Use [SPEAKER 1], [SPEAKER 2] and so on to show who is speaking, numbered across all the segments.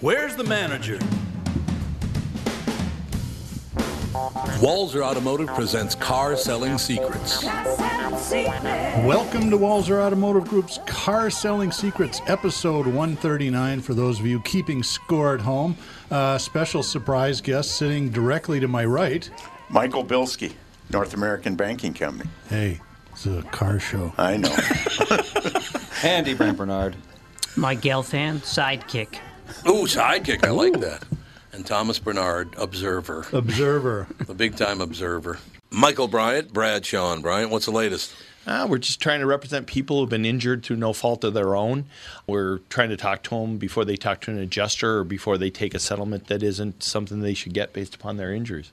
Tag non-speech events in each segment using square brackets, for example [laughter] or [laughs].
[SPEAKER 1] Where's the manager? Walzer Automotive presents Car Selling Secrets.
[SPEAKER 2] Welcome to Walzer Automotive Group's Car Selling Secrets, episode 139. For those of you keeping score at home, uh, special surprise guest sitting directly to my right.
[SPEAKER 3] Michael Bilski, North American Banking Company.
[SPEAKER 2] Hey, it's a car show.
[SPEAKER 3] I know.
[SPEAKER 4] Andy Brant Bernard.
[SPEAKER 5] My Gelfand sidekick.
[SPEAKER 1] Ooh, sidekick. I like that. And Thomas Bernard, observer,
[SPEAKER 2] Observer.
[SPEAKER 1] the big time observer. Michael Bryant, Brad Sean Bryant. What's the latest?
[SPEAKER 6] Uh, we're just trying to represent people who've been injured through no fault of their own. We're trying to talk to them before they talk to an adjuster or before they take a settlement that isn't something they should get based upon their injuries.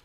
[SPEAKER 6] [laughs]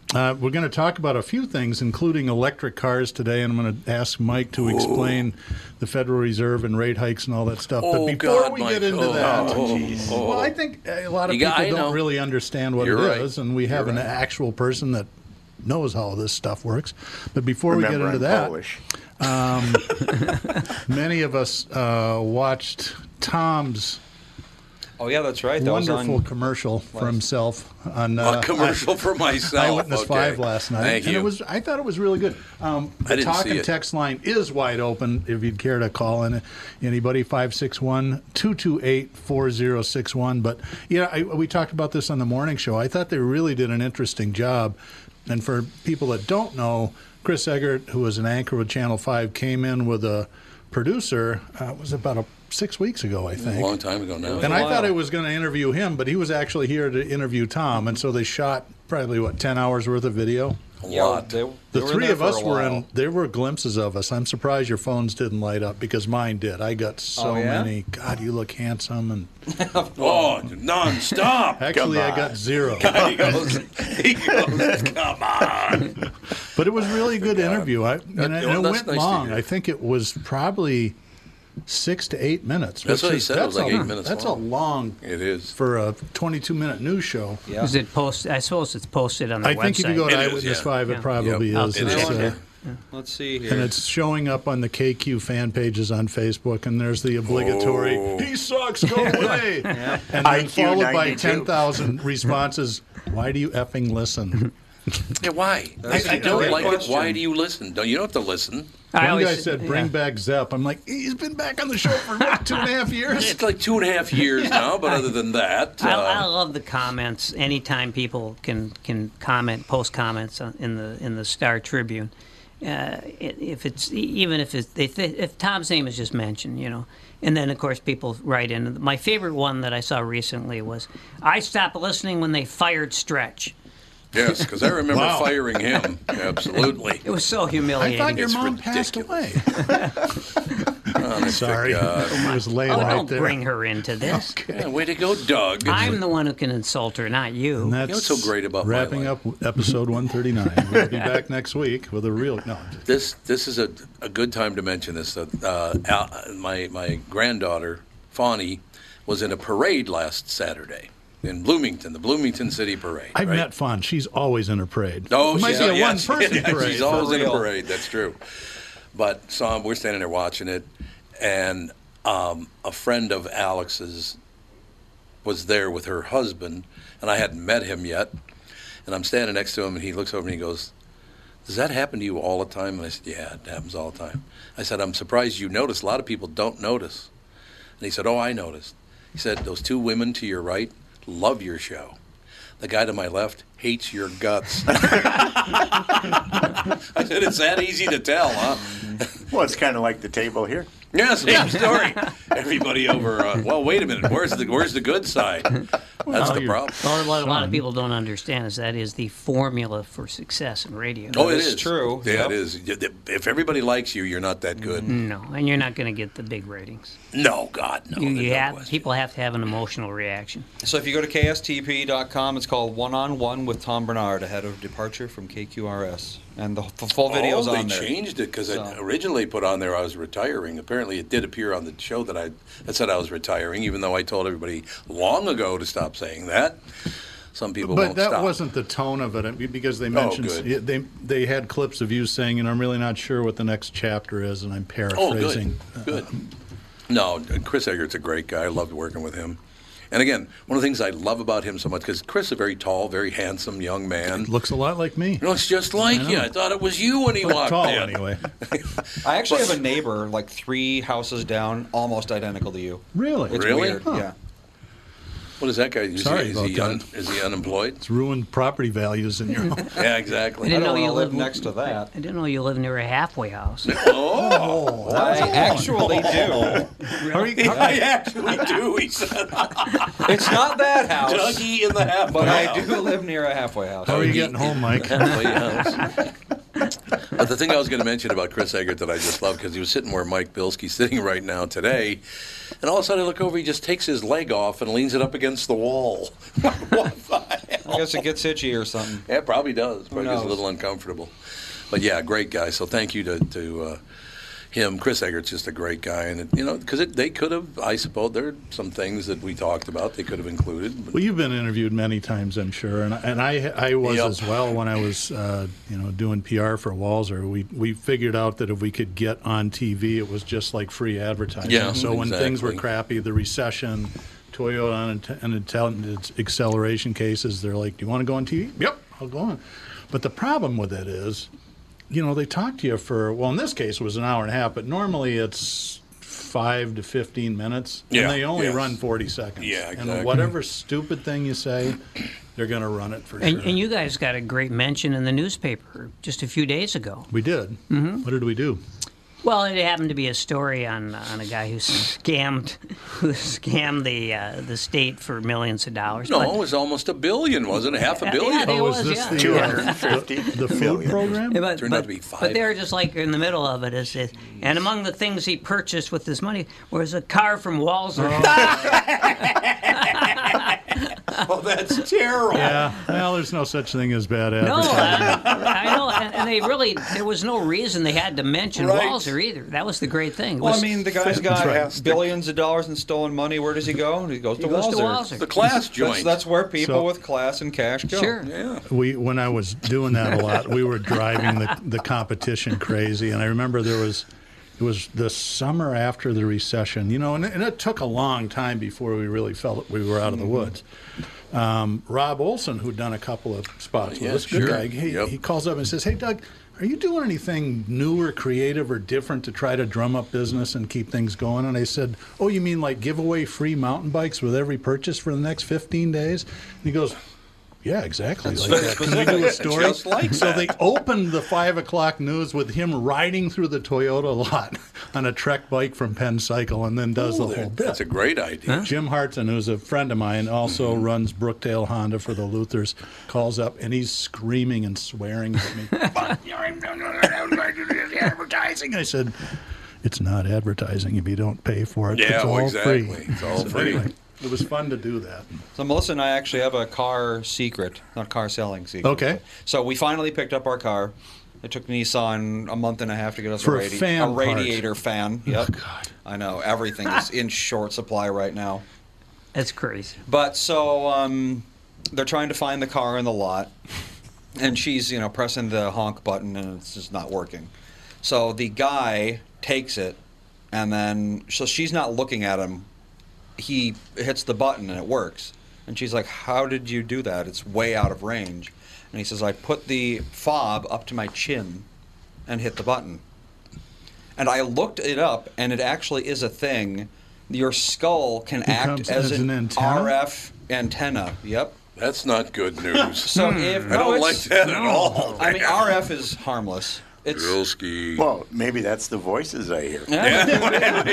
[SPEAKER 2] Uh, we're going to talk about a few things, including electric cars today, and I'm going to ask Mike to explain the Federal Reserve and rate hikes and all that stuff.
[SPEAKER 1] Oh,
[SPEAKER 2] but before
[SPEAKER 1] God,
[SPEAKER 2] we
[SPEAKER 1] Mike.
[SPEAKER 2] get into
[SPEAKER 1] Oh,
[SPEAKER 2] that,
[SPEAKER 1] oh,
[SPEAKER 2] well, I think uh, a lot of
[SPEAKER 1] You got-
[SPEAKER 2] people
[SPEAKER 1] I
[SPEAKER 2] don't
[SPEAKER 1] know.
[SPEAKER 2] really understand what it is,
[SPEAKER 1] You're right.
[SPEAKER 2] and we have an actual person that knows how this stuff works. But before we get
[SPEAKER 3] Remember,
[SPEAKER 2] into
[SPEAKER 3] I'm
[SPEAKER 2] that, um,
[SPEAKER 3] Polish. [laughs]
[SPEAKER 2] many of us uh, watched Tom's
[SPEAKER 4] Oh yeah, that's right. That
[SPEAKER 2] wonderful
[SPEAKER 4] was on
[SPEAKER 2] commercial for himself on uh,
[SPEAKER 1] a commercial for
[SPEAKER 2] [laughs]
[SPEAKER 1] myself.
[SPEAKER 2] Eyewitness
[SPEAKER 1] Okay.
[SPEAKER 2] Five last night,
[SPEAKER 1] Thank
[SPEAKER 2] and
[SPEAKER 1] you.
[SPEAKER 2] it was. I thought it was really good. Um, the
[SPEAKER 1] I didn't
[SPEAKER 2] talk
[SPEAKER 1] see
[SPEAKER 2] and
[SPEAKER 1] it.
[SPEAKER 2] text line is wide open if you'd care to call in. Anybody 561-228-4061. But yeah, I, we talked about this on the morning show. I thought they really did an interesting job. And for people that don't know, Chris Eggert, who was an anchor with Channel Five, came in with a producer. Uh, it was about a, six weeks ago, I
[SPEAKER 1] a
[SPEAKER 2] think.
[SPEAKER 1] long time ago now.
[SPEAKER 2] And
[SPEAKER 4] a
[SPEAKER 2] I
[SPEAKER 4] while.
[SPEAKER 2] thought I was going to interview him, but he was actually here to interview Tom. And so they shot probably, what, 10 hours worth of video?
[SPEAKER 1] a
[SPEAKER 4] Yeah,
[SPEAKER 1] lot.
[SPEAKER 4] they- they
[SPEAKER 2] The
[SPEAKER 4] were
[SPEAKER 2] three
[SPEAKER 4] there
[SPEAKER 2] of
[SPEAKER 4] for
[SPEAKER 2] us
[SPEAKER 4] a
[SPEAKER 2] were
[SPEAKER 4] while.
[SPEAKER 2] in, there were glimpses of us. I'm surprised your phones didn't light up because mine did. I got so
[SPEAKER 4] Oh, yeah?
[SPEAKER 2] many. God, you look handsome. And
[SPEAKER 1] [laughs] oh,
[SPEAKER 2] [laughs]
[SPEAKER 1] nonstop.
[SPEAKER 2] actually, I got
[SPEAKER 1] [laughs]
[SPEAKER 2] zero.
[SPEAKER 1] he goes, he
[SPEAKER 2] [laughs]
[SPEAKER 1] goes, come on.
[SPEAKER 2] But it was
[SPEAKER 1] [laughs]
[SPEAKER 2] really a good interview. I, and, it- and it
[SPEAKER 1] that's
[SPEAKER 2] went
[SPEAKER 1] nice to
[SPEAKER 2] long.
[SPEAKER 1] hear.
[SPEAKER 2] I think it was probably six to eight minutes.
[SPEAKER 1] That's
[SPEAKER 2] which
[SPEAKER 1] what he
[SPEAKER 2] is-
[SPEAKER 1] said. It was
[SPEAKER 2] that's
[SPEAKER 1] like
[SPEAKER 2] a-
[SPEAKER 1] eight minutes
[SPEAKER 2] That's
[SPEAKER 1] long.
[SPEAKER 2] a long
[SPEAKER 1] It is.
[SPEAKER 2] for a 22 minute news show.
[SPEAKER 4] Yeah.
[SPEAKER 5] Is it posted? I suppose it's posted on the
[SPEAKER 2] I
[SPEAKER 5] website.
[SPEAKER 2] think if you go to
[SPEAKER 1] It is,
[SPEAKER 2] Eyewitness
[SPEAKER 1] yeah.
[SPEAKER 2] Five, it
[SPEAKER 5] Yeah.
[SPEAKER 2] probably
[SPEAKER 1] Yep.
[SPEAKER 2] is.
[SPEAKER 1] I'll
[SPEAKER 2] It's,
[SPEAKER 1] check
[SPEAKER 2] uh,
[SPEAKER 1] it out.
[SPEAKER 4] Let's see here.
[SPEAKER 2] and it's showing up on the KQ fan pages on Facebook, and there's the obligatory
[SPEAKER 1] Oh.
[SPEAKER 2] "He
[SPEAKER 1] [laughs]
[SPEAKER 2] sucks, go away," [laughs] and then
[SPEAKER 3] IQ
[SPEAKER 2] followed by
[SPEAKER 3] 92.
[SPEAKER 2] ten thousand responses. Why do you effing [laughs] listen?
[SPEAKER 1] Yeah, why?
[SPEAKER 4] That's
[SPEAKER 1] I, I
[SPEAKER 4] a
[SPEAKER 1] don't
[SPEAKER 4] great
[SPEAKER 1] like
[SPEAKER 4] question.
[SPEAKER 1] it. Why do you listen? Don't you don't have to listen?
[SPEAKER 5] I
[SPEAKER 2] One guy
[SPEAKER 5] always-
[SPEAKER 2] said, "Bring
[SPEAKER 5] yeah.
[SPEAKER 2] back Zepp." I'm like, he's been back on the show for what, [laughs] two and a half [laughs] years.
[SPEAKER 1] It's like two and a
[SPEAKER 5] [laughs]
[SPEAKER 1] half years now, but other than that,
[SPEAKER 5] I,
[SPEAKER 1] uh,
[SPEAKER 5] I love the comments. Anytime people can can comment, post comments on- in the in the Star Tribune, uh, i- if it's e- even if it's if, if Tom's name is just mentioned, you know, and then of course people write in. My favorite one that I saw recently was, "I stopped listening when they fired Stretch."
[SPEAKER 1] Yes, because I remember
[SPEAKER 2] Wow.
[SPEAKER 1] firing him. Absolutely.
[SPEAKER 5] It was so
[SPEAKER 2] I
[SPEAKER 5] humiliating.
[SPEAKER 2] thought your
[SPEAKER 1] It's
[SPEAKER 2] mom passed away. Sorry,
[SPEAKER 1] Oh, God.
[SPEAKER 2] I was laying
[SPEAKER 5] oh,
[SPEAKER 2] right
[SPEAKER 5] don't
[SPEAKER 2] there.
[SPEAKER 5] bring her
[SPEAKER 2] [laughs]
[SPEAKER 5] into this.
[SPEAKER 1] Yeah, way to go, Doug.
[SPEAKER 5] I'm the one who can insult her, not you.
[SPEAKER 2] And that's
[SPEAKER 1] what's so great about my
[SPEAKER 2] wrapping
[SPEAKER 1] life?
[SPEAKER 2] up episode 139. We'll be back next week with a real no. I'm just-
[SPEAKER 1] this this is a, a good time to mention this. Uh, Al, my my granddaughter Fawny was in a parade last Saturday in Bloomington, the Bloomington City Parade.
[SPEAKER 2] I've
[SPEAKER 1] right?
[SPEAKER 2] met Fawn. She's always in a parade.
[SPEAKER 1] Oh,
[SPEAKER 2] it might
[SPEAKER 1] she's
[SPEAKER 2] be a
[SPEAKER 1] yes, [laughs]
[SPEAKER 2] one-person
[SPEAKER 1] yes,
[SPEAKER 2] parade.
[SPEAKER 1] She's always in a
[SPEAKER 4] real.
[SPEAKER 1] parade. That's true. But so we're standing there watching it, and um, a friend of Alex's was there with her husband, and I hadn't met him yet. And I'm standing next to him, and he looks over and he goes, "Does that happen to you all the time?" And I said, "Yeah, it happens all the time." I said, "I'm surprised you notice. A lot of people don't notice." And he said, "Oh, I noticed." He said, "Those two women to your right love your show. The guy to my left hates your guts." [laughs] I said, "It's that easy to tell, huh?"
[SPEAKER 3] Well, it's kind of like the table here.
[SPEAKER 1] Yeah, same story. Everybody over. Uh, well, wait a minute. Where's the Where's the good side? That's
[SPEAKER 2] Well,
[SPEAKER 1] the
[SPEAKER 2] Oh, you're-
[SPEAKER 1] problem.
[SPEAKER 5] Well, what a lot of people don't understand is that is the formula for success in radio.
[SPEAKER 1] Oh, it
[SPEAKER 4] It's
[SPEAKER 1] is
[SPEAKER 4] true,
[SPEAKER 1] Yeah,
[SPEAKER 4] yep.
[SPEAKER 1] it is. If everybody likes you, you're not that good.
[SPEAKER 5] No, and you're not going to get the big ratings.
[SPEAKER 1] No, God, no.
[SPEAKER 5] You,
[SPEAKER 1] there's
[SPEAKER 5] you
[SPEAKER 1] no
[SPEAKER 5] have
[SPEAKER 1] question.
[SPEAKER 5] people have to have an emotional reaction.
[SPEAKER 4] So if you go to kstp.com, it's called One on One with Tom Bernard ahead of departure from KQRS, and the f- full video's
[SPEAKER 1] oh, they
[SPEAKER 4] on there.
[SPEAKER 1] changed it because I
[SPEAKER 4] So-
[SPEAKER 1] originally put on there I was retiring. Apparently, it did appear on the show that I that said I was retiring, even though I told everybody long ago to stop saying that. Some people
[SPEAKER 2] But
[SPEAKER 1] won't
[SPEAKER 2] that
[SPEAKER 1] stop. Oh,
[SPEAKER 2] wasn't the tone of it I mean, because they mentioned
[SPEAKER 1] good.
[SPEAKER 2] yeah, they they had clips of you saying, and I'm really not sure what the next chapter is, and I'm
[SPEAKER 1] Oh,
[SPEAKER 2] paraphrasing.
[SPEAKER 1] good. Good. No, Chris Eggert's a great guy. I loved working with him. And again, one of the things I love about him so much because Chris is a very tall, very handsome young man.
[SPEAKER 2] Looks a lot like me.
[SPEAKER 1] Looks just like you. I thought it was you when he walked
[SPEAKER 2] Tall
[SPEAKER 1] in.
[SPEAKER 2] anyway. [laughs]
[SPEAKER 4] I actually have a neighbor like three houses down, almost identical to you.
[SPEAKER 2] Really?
[SPEAKER 4] It's
[SPEAKER 1] Really?
[SPEAKER 4] weird.
[SPEAKER 1] Huh.
[SPEAKER 4] Yeah.
[SPEAKER 1] What is that guy? Is
[SPEAKER 2] Sorry
[SPEAKER 1] he, is,
[SPEAKER 2] about
[SPEAKER 1] he un,
[SPEAKER 2] that.
[SPEAKER 1] is he unemployed?
[SPEAKER 2] It's ruined property values in your home.
[SPEAKER 1] Yeah,
[SPEAKER 5] I
[SPEAKER 1] exactly.
[SPEAKER 5] didn't
[SPEAKER 4] don't
[SPEAKER 5] know
[SPEAKER 4] wanna
[SPEAKER 5] you
[SPEAKER 4] live
[SPEAKER 5] lived
[SPEAKER 4] next to that.
[SPEAKER 5] I didn't know you lived near a halfway house.
[SPEAKER 1] [laughs] Oh,
[SPEAKER 4] I actually do.
[SPEAKER 2] Are you-
[SPEAKER 1] I actually do. He said,
[SPEAKER 4] [laughs] It's not that house,
[SPEAKER 1] "Dougie in the half."
[SPEAKER 4] but I do live near a halfway house.
[SPEAKER 2] How are you getting home, Mike?
[SPEAKER 1] [laughs] Halfway house. but the thing I was going to mention about Chris Eggert that I just love because he was sitting where Mike Bilski's sitting right now today, and all of a sudden I look over, he just takes his leg off and leans it up against the wall. what the hell?
[SPEAKER 4] I guess it gets itchy or something.
[SPEAKER 1] Yeah, it probably does. Probably gets a
[SPEAKER 4] knows?
[SPEAKER 1] little uncomfortable. But yeah, great guy. So thank you to, to uh, him. Chris Eggert's just a great guy, and it, you know, because they could have, I suppose, there are some things that we talked about they could have included. but-
[SPEAKER 2] Well, you've been interviewed many times, I'm sure, and and I I was
[SPEAKER 1] Yep.
[SPEAKER 2] as well when I was uh, you know doing PR for Walzer. We we figured out that if we could get on TV, it was just like free advertising.
[SPEAKER 1] Yeah,
[SPEAKER 2] so when things were
[SPEAKER 1] exactly.
[SPEAKER 2] crappy, the recession, Toyota and unintended acceleration cases, they're like, "Do you want to go on TV? Yep, I'll go on." But the problem with it is, you know, they talk to you for well, in this case, it was an hour and a half, but normally it's five to fifteen minutes,
[SPEAKER 1] Yeah,
[SPEAKER 2] and they only
[SPEAKER 1] yes.
[SPEAKER 2] run forty seconds.
[SPEAKER 1] Yeah,
[SPEAKER 2] And
[SPEAKER 1] exactly.
[SPEAKER 2] whatever stupid thing you say, [clears throat] they're going to run it for
[SPEAKER 5] And,
[SPEAKER 2] sure.
[SPEAKER 5] and you guys got a great mention in the newspaper just a few days ago.
[SPEAKER 2] we did.
[SPEAKER 5] Mm-hmm.
[SPEAKER 2] What did we do?
[SPEAKER 5] Well, it happened to be a story on on a guy who scammed [laughs] who scammed the uh, the state for millions of dollars.
[SPEAKER 1] no,
[SPEAKER 5] but-
[SPEAKER 1] it was almost a billion, wasn't it? Half a
[SPEAKER 5] Yeah,
[SPEAKER 1] billion.
[SPEAKER 5] yeah, It
[SPEAKER 2] oh, is
[SPEAKER 5] was,
[SPEAKER 2] this
[SPEAKER 5] yeah.
[SPEAKER 2] the, uh,
[SPEAKER 3] 250
[SPEAKER 2] the food
[SPEAKER 3] million.
[SPEAKER 2] program?
[SPEAKER 5] Yeah, but,
[SPEAKER 1] Turned
[SPEAKER 5] but,
[SPEAKER 1] out to be five.
[SPEAKER 5] But they're just like in the middle of it. Is it? And among the things he purchased with his money was a car from Walzer.
[SPEAKER 1] Oh, that's terrible.
[SPEAKER 2] yeah. Well, there's no such thing as bad
[SPEAKER 5] no,
[SPEAKER 2] advertising.
[SPEAKER 5] I, I know, and, and they really there was no reason they had to mention
[SPEAKER 1] Right.
[SPEAKER 5] Walzer either. That was the great thing. It
[SPEAKER 4] Well, I
[SPEAKER 5] was-
[SPEAKER 4] mean, the guy's got billions of dollars in stolen money. Where does he go? He goes to
[SPEAKER 5] goes to
[SPEAKER 4] Walzer.
[SPEAKER 5] Walzer.
[SPEAKER 1] The class
[SPEAKER 4] That's,
[SPEAKER 1] joint.
[SPEAKER 4] that's where people
[SPEAKER 2] So-
[SPEAKER 4] with class and cash go.
[SPEAKER 5] sure.
[SPEAKER 1] yeah.
[SPEAKER 2] we when I was doing that a lot, we were driving the, the competition crazy. And I remember there was it was the summer after the recession, you know, and, and it took a long time before we really felt that we were out of the
[SPEAKER 1] Mm-hmm.
[SPEAKER 2] woods. Um, Rob Olson, who'd done a couple of spots with
[SPEAKER 1] Yeah,
[SPEAKER 2] us, good
[SPEAKER 1] sure.
[SPEAKER 2] guy, he,
[SPEAKER 1] Yep.
[SPEAKER 2] he calls up and says, "Hey, Doug." Are you doing anything new or creative or different to try to drum up business and keep things going? And I said, Oh, you mean like give away free mountain bikes with every purchase for the next 15 days? And he goes, yeah, exactly. Like that. Can we
[SPEAKER 1] [laughs]
[SPEAKER 2] do a story?
[SPEAKER 1] Just like
[SPEAKER 2] so
[SPEAKER 1] [laughs] that.
[SPEAKER 2] they opened the five o'clock news with him riding through the Toyota lot. [laughs] on a Trek bike from Penn Cycle and then does the
[SPEAKER 1] Ooh, there-
[SPEAKER 2] whole bit.
[SPEAKER 1] that's a great idea. [laughs]
[SPEAKER 2] Jim Hartson, who's a friend of mine, also
[SPEAKER 1] Mm-hmm.
[SPEAKER 2] runs Brookdale Honda for the Luthers, calls up and he's screaming and swearing at
[SPEAKER 1] [laughs]
[SPEAKER 2] me. "Fuck you, I'm not gonna do this advertising. I said, it's not advertising if you don't pay for it.
[SPEAKER 1] Yeah,
[SPEAKER 2] it's
[SPEAKER 1] well,
[SPEAKER 2] all
[SPEAKER 1] exactly.
[SPEAKER 2] free.
[SPEAKER 1] It's all
[SPEAKER 2] So
[SPEAKER 1] free.
[SPEAKER 2] anyway, it was fun to do that.
[SPEAKER 4] So Melissa and I actually have a car secret, not car selling secret.
[SPEAKER 2] Okay.
[SPEAKER 4] So we finally picked up our car. It took Nissan a month and a half to get us
[SPEAKER 2] For a
[SPEAKER 4] a, radi-
[SPEAKER 2] fan
[SPEAKER 4] a
[SPEAKER 2] part. Oh,
[SPEAKER 4] radiator fan. Yep.
[SPEAKER 2] God.
[SPEAKER 4] I know everything is in short supply right now.
[SPEAKER 5] That's crazy.
[SPEAKER 4] But so um, they're trying to find the car in the lot, and she's you know pressing the honk button and it's just not working. So the guy takes it, and then so she's not looking at him. He hits the button and it works, and she's like, "How did you do that? It's way out of range." And he says, "I put the fob up to my chin, and hit the button." And I looked it up, and it actually is a thing. Your skull can
[SPEAKER 2] Becomes
[SPEAKER 4] act as,
[SPEAKER 2] as an
[SPEAKER 4] an,
[SPEAKER 2] antenna?
[SPEAKER 4] RF antenna. Yep.
[SPEAKER 1] That's not good news.
[SPEAKER 4] So if
[SPEAKER 1] I don't like that at all.
[SPEAKER 4] I mean,
[SPEAKER 1] man.
[SPEAKER 4] RF is harmless. It's
[SPEAKER 1] Bilski.
[SPEAKER 3] Well, maybe that's the voices I hear.
[SPEAKER 4] Yeah,
[SPEAKER 1] Yeah,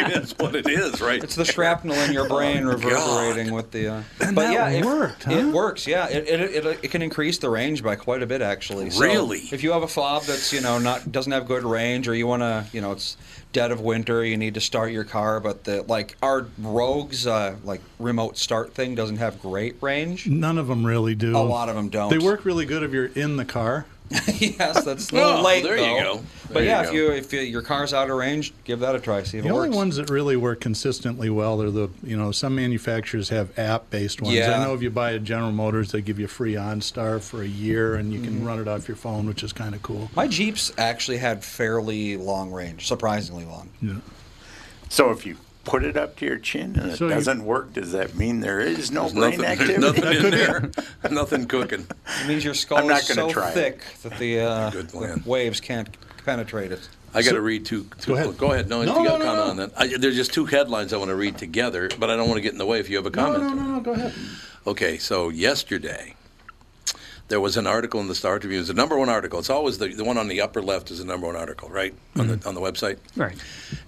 [SPEAKER 1] that's what it is, right? Oh,
[SPEAKER 4] it's the shrapnel in your brain reverberating with the. Uh,
[SPEAKER 2] And
[SPEAKER 4] but
[SPEAKER 2] that
[SPEAKER 4] yeah, if-
[SPEAKER 2] worked, huh?
[SPEAKER 4] It works. Yeah, it, it, it, it can increase the range by quite a bit actually. So
[SPEAKER 1] Really?
[SPEAKER 4] If you have a fob that's you know not doesn't have good range, or you want to you know it's dead of winter, you need to start your car, but the like our Rogue's uh, like remote start thing doesn't have great range.
[SPEAKER 2] None of them really do.
[SPEAKER 4] A lot of 'em don't.
[SPEAKER 2] They work really good if you're in the car.
[SPEAKER 4] [laughs] yes, that's a
[SPEAKER 1] [laughs] Oh,
[SPEAKER 4] little
[SPEAKER 1] well,
[SPEAKER 4] late
[SPEAKER 1] there you
[SPEAKER 4] though.
[SPEAKER 1] go. There
[SPEAKER 4] But yeah,
[SPEAKER 1] you
[SPEAKER 4] if
[SPEAKER 1] go.
[SPEAKER 4] you if you, your car's out of range, give that a try. See if
[SPEAKER 2] The
[SPEAKER 4] it
[SPEAKER 2] only
[SPEAKER 4] works.
[SPEAKER 2] ones that really work consistently well are the you know some manufacturers have app based ones.
[SPEAKER 4] Yeah.
[SPEAKER 2] I know if you buy a General Motors, they give you free OnStar for a year and you
[SPEAKER 1] Mm-hmm.
[SPEAKER 2] can run it off your phone, which is kind of cool.
[SPEAKER 4] My Jeeps actually had fairly long range, surprisingly long.
[SPEAKER 3] So if you [laughs] put it up to your chin and it
[SPEAKER 2] So you-
[SPEAKER 3] doesn't work, does that mean there is no
[SPEAKER 1] There's
[SPEAKER 3] brain
[SPEAKER 1] nothing, there's
[SPEAKER 3] activity?
[SPEAKER 1] nothing in
[SPEAKER 3] [laughs]
[SPEAKER 1] there. nothing cooking.
[SPEAKER 4] It means your skull
[SPEAKER 3] I'm not
[SPEAKER 4] is
[SPEAKER 3] gonna
[SPEAKER 4] so
[SPEAKER 3] try it.
[SPEAKER 4] thick that the, uh,
[SPEAKER 1] Good
[SPEAKER 4] the
[SPEAKER 1] plan.
[SPEAKER 4] waves can't penetrate it.
[SPEAKER 1] I got to read two. two
[SPEAKER 2] Go ahead.
[SPEAKER 1] Go ahead. No, if
[SPEAKER 2] No,
[SPEAKER 1] you
[SPEAKER 2] no,
[SPEAKER 1] got a
[SPEAKER 2] no,
[SPEAKER 1] comment
[SPEAKER 2] no.
[SPEAKER 1] on that. I, there's just two headlines I want to read together, but I don't want to get in the way if you have a comment.
[SPEAKER 2] no, no, no, go ahead.
[SPEAKER 1] Okay, so yesterday there was an article in the Star Tribune. It's the number one article. It's always the, the one on the upper left is the number one article, right? On
[SPEAKER 2] Mm-hmm.
[SPEAKER 1] the on the website.
[SPEAKER 5] Right.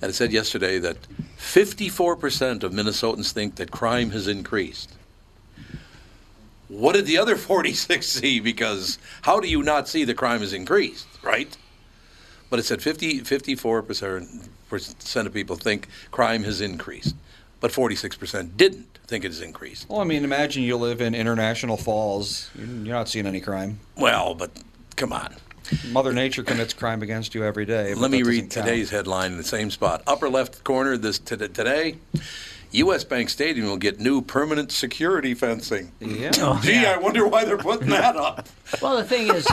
[SPEAKER 1] And it said yesterday that 54% of Minnesotans think that crime has increased. What did the other 46 [laughs] see? Because how do you not see the crime has increased, right? But it said 50, 54% percent of people think crime has increased, but 46% didn't think it has increased.
[SPEAKER 4] Well, I mean, imagine you live in International Falls. You're not seeing any crime.
[SPEAKER 1] Well, but come on.
[SPEAKER 4] Mother Nature commits crime against you every day. but
[SPEAKER 1] Let
[SPEAKER 4] that
[SPEAKER 1] me
[SPEAKER 4] doesn't
[SPEAKER 1] read
[SPEAKER 4] count.
[SPEAKER 1] today's headline in the same spot. Upper left corner this t- today. US Bank Stadium will get new permanent security fencing.
[SPEAKER 4] Yeah.
[SPEAKER 2] Oh,
[SPEAKER 1] Gee, I wonder why they're putting that up.
[SPEAKER 5] Well, the thing is,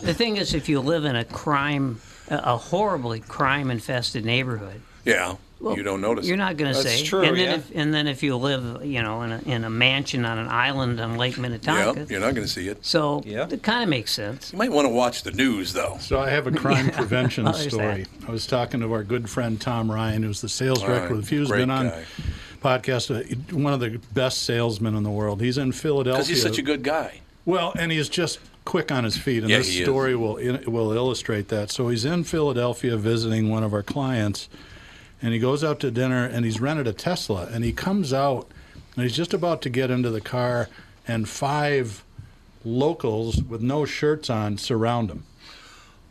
[SPEAKER 5] the thing is, if you live in a crime, a horribly crime-infested neighborhood,
[SPEAKER 1] Yeah,
[SPEAKER 5] Well,
[SPEAKER 1] you don't notice.
[SPEAKER 5] You're not going to
[SPEAKER 4] That's
[SPEAKER 5] say.
[SPEAKER 4] true,
[SPEAKER 5] And then,
[SPEAKER 4] yeah.
[SPEAKER 5] if, and then if you live, you know, in a, in a mansion on an island on Lake
[SPEAKER 1] yeah,
[SPEAKER 5] Minnetonka,
[SPEAKER 1] you're not going to see it.
[SPEAKER 5] so
[SPEAKER 4] Yeah.
[SPEAKER 5] it kind of makes sense.
[SPEAKER 1] You might want to watch the news, though.
[SPEAKER 2] So I have
[SPEAKER 5] [laughs]
[SPEAKER 2] a
[SPEAKER 1] [laughs]
[SPEAKER 2] crime prevention
[SPEAKER 5] Oh, there's
[SPEAKER 2] story. I was talking to our good friend Tom Ryan, who's the sales
[SPEAKER 1] All
[SPEAKER 2] rep
[SPEAKER 1] right,
[SPEAKER 2] with Fuse,
[SPEAKER 1] great
[SPEAKER 2] been on
[SPEAKER 1] guy.
[SPEAKER 2] podcast, uh, one of the best salesmen in the world. He's in Philadelphia.
[SPEAKER 1] Because he's such a good guy.
[SPEAKER 2] Well, and he's just quick on his feet, and
[SPEAKER 1] Yeah,
[SPEAKER 2] this
[SPEAKER 1] he is.
[SPEAKER 2] story will will illustrate that. So he's in Philadelphia visiting one of our clients, and he goes out to dinner, and he's rented a Tesla, and he comes out, and he's just about to get into the car, and five locals with no shirts on surround him.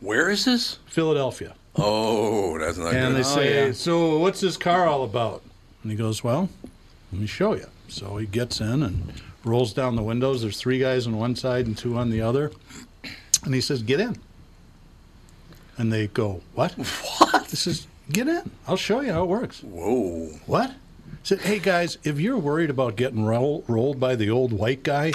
[SPEAKER 1] Where is this?
[SPEAKER 2] Philadelphia.
[SPEAKER 1] Oh, that's not
[SPEAKER 2] And
[SPEAKER 1] good.
[SPEAKER 2] they say,
[SPEAKER 4] yeah.
[SPEAKER 2] "So, what's this car all about?" And he goes, "Well, let me show you." So he gets in and rolls down the windows. There's three guys on one side and two on the other, and he says, "Get in." And they go,
[SPEAKER 1] [laughs]
[SPEAKER 2] "What?" What? This is get in. I'll show you how it works.
[SPEAKER 1] Whoa.
[SPEAKER 2] What? I said, hey guys, if you're worried about getting roll, rolled by the old white
[SPEAKER 1] [laughs]
[SPEAKER 2] guy,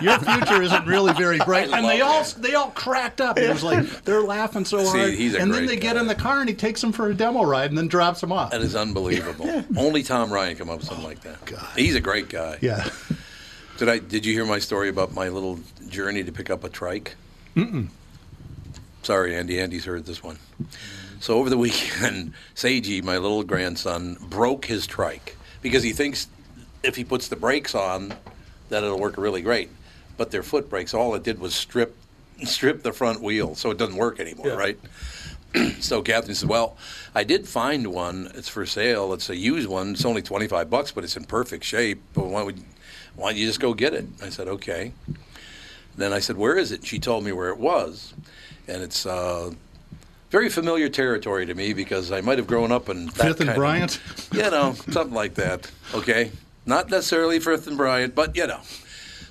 [SPEAKER 2] your future isn't really very bright. And they all they all cracked up. It was like they're laughing so
[SPEAKER 1] See,
[SPEAKER 2] hard.
[SPEAKER 1] he's a
[SPEAKER 2] and then
[SPEAKER 1] great
[SPEAKER 2] they get
[SPEAKER 1] guy.
[SPEAKER 2] in the car and he takes them for a demo ride and then drops them off.
[SPEAKER 1] That is unbelievable. Only Tom Ryan come up with something like that.
[SPEAKER 2] Oh, God.
[SPEAKER 1] He's a great guy.
[SPEAKER 2] Yeah.
[SPEAKER 1] Did I? Did you hear my story about my little journey to pick up a trike? Mm-mm. Sorry, Andy. Andy's heard this one. So over the weekend, [laughs] Seiji, my little grandson, broke his trike because he thinks if he puts the brakes on, that it'll work really great. But [laughs] their foot brakes, all it did was strip strip the front wheel, so it doesn't work anymore, right? [clears throat] so Captain said, "Well, I did find one. It's for sale. It's a used one. It's only twenty five bucks, but it's in perfect shape. But why would, why don't you just go get it?" I said, "Okay." Then I said, "Where is it?" She told me where it was, and it's uh, very familiar territory to me because I might have grown up in that
[SPEAKER 2] Fifth and
[SPEAKER 1] kind of-
[SPEAKER 2] Bryant?
[SPEAKER 1] you know, something like that. Okay, not necessarily Firth and Bryant, but you know.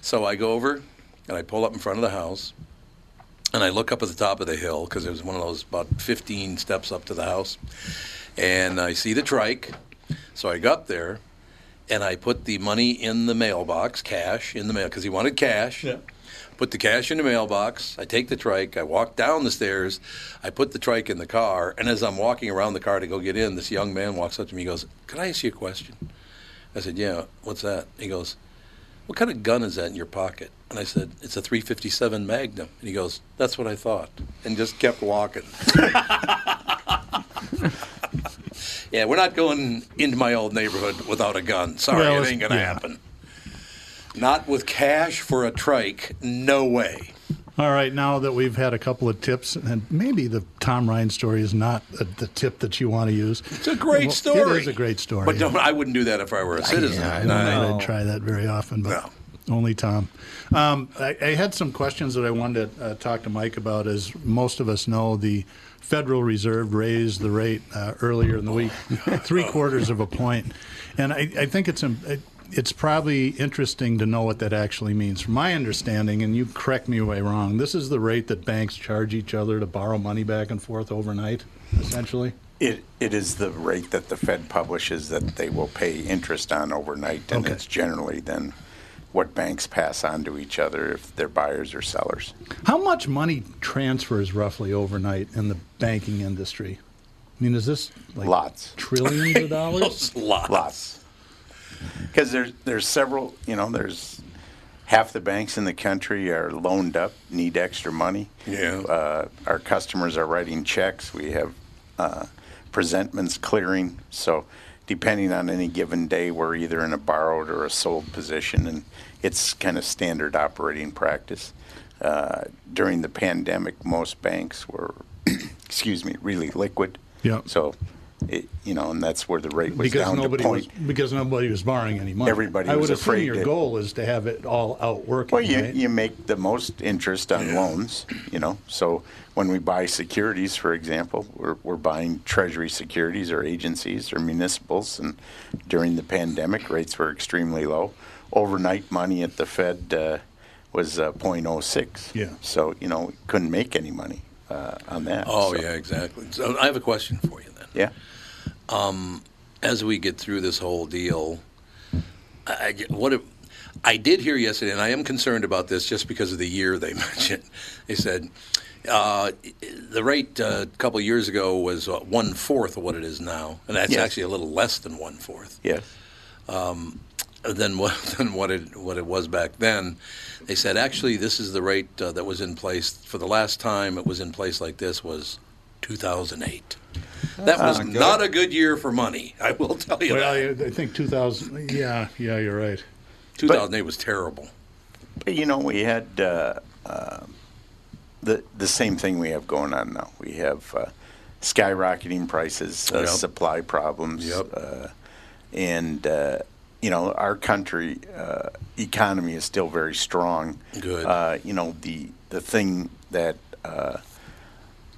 [SPEAKER 1] So I go over and I pull up in front of the house, and I look up at the top of the hill because it was one of those about 15 steps up to the house, and I see the trike. So I got there, and I put the money in the mailbox, cash in the mail, because he wanted cash.
[SPEAKER 6] Yeah.
[SPEAKER 1] Put the cash in the mailbox. I take the trike. I walk down the stairs. I put the trike in the car. And as I'm walking around the car to go get in, this young man walks up to me. He goes, "Can I ask you a question?" I said, "Yeah." What's that? He goes, "What kind of gun is that in your pocket?" And I said, "It's a 357 Magnum." And he goes, "That's what I thought," and just kept [laughs] walking. yeah, we're not going into my old neighborhood without a gun. Sorry,
[SPEAKER 2] Well,
[SPEAKER 1] it
[SPEAKER 2] it's-
[SPEAKER 1] ain't gonna
[SPEAKER 2] yeah.
[SPEAKER 1] happen. Not with cash for a trike. No way.
[SPEAKER 2] All right, now that we've had a couple of tips, and maybe the Tom Ryan story is not a, the tip that you want to use.
[SPEAKER 1] It's a great
[SPEAKER 2] Well,
[SPEAKER 1] story.
[SPEAKER 2] It is a great story.
[SPEAKER 1] But don't, I wouldn't do that if I were a citizen.
[SPEAKER 2] Yeah, I don't
[SPEAKER 1] And I-
[SPEAKER 2] know that I'd try that very often, but only Tom. Um, I, I had some questions that I wanted to uh, talk to Mike about. As most of us know, the Federal Reserve raised the rate uh, earlier in the [laughs] week, three quarters of a point, and I, I think it's um, it- it's probably interesting to know what that actually means. From my understanding, and you correct me if I'm wrong, this is the rate that banks charge each other to borrow money back and forth overnight, essentially.
[SPEAKER 3] It, it is the rate that the Fed publishes that they will pay interest on overnight, and
[SPEAKER 2] Okay.
[SPEAKER 3] it's generally then what banks pass on to each other if they're buyers or sellers.
[SPEAKER 2] How much money transfers roughly overnight in the banking industry? I mean, is this like
[SPEAKER 3] Lots. [laughs]
[SPEAKER 2] trillions of dollars?
[SPEAKER 1] Lots.
[SPEAKER 3] Lots. Because there's there's several, you know, there's half the banks in the country are loaned up, need extra money.
[SPEAKER 1] Yeah.
[SPEAKER 3] Uh, our customers are writing checks. We have uh, presentments clearing. So depending on any given day, we're either in a borrowed or a sold position, and it's kind of standard operating practice. Uh, during the pandemic, most banks were, [clears throat] excuse me, really liquid.
[SPEAKER 2] Yeah.
[SPEAKER 3] So. It, you know, and that's where the rate was
[SPEAKER 2] because
[SPEAKER 3] down
[SPEAKER 2] nobody
[SPEAKER 3] to
[SPEAKER 2] was
[SPEAKER 3] point.
[SPEAKER 2] because nobody was borrowing any money.
[SPEAKER 3] Everybody
[SPEAKER 2] I would
[SPEAKER 3] was
[SPEAKER 2] assume
[SPEAKER 3] afraid
[SPEAKER 2] your
[SPEAKER 3] that-
[SPEAKER 2] goal is to have it all out working.
[SPEAKER 3] Well, you,
[SPEAKER 2] right?
[SPEAKER 3] you make the most interest on loans, you know. So when we buy securities, for example, we're, we're buying treasury securities or agencies or municipals. And during the pandemic, rates were extremely low. Overnight money at the Fed uh, was uh, 0.06.
[SPEAKER 2] Yeah.
[SPEAKER 3] So, you know, we couldn't make any money uh, on that.
[SPEAKER 1] Oh
[SPEAKER 3] So,
[SPEAKER 1] yeah, exactly. So I have a question for you then. Um,
[SPEAKER 3] Yeah.
[SPEAKER 1] As we get through this whole deal, I, I- what if, I did hear yesterday, and I am concerned about this just because of the year they [laughs] mentioned. They said uh, the rate uh, a couple of years ago was uh, one fourth of what it is now, and that's
[SPEAKER 3] Yes.
[SPEAKER 1] actually a little less than one fourth.
[SPEAKER 3] Yes.
[SPEAKER 1] Um, than what [laughs] than what it what it was back then. They said actually this is the rate uh, that was in place for the last time it was in place like this was 2008. That was
[SPEAKER 4] not good.
[SPEAKER 1] not a good year for money. [laughs] I will tell you
[SPEAKER 2] well,
[SPEAKER 1] that.
[SPEAKER 2] I,
[SPEAKER 1] [laughs]
[SPEAKER 2] I think 2000. Yeah, yeah, you're right.
[SPEAKER 1] 2008 was terrible.
[SPEAKER 3] But, you know, we had uh, uh, the the same thing we have going on now. We have uh, skyrocketing prices, uh,
[SPEAKER 1] Yep.
[SPEAKER 3] supply problems,
[SPEAKER 1] Yep.
[SPEAKER 3] uh, and uh, you know our country uh, economy is still very strong.
[SPEAKER 1] Good.
[SPEAKER 3] Uh, you know the the thing that uh,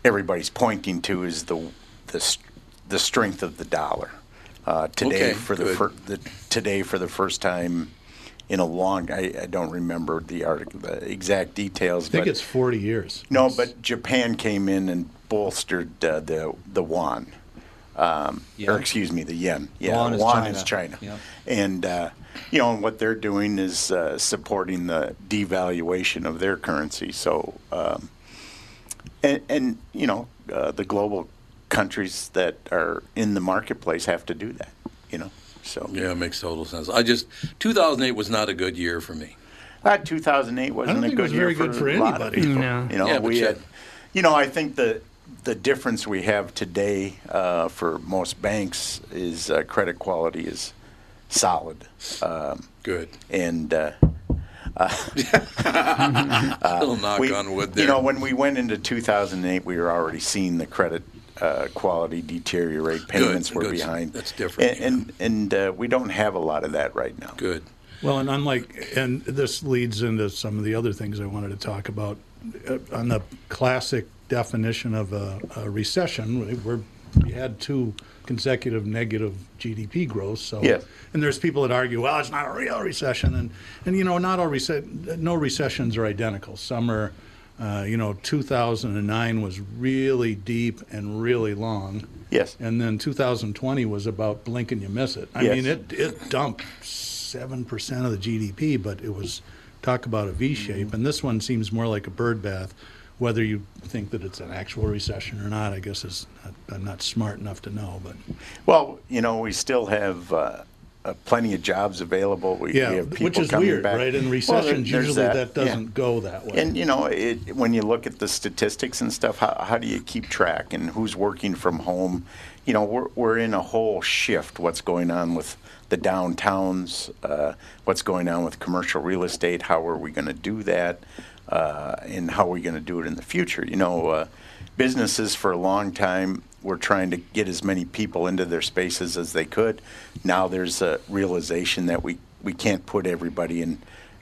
[SPEAKER 3] everybody's pointing to is the the st- the strength of the dollar. Uh, today
[SPEAKER 1] Okay,
[SPEAKER 3] for the,
[SPEAKER 1] good.
[SPEAKER 3] fir- the today for the first time in a long I, I don't remember the article the exact details
[SPEAKER 2] I think
[SPEAKER 3] but
[SPEAKER 2] it's 40 years.
[SPEAKER 3] no but Japan came in and bolstered uh, the the won um,
[SPEAKER 4] Yeah.
[SPEAKER 3] or excuse me the yen yeah
[SPEAKER 4] Won is China.
[SPEAKER 3] is China
[SPEAKER 4] Yeah.
[SPEAKER 3] and uh, you know and what they're doing is uh, supporting the devaluation of their currency so um, and, and you know uh, the global countries that are in the marketplace have to do that you know so
[SPEAKER 1] Yeah, it makes total sense. I just 2008 was not a good year for me.
[SPEAKER 3] Uh, 2008 wasn't
[SPEAKER 2] I don't
[SPEAKER 3] a
[SPEAKER 2] think
[SPEAKER 3] good
[SPEAKER 2] it was
[SPEAKER 3] year
[SPEAKER 2] very
[SPEAKER 3] for,
[SPEAKER 2] good for
[SPEAKER 3] a lot of
[SPEAKER 2] anybody.
[SPEAKER 3] people.
[SPEAKER 5] No.
[SPEAKER 3] You know,
[SPEAKER 1] Yeah, but
[SPEAKER 3] we
[SPEAKER 1] you-
[SPEAKER 3] had, you know, I think the the difference we have today uh, for most banks is uh, credit quality is solid, um,
[SPEAKER 1] Good.
[SPEAKER 3] and uh,
[SPEAKER 2] [laughs]
[SPEAKER 1] Little knock
[SPEAKER 3] we,
[SPEAKER 1] on wood there.
[SPEAKER 3] you know, when we went into 2008, we were already seeing the credit uh, quality deteriorate. Payments were
[SPEAKER 1] good.
[SPEAKER 3] behind.
[SPEAKER 1] That's different,
[SPEAKER 3] And and, and uh, we don't have a lot of that right now.
[SPEAKER 1] Good.
[SPEAKER 2] Well, and unlike, and this leads into some of the other things I wanted to talk about uh, on the classic definition of a, a recession. We're, we had two consecutive negative GDP growth. So,
[SPEAKER 3] Yeah.
[SPEAKER 2] and there's people that argue, well, it's not a real recession, and and you know, not all rece- no recessions are identical. Some are. Uh, you know, 2009 was really deep and really long.
[SPEAKER 3] Yes.
[SPEAKER 2] And then 2020 was about blink and you miss it. I
[SPEAKER 3] Yes.
[SPEAKER 2] mean, it it dumped seven percent of the GDP, but it was talk about a V shape, and this one seems more like a bird bath. Whether you think that it's an actual recession or not, I guess is I'm not smart enough to know. But
[SPEAKER 3] Well, you know, we still have uh, uh, plenty of jobs available. We, we
[SPEAKER 2] yeah,
[SPEAKER 3] have people
[SPEAKER 2] which is
[SPEAKER 3] coming
[SPEAKER 2] weird,
[SPEAKER 3] back.
[SPEAKER 2] right? In
[SPEAKER 3] Well, there-
[SPEAKER 2] recessions,
[SPEAKER 3] there's
[SPEAKER 2] usually that,
[SPEAKER 3] Yeah.
[SPEAKER 2] doesn't go that way.
[SPEAKER 3] And you know, it, when you look at the statistics and stuff, how, how do you keep track and who's working from home? You know, we're we're in a whole shift. What's going on with the downtowns? Uh, what's going on with commercial real estate? How are we going to do that? Uh, and how are we going to do it in the future? You know, uh, businesses for a long time were trying to get as many people into their spaces as they could. Now there's a realization that we we can't put everybody in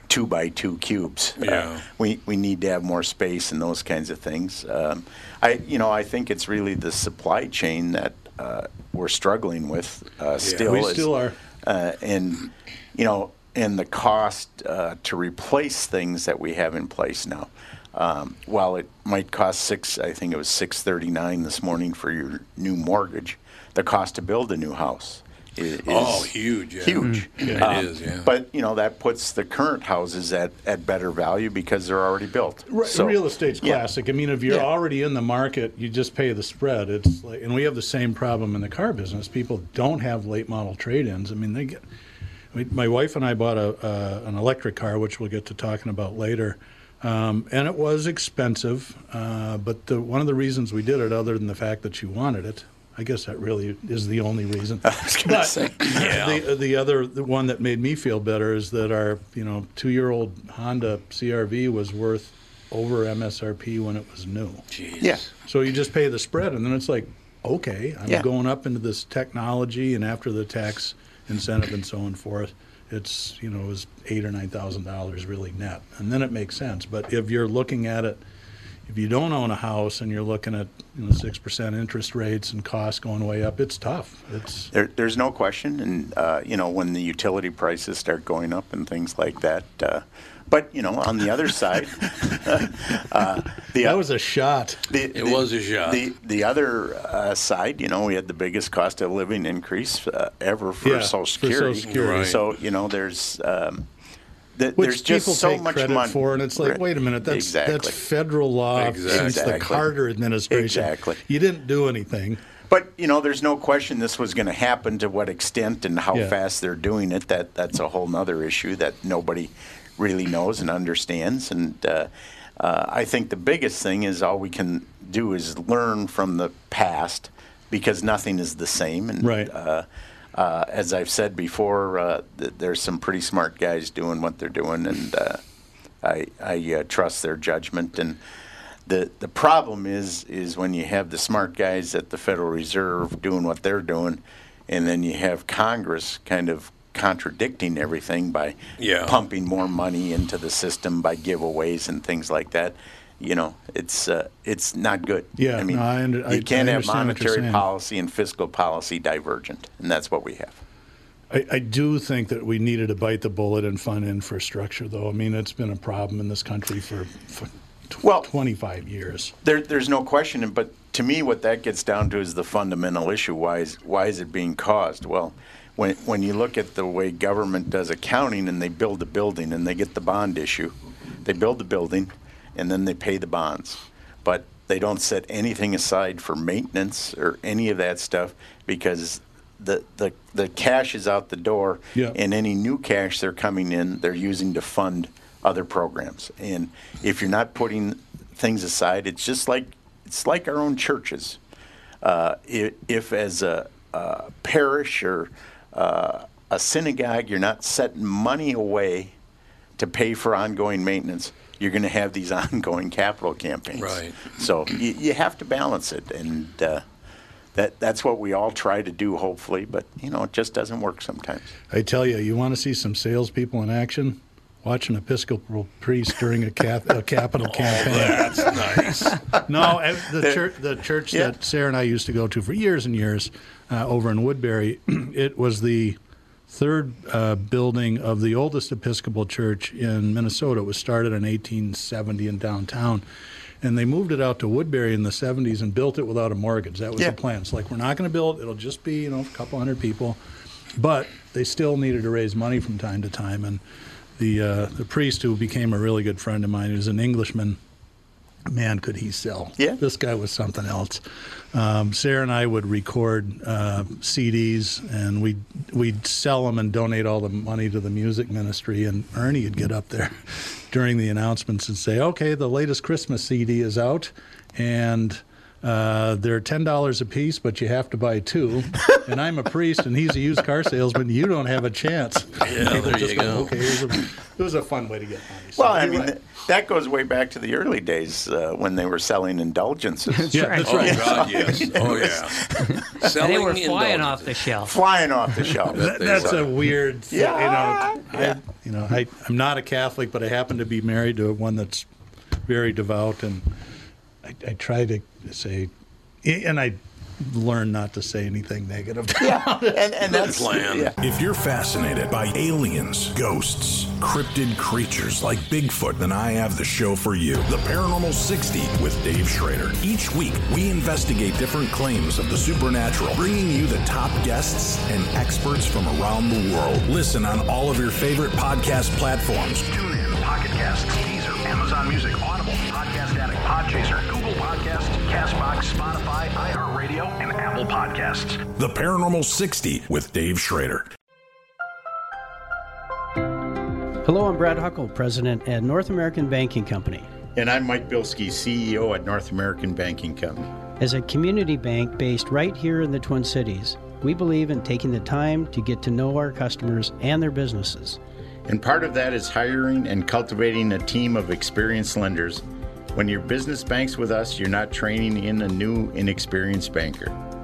[SPEAKER 3] two by two cubes. Uh,
[SPEAKER 1] Yeah.
[SPEAKER 3] we, we need to have more space and those kinds of things. Um, I you know I think it's really the supply chain that uh, we're struggling with uh, still.
[SPEAKER 2] We
[SPEAKER 3] is-
[SPEAKER 2] still are.
[SPEAKER 3] uh, and you know and the cost uh, to replace things that we have in place now. Um, while it might cost six, I think it was six thirty nine this morning for your new mortgage. The cost to build a new house i- is,
[SPEAKER 1] Oh, huge, yeah.
[SPEAKER 3] huge.
[SPEAKER 1] It
[SPEAKER 3] Um,
[SPEAKER 1] is, yeah.
[SPEAKER 3] But you know that puts the current houses at, at better value because they're already built.
[SPEAKER 2] Re-
[SPEAKER 3] So-
[SPEAKER 2] real estate's
[SPEAKER 3] yeah.
[SPEAKER 2] classic. I mean, if you're
[SPEAKER 3] Yeah.
[SPEAKER 2] already in the market, you just pay the spread. It's like, and we have the same problem in the car business. People don't have late model trade-ins. I mean, they get. I mean, my wife and I bought a uh, an electric car, which we'll get to talking about later. Um, and it was expensive, uh, but the, one of the reasons we did it, other than the fact that she wanted it, I guess that really is the only reason.
[SPEAKER 3] [laughs] I was going to say.
[SPEAKER 2] [clears throat] The, uh, the other the one that made me feel better is that our you know two year old Honda CRV was worth over MSRP when it was new.
[SPEAKER 1] Jeez.
[SPEAKER 3] Yeah.
[SPEAKER 2] So you just pay the spread, and then it's like, okay, I'm
[SPEAKER 3] Yeah.
[SPEAKER 2] going up into this technology, and after the tax incentive and so on forth, it's you know it was eight or nine thousand dollars really net, and then it makes sense. But if you're looking at it. If you don't own a house and you're looking at you know six percent interest rates and costs going way up, it's tough. It's
[SPEAKER 3] There, there's no question, and uh, you know when the utility prices start going up and things like that. Uh, but you know, on the
[SPEAKER 2] [laughs]
[SPEAKER 3] other side, uh, the
[SPEAKER 2] that was a shot.
[SPEAKER 3] the,
[SPEAKER 1] It was a shock.
[SPEAKER 3] The the other uh, side, you know, we had the biggest cost of living increase uh, ever for
[SPEAKER 2] Yeah,
[SPEAKER 3] Social
[SPEAKER 2] for
[SPEAKER 3] Security.
[SPEAKER 2] Social Security.
[SPEAKER 1] Right.
[SPEAKER 3] So you know, there's um, th-
[SPEAKER 2] which
[SPEAKER 3] there's just
[SPEAKER 2] people
[SPEAKER 3] so
[SPEAKER 2] take
[SPEAKER 3] much
[SPEAKER 2] credit
[SPEAKER 3] money
[SPEAKER 2] for, and it's like,
[SPEAKER 3] Right.
[SPEAKER 2] wait a minute, that's
[SPEAKER 3] exactly.
[SPEAKER 2] that's federal law since the
[SPEAKER 3] Exactly.
[SPEAKER 2] Carter administration.
[SPEAKER 3] Exactly.
[SPEAKER 2] you didn't do anything.
[SPEAKER 3] But you know, there's no question this was going to happen. To what extent and how
[SPEAKER 2] Yeah.
[SPEAKER 3] fast they're doing it, that that's a whole nother issue that nobody really knows and understands. And uh, uh, I think the biggest thing is all we can do is learn from the past because nothing is the same. And
[SPEAKER 2] Right.
[SPEAKER 3] uh, uh, as I've said before, uh, th- there's some pretty smart guys doing what they're doing, and uh, I, I uh, trust their judgment. And the the problem is is when you have the smart guys at the Federal Reserve doing what they're doing, and then you have Congress kind of contradicting everything by
[SPEAKER 1] Yeah.
[SPEAKER 3] pumping more money into the system by giveaways and things like that. You know, it's uh, it's not good.
[SPEAKER 2] Yeah,
[SPEAKER 3] I mean,
[SPEAKER 2] no, I under- I-
[SPEAKER 3] you can't
[SPEAKER 2] I
[SPEAKER 3] have
[SPEAKER 2] understand what you're
[SPEAKER 3] monetary
[SPEAKER 2] saying.
[SPEAKER 3] policy and fiscal policy divergent, and that's what we have.
[SPEAKER 2] I, I do think that we needed to bite the bullet and fund infrastructure, though. I mean, it's been a problem in this country for, for tw-
[SPEAKER 3] Well-
[SPEAKER 2] 25 years.
[SPEAKER 3] There, there's no question. But to me, what that gets down to is the fundamental issue. Why is why is it being caused? Well, when when you look at the way government does accounting, and they build the building, and they get the bond issue, they build the building, and then they pay the bonds, but they don't set anything aside for maintenance or any of that stuff because. The, the, the cash is out the door,
[SPEAKER 2] Yeah.
[SPEAKER 3] and any new cash they're coming in, they're using to fund other programs. And if you're not putting things aside, it's just like it's like our own churches. Uh, if, if as a, a parish or uh, a synagogue, you're not setting money away to pay for ongoing maintenance, you're going to have these [laughs] ongoing capital campaigns.
[SPEAKER 1] Right.
[SPEAKER 3] So you, you have to balance it, and uh, that that's what we all try to do, hopefully. But you know, it just doesn't work sometimes.
[SPEAKER 2] I tell you, you want to see some salespeople in action? Watch an Episcopal priest during a, cap- a
[SPEAKER 1] [laughs]
[SPEAKER 2] capital campaign.
[SPEAKER 1] Oh, That's
[SPEAKER 2] [laughs]
[SPEAKER 1] nice.
[SPEAKER 2] no, eh, the church, the church
[SPEAKER 3] Yeah.
[SPEAKER 2] that Sarah and I used to go to for years and years uh, over in Woodbury, [clears throat] it was the third uh, building of the oldest Episcopal church in Minnesota. It was started in 1870 in downtown. And they moved it out to Woodbury in the 70s and built it without a mortgage. That was
[SPEAKER 3] Yeah.
[SPEAKER 2] the plan. It's like, we're not going to build, it'll just be, you know, a couple hundred people. But they still needed to raise money from time to time. And the, uh, the priest who became a really good friend of mine, who's an Englishman, man, could he sell?
[SPEAKER 3] Yeah.
[SPEAKER 2] This guy was something else. Um, Sarah and I would record uh, CDs, and we'd we'd sell them and donate all the money to the music ministry. And Ernie would get up there [laughs] during the announcements and say, "Okay, the latest Christmas CD is out, and." Uh, they're ten dollars a piece, but you have to buy
[SPEAKER 1] [laughs]
[SPEAKER 2] two. And I'm a priest, and he's a used car salesman. You don't have a chance.
[SPEAKER 1] Yeah,
[SPEAKER 2] People
[SPEAKER 1] there
[SPEAKER 2] just
[SPEAKER 1] you
[SPEAKER 2] go,
[SPEAKER 1] go.
[SPEAKER 2] Okay, it was, a, it was a fun way to get money. So
[SPEAKER 3] Well, I
[SPEAKER 2] you're
[SPEAKER 3] mean,
[SPEAKER 2] right.
[SPEAKER 3] th- that goes way back to the early days uh, when they were
[SPEAKER 5] [laughs]
[SPEAKER 3] selling indulgences,
[SPEAKER 2] yeah,
[SPEAKER 5] right.
[SPEAKER 2] that's
[SPEAKER 1] Oh
[SPEAKER 2] right.
[SPEAKER 1] God, yes. Oh yeah.
[SPEAKER 5] [laughs] And
[SPEAKER 1] Selling
[SPEAKER 5] they were flying off the
[SPEAKER 1] indulgences.
[SPEAKER 5] shelf.
[SPEAKER 3] flying off the shelf.
[SPEAKER 1] That-
[SPEAKER 2] That's
[SPEAKER 1] Sorry.
[SPEAKER 2] a weird.
[SPEAKER 3] [laughs]
[SPEAKER 2] th-
[SPEAKER 3] Yeah.
[SPEAKER 2] You know, I, you know, I, I'm not a Catholic, but I happen to be married to one that's very devout, and I, I try to say, and I learn not to say anything negative.
[SPEAKER 3] yeah, and, and that's
[SPEAKER 1] plan.
[SPEAKER 3] yeah.
[SPEAKER 7] If you're fascinated by aliens, ghosts, cryptid creatures like Bigfoot, then I have the show for you The Paranormal 60 with Dave Schrader. Each week, we investigate different claims of the supernatural, bringing you the top guests and experts from around the world. Listen on all of your favorite podcast platforms.
[SPEAKER 8] Tune in, Pocket Casts, Deezer, Amazon Music, Audible, Podcast Addict, Podchaser, Google Podcasts, Castbox, Spotify, iHeartRadio, and Apple Podcasts.
[SPEAKER 7] The Paranormal 60 with Dave Schrader.
[SPEAKER 9] Hello, I'm Brad Huckle, president at North American Banking Company.
[SPEAKER 10] And I'm Mike Bilski, CEO at North American Banking Company.
[SPEAKER 9] As a community bank based right here in the Twin Cities, we believe in taking the time to get to know our customers and their businesses.
[SPEAKER 10] And part of that is hiring and cultivating a team of experienced lenders. When your business banks with us, you're not training in a new, inexperienced banker.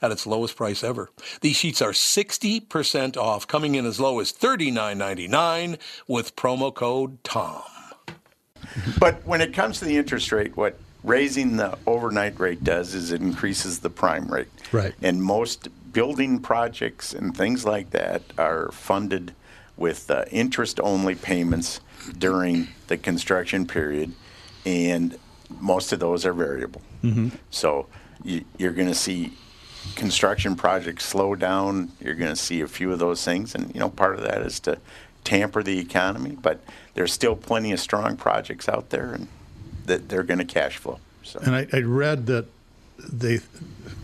[SPEAKER 1] at its lowest price ever. These sheets are 60% off, coming in as low as $39.99 with promo code TOM.
[SPEAKER 3] But when it comes to the interest rate, what raising the overnight rate does is it increases the prime rate.
[SPEAKER 2] Right.
[SPEAKER 3] And most building projects and things like that are funded with uh, interest only payments during the construction period, and most of those are variable. So you, you're going to see construction projects slow down. You're going to see a few of those things, and you know part of that is to tamper the economy. But there's still plenty of strong projects out there, and that they're going to cash flow. So
[SPEAKER 2] And I, I read that they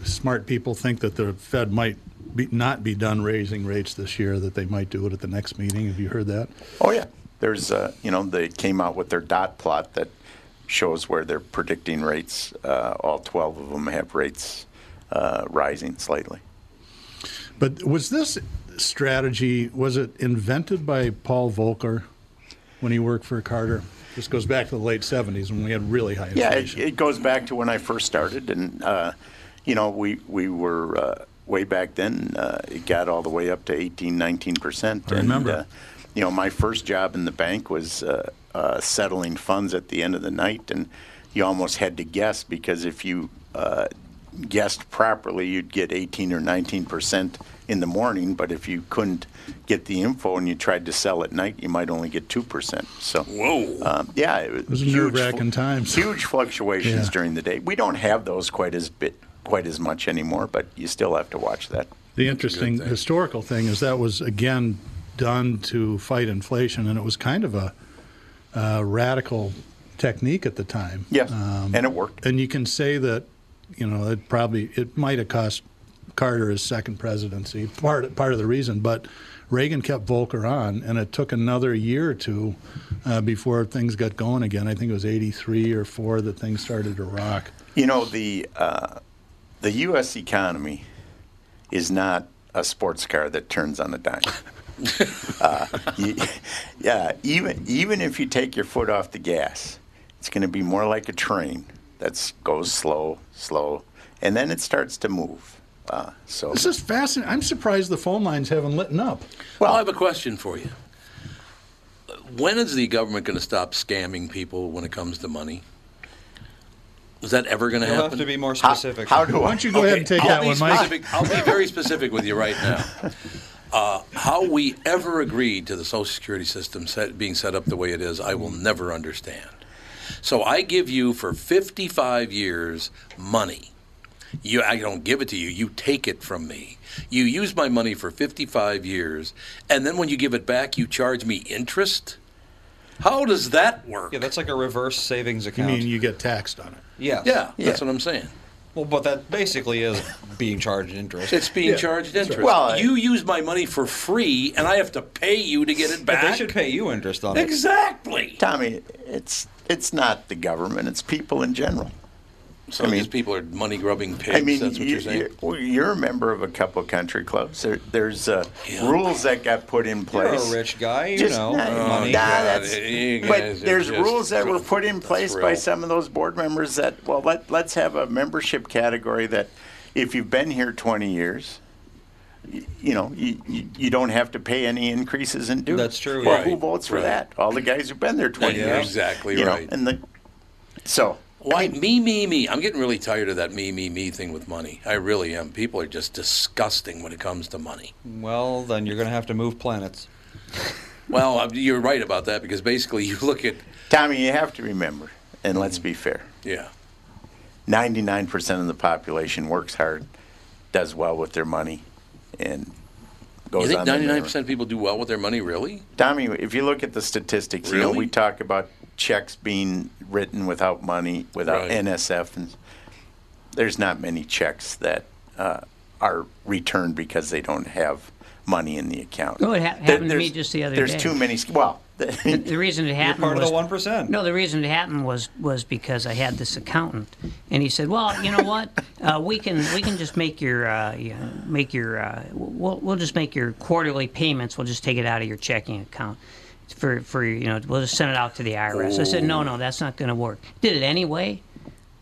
[SPEAKER 2] smart people think that the Fed might be, not be done raising rates this year. That they might do it at the next meeting. Have you heard that?
[SPEAKER 3] oh yeah, there's uh, you know they came out with their dot plot that shows where they're predicting rates. Uh, all 12 of them have rates uh, rising slightly.
[SPEAKER 2] But was this strategy was it invented by Paul Volcker when he worked for Carter? This goes back to the late seventies when we had really high
[SPEAKER 3] Yeah, it,
[SPEAKER 2] inflation.
[SPEAKER 3] it goes back to when I first started, and uh, you know, we we were uh, way back then. Uh, it got all the way up to 18, 19 percent.
[SPEAKER 2] I remember.
[SPEAKER 3] And, uh, you know, my first job in the bank was uh, uh, settling funds at the end of the night, and you almost had to guess because if you uh, guessed properly, you'd get 18 or 19 percent in the morning. But if you couldn't get the info and you tried to sell at night, you might only get two percent. So
[SPEAKER 1] Whoa.
[SPEAKER 3] um, yeah, it was,
[SPEAKER 2] Those are
[SPEAKER 3] huge
[SPEAKER 2] nerve-wracking
[SPEAKER 3] fl-
[SPEAKER 2] times.
[SPEAKER 3] Huge fluctuations
[SPEAKER 2] Yeah.
[SPEAKER 3] during the day. We don't have those quite as bit quite as much anymore, but you still have to watch that.
[SPEAKER 2] The interesting
[SPEAKER 1] thing.
[SPEAKER 2] historical thing is that was again done to fight inflation, and it was kind of a, uh radical technique at the time.
[SPEAKER 3] Yes,
[SPEAKER 2] Um,
[SPEAKER 3] and it worked.
[SPEAKER 2] and you can say that you know it probably it might have cost Carter his second presidency part part of the reason, but Reagan kept Volcker on, and it took another year or two uh, before things got going again. I think it was '83 or four that things started to rock.
[SPEAKER 3] You know the uh, the U.S. economy is not a sports car that turns on a
[SPEAKER 2] [laughs]
[SPEAKER 3] dime. uh, you- yeah, even even if you take your foot off the gas, it's going to be more like a train that goes slow, slow, and then it starts to move. Uh, so
[SPEAKER 2] This is fascinating. I'm surprised the phone lines haven't lit up.
[SPEAKER 1] Well, I have a question for you. When is the government going to stop scamming people when it comes to money? Is that ever going to
[SPEAKER 4] You'll
[SPEAKER 1] happen?
[SPEAKER 4] have to be more
[SPEAKER 3] how,
[SPEAKER 4] specific.
[SPEAKER 3] how do I?
[SPEAKER 2] Why don't you go ahead and take
[SPEAKER 1] I'll
[SPEAKER 2] that
[SPEAKER 1] be
[SPEAKER 2] one, Mike?
[SPEAKER 1] specific- I'll be very specific with you right now. Uh, how we ever agreed to the Social Security system set, being set up the way it is, I will never understand. So I give you for 55 years money. You, I don't give it to you. You take it from me. You use my money for 55 years, and then when you give it back, you charge me interest. How does that work?
[SPEAKER 4] Yeah, that's like a reverse savings
[SPEAKER 2] I
[SPEAKER 4] account.
[SPEAKER 2] mean, you get taxed on it.
[SPEAKER 4] yes.
[SPEAKER 1] yeah, that's what I'm saying.
[SPEAKER 4] Well, but that basically is being charged interest.
[SPEAKER 1] It's being charged interest.
[SPEAKER 3] Well, I-
[SPEAKER 1] you use my money for free, and I have to pay you to get it
[SPEAKER 4] But
[SPEAKER 1] back.
[SPEAKER 4] they should pay you interest on it.
[SPEAKER 1] Exactly.
[SPEAKER 3] Tommy, it's it's not the government; it's people in general.
[SPEAKER 1] So
[SPEAKER 3] I mean-
[SPEAKER 1] these people are money grubbing pigs.
[SPEAKER 3] I mean,
[SPEAKER 1] that's what
[SPEAKER 3] you,
[SPEAKER 1] you're saying.
[SPEAKER 3] you- well, you're a member of a couple country clubs. There, there's uh,
[SPEAKER 1] Yeah.
[SPEAKER 3] rules that got put in
[SPEAKER 4] You're a
[SPEAKER 3] place.
[SPEAKER 4] rich guy, you
[SPEAKER 3] Just-
[SPEAKER 4] know.
[SPEAKER 3] nah,
[SPEAKER 4] money.
[SPEAKER 3] nah,
[SPEAKER 1] Oh, God,
[SPEAKER 3] that's-
[SPEAKER 1] you
[SPEAKER 3] but
[SPEAKER 1] guys are
[SPEAKER 3] there's
[SPEAKER 1] just
[SPEAKER 3] rules that were
[SPEAKER 1] thr-
[SPEAKER 3] put in place by
[SPEAKER 1] thrilled.
[SPEAKER 3] some of those board members that well, let let's have a membership category that if you've been here 20 years. y- You know, you, you, you don't have to pay any increases in dues.
[SPEAKER 4] That's true,
[SPEAKER 3] Well,
[SPEAKER 4] yeah.
[SPEAKER 3] who votes for
[SPEAKER 1] Right.
[SPEAKER 3] that? All the guys who've been there 20
[SPEAKER 1] Yeah,
[SPEAKER 3] years.
[SPEAKER 1] exactly
[SPEAKER 3] you know,
[SPEAKER 1] right.
[SPEAKER 3] and the so
[SPEAKER 1] Why me, me, me? I'm getting really tired of that me, me, me thing with money. I really am. People are just disgusting when it comes to money.
[SPEAKER 4] Well, then you're going to have to move planets.
[SPEAKER 1] Well, I'm- you're right about that because basically [laughs] you look at
[SPEAKER 3] Tommy, you have to remember, and let's be fair.
[SPEAKER 1] yeah.
[SPEAKER 3] 99% of the population works hard, does well with their money, and goes
[SPEAKER 1] You think
[SPEAKER 3] on. their
[SPEAKER 1] 99% of people do well with their money, really?
[SPEAKER 3] Tommy, if you look at the statistics, you know,
[SPEAKER 1] Really?
[SPEAKER 3] we talk about checks being written without money, without
[SPEAKER 1] Right.
[SPEAKER 3] NSF, and there's not many checks that uh, are returned because they don't have money in the account.
[SPEAKER 5] Oh, it ha-
[SPEAKER 3] There-
[SPEAKER 5] happened to me
[SPEAKER 3] there's-
[SPEAKER 5] just the other
[SPEAKER 3] there's
[SPEAKER 5] day.
[SPEAKER 3] too many. s- Well, [laughs]
[SPEAKER 4] [laughs]
[SPEAKER 5] The reason it happened
[SPEAKER 4] part of
[SPEAKER 5] was
[SPEAKER 4] the 1%.
[SPEAKER 5] No, the reason it happened was was because I had this accountant, and he said, "Well, you know what? Uh, we can we can just make your uh, you know, make your uh, we'll we'll just make your quarterly payments. We'll just take it out of your checking account." For, for you know, we'll just send it out to the IRS. I said, no, no, that's not going to work. Did it anyway.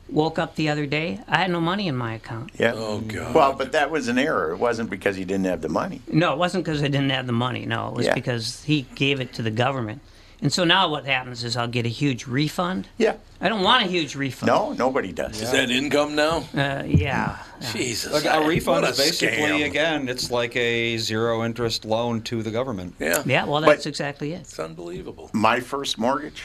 [SPEAKER 5] Woke up the other day, I had no money in my account.
[SPEAKER 3] yeah.
[SPEAKER 1] Oh, God.
[SPEAKER 3] Well, but that was an error. It wasn't because you didn't have the money.
[SPEAKER 5] No, it wasn't because I didn't have the money. No, it was
[SPEAKER 3] Yeah.
[SPEAKER 5] because he gave it to the government. And so now what happens is I'll get a huge refund.
[SPEAKER 3] Yeah.
[SPEAKER 5] I don't want a huge refund.
[SPEAKER 3] No, nobody does.
[SPEAKER 1] Is that income now?
[SPEAKER 5] Uh, yeah.
[SPEAKER 1] Jesus.
[SPEAKER 4] Like a refund
[SPEAKER 1] what
[SPEAKER 4] is basically
[SPEAKER 1] scam.
[SPEAKER 4] again, it's like a zero interest loan to the government.
[SPEAKER 1] Yeah.
[SPEAKER 5] Yeah, well,
[SPEAKER 3] But-
[SPEAKER 5] that's exactly it.
[SPEAKER 1] It's unbelievable.
[SPEAKER 3] my first mortgage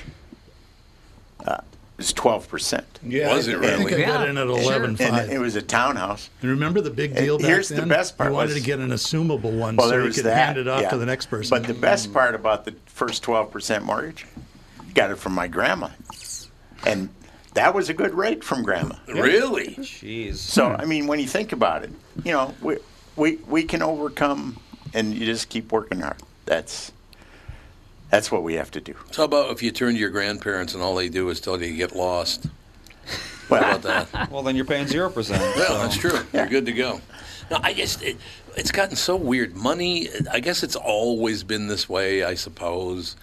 [SPEAKER 3] uh, was 12%.
[SPEAKER 2] Yeah,
[SPEAKER 1] Was it
[SPEAKER 2] I think
[SPEAKER 1] really?
[SPEAKER 2] I got in at
[SPEAKER 5] Yeah, sure.
[SPEAKER 2] eleven
[SPEAKER 3] And
[SPEAKER 2] five.
[SPEAKER 3] it was a townhouse.
[SPEAKER 2] And remember the big
[SPEAKER 3] And
[SPEAKER 2] deal back
[SPEAKER 3] here's the
[SPEAKER 2] then?
[SPEAKER 3] best part
[SPEAKER 2] You wanted
[SPEAKER 3] was-
[SPEAKER 2] to get an assumable one
[SPEAKER 3] Well,
[SPEAKER 2] so
[SPEAKER 3] there
[SPEAKER 2] you
[SPEAKER 3] was
[SPEAKER 2] could
[SPEAKER 3] that.
[SPEAKER 2] hand it off
[SPEAKER 3] yeah.
[SPEAKER 2] to the next person.
[SPEAKER 3] But the best part about the first 12% mortgage, got it from my grandma. And that was a good rate from grandma.
[SPEAKER 1] Really?
[SPEAKER 4] Jeez.
[SPEAKER 3] So, I mean, when you think about it, you know, we, we, we can overcome and you just keep working hard. That's, that's what we have to do.
[SPEAKER 1] So how about if you turn to your grandparents and all they do is tell you to
[SPEAKER 3] [laughs]
[SPEAKER 1] get lost? How
[SPEAKER 3] Well,
[SPEAKER 1] about that?
[SPEAKER 4] Well, then you're paying zero percent.
[SPEAKER 1] [laughs] Well, that's true. You're good to go. No, I just it, it's gotten so weird. Money. I guess it's always been this way, I suppose.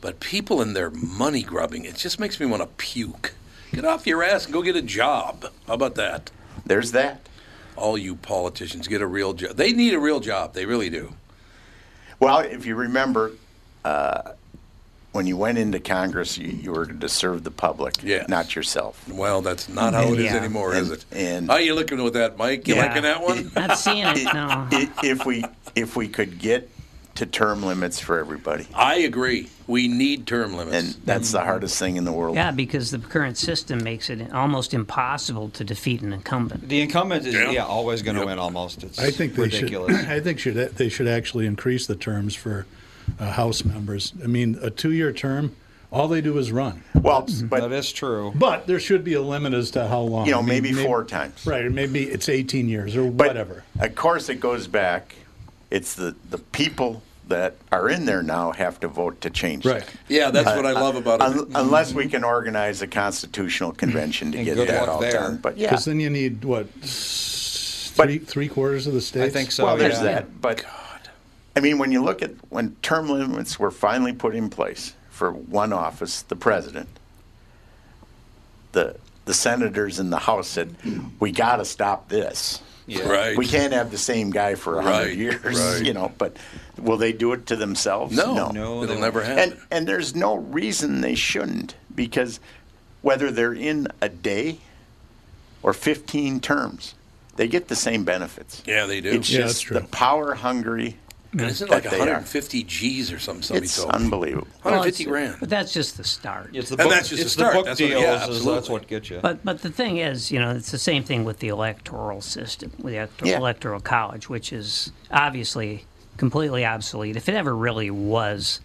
[SPEAKER 1] But people and their money grubbing, it just makes me want to puke. Get off your ass and go get a job. How about that?
[SPEAKER 3] there's that.
[SPEAKER 1] All you politicians, get a real job. They need a real job. They really do.
[SPEAKER 3] Well, if you remember, uh, when you went into Congress, you, you were to serve the public,
[SPEAKER 1] Yes.
[SPEAKER 3] not yourself.
[SPEAKER 1] Well, that's not how it is
[SPEAKER 5] Yeah.
[SPEAKER 1] anymore, is it?
[SPEAKER 3] And-
[SPEAKER 1] how you looking with that, Mike? You
[SPEAKER 5] Yeah.
[SPEAKER 1] liking that one?
[SPEAKER 5] Not seeing it,
[SPEAKER 1] [laughs]
[SPEAKER 5] no.
[SPEAKER 3] I- if we if we could get to term limits for everybody,
[SPEAKER 1] I agree. We need term
[SPEAKER 3] and
[SPEAKER 1] limits.
[SPEAKER 3] that's the hardest thing in the world.
[SPEAKER 5] Yeah, because the current system makes it almost impossible to defeat an incumbent.
[SPEAKER 4] The incumbent is
[SPEAKER 1] Yeah.
[SPEAKER 4] yeah, always going to
[SPEAKER 1] Yep.
[SPEAKER 4] win almost. It's
[SPEAKER 2] I think they
[SPEAKER 4] ridiculous.
[SPEAKER 2] should. [clears throat] I think should they should actually increase the terms for uh, House members. I mean, a two-year term, all they do is run.
[SPEAKER 3] Well,
[SPEAKER 2] Mm-hmm.
[SPEAKER 3] but
[SPEAKER 4] that is true.
[SPEAKER 2] But there should be a limit as to how long.
[SPEAKER 3] you know,
[SPEAKER 2] I mean,
[SPEAKER 3] maybe four times.
[SPEAKER 2] Right, or maybe it's 18 years or
[SPEAKER 3] But
[SPEAKER 2] whatever.
[SPEAKER 3] Of course, it goes back. It's the the people that are in there now have to vote to change.
[SPEAKER 2] Right.
[SPEAKER 3] That. Uh,
[SPEAKER 1] Yeah, that's what I love about it.
[SPEAKER 3] Un- unless we can organize a constitutional convention to
[SPEAKER 4] And
[SPEAKER 3] get
[SPEAKER 4] good
[SPEAKER 3] that
[SPEAKER 4] luck
[SPEAKER 3] all
[SPEAKER 4] there.
[SPEAKER 3] done. But
[SPEAKER 2] Because then you need what s-
[SPEAKER 3] But-
[SPEAKER 2] three three quarters of the
[SPEAKER 4] I
[SPEAKER 2] states.
[SPEAKER 4] think so.
[SPEAKER 3] well, there's
[SPEAKER 4] yeah.
[SPEAKER 3] that. But I mean, when you look at when term limits were finally put in place for one office, the president, the the senators in the House said, "We got to stop this.
[SPEAKER 4] Yeah.
[SPEAKER 1] Right.
[SPEAKER 3] We can't have the same guy for a hundred
[SPEAKER 1] Right,
[SPEAKER 3] years." [laughs]
[SPEAKER 1] right.
[SPEAKER 3] You know, but will they do it to themselves?
[SPEAKER 4] No,
[SPEAKER 1] No,
[SPEAKER 4] they
[SPEAKER 1] it'll
[SPEAKER 4] won't.
[SPEAKER 1] never happen.
[SPEAKER 3] And, and there's no reason they shouldn't because whether they're in a day or 15 terms, they get the same benefits.
[SPEAKER 1] yeah, they do.
[SPEAKER 3] It's
[SPEAKER 2] Yeah, that's
[SPEAKER 3] just
[SPEAKER 2] true.
[SPEAKER 3] the power hungry.
[SPEAKER 1] And isn't it
[SPEAKER 3] that
[SPEAKER 1] like
[SPEAKER 3] they are.
[SPEAKER 1] 150 G's or something? Somebody
[SPEAKER 3] It's
[SPEAKER 1] told me.
[SPEAKER 3] unbelievable.
[SPEAKER 5] Well,
[SPEAKER 1] 150
[SPEAKER 5] it's- But
[SPEAKER 1] grand.
[SPEAKER 5] that's just the start.
[SPEAKER 4] It's the
[SPEAKER 1] And
[SPEAKER 4] book,
[SPEAKER 1] that's just
[SPEAKER 4] it's
[SPEAKER 1] the start.
[SPEAKER 4] the book
[SPEAKER 1] That's what- yeah,
[SPEAKER 4] deals. is that's
[SPEAKER 1] absolutely.
[SPEAKER 4] what gets you.
[SPEAKER 5] But but the thing is, you know, it's the same thing with the electoral system, with the elect-
[SPEAKER 3] Yeah.
[SPEAKER 5] electoral college, which is obviously completely obsolete. If it ever really was,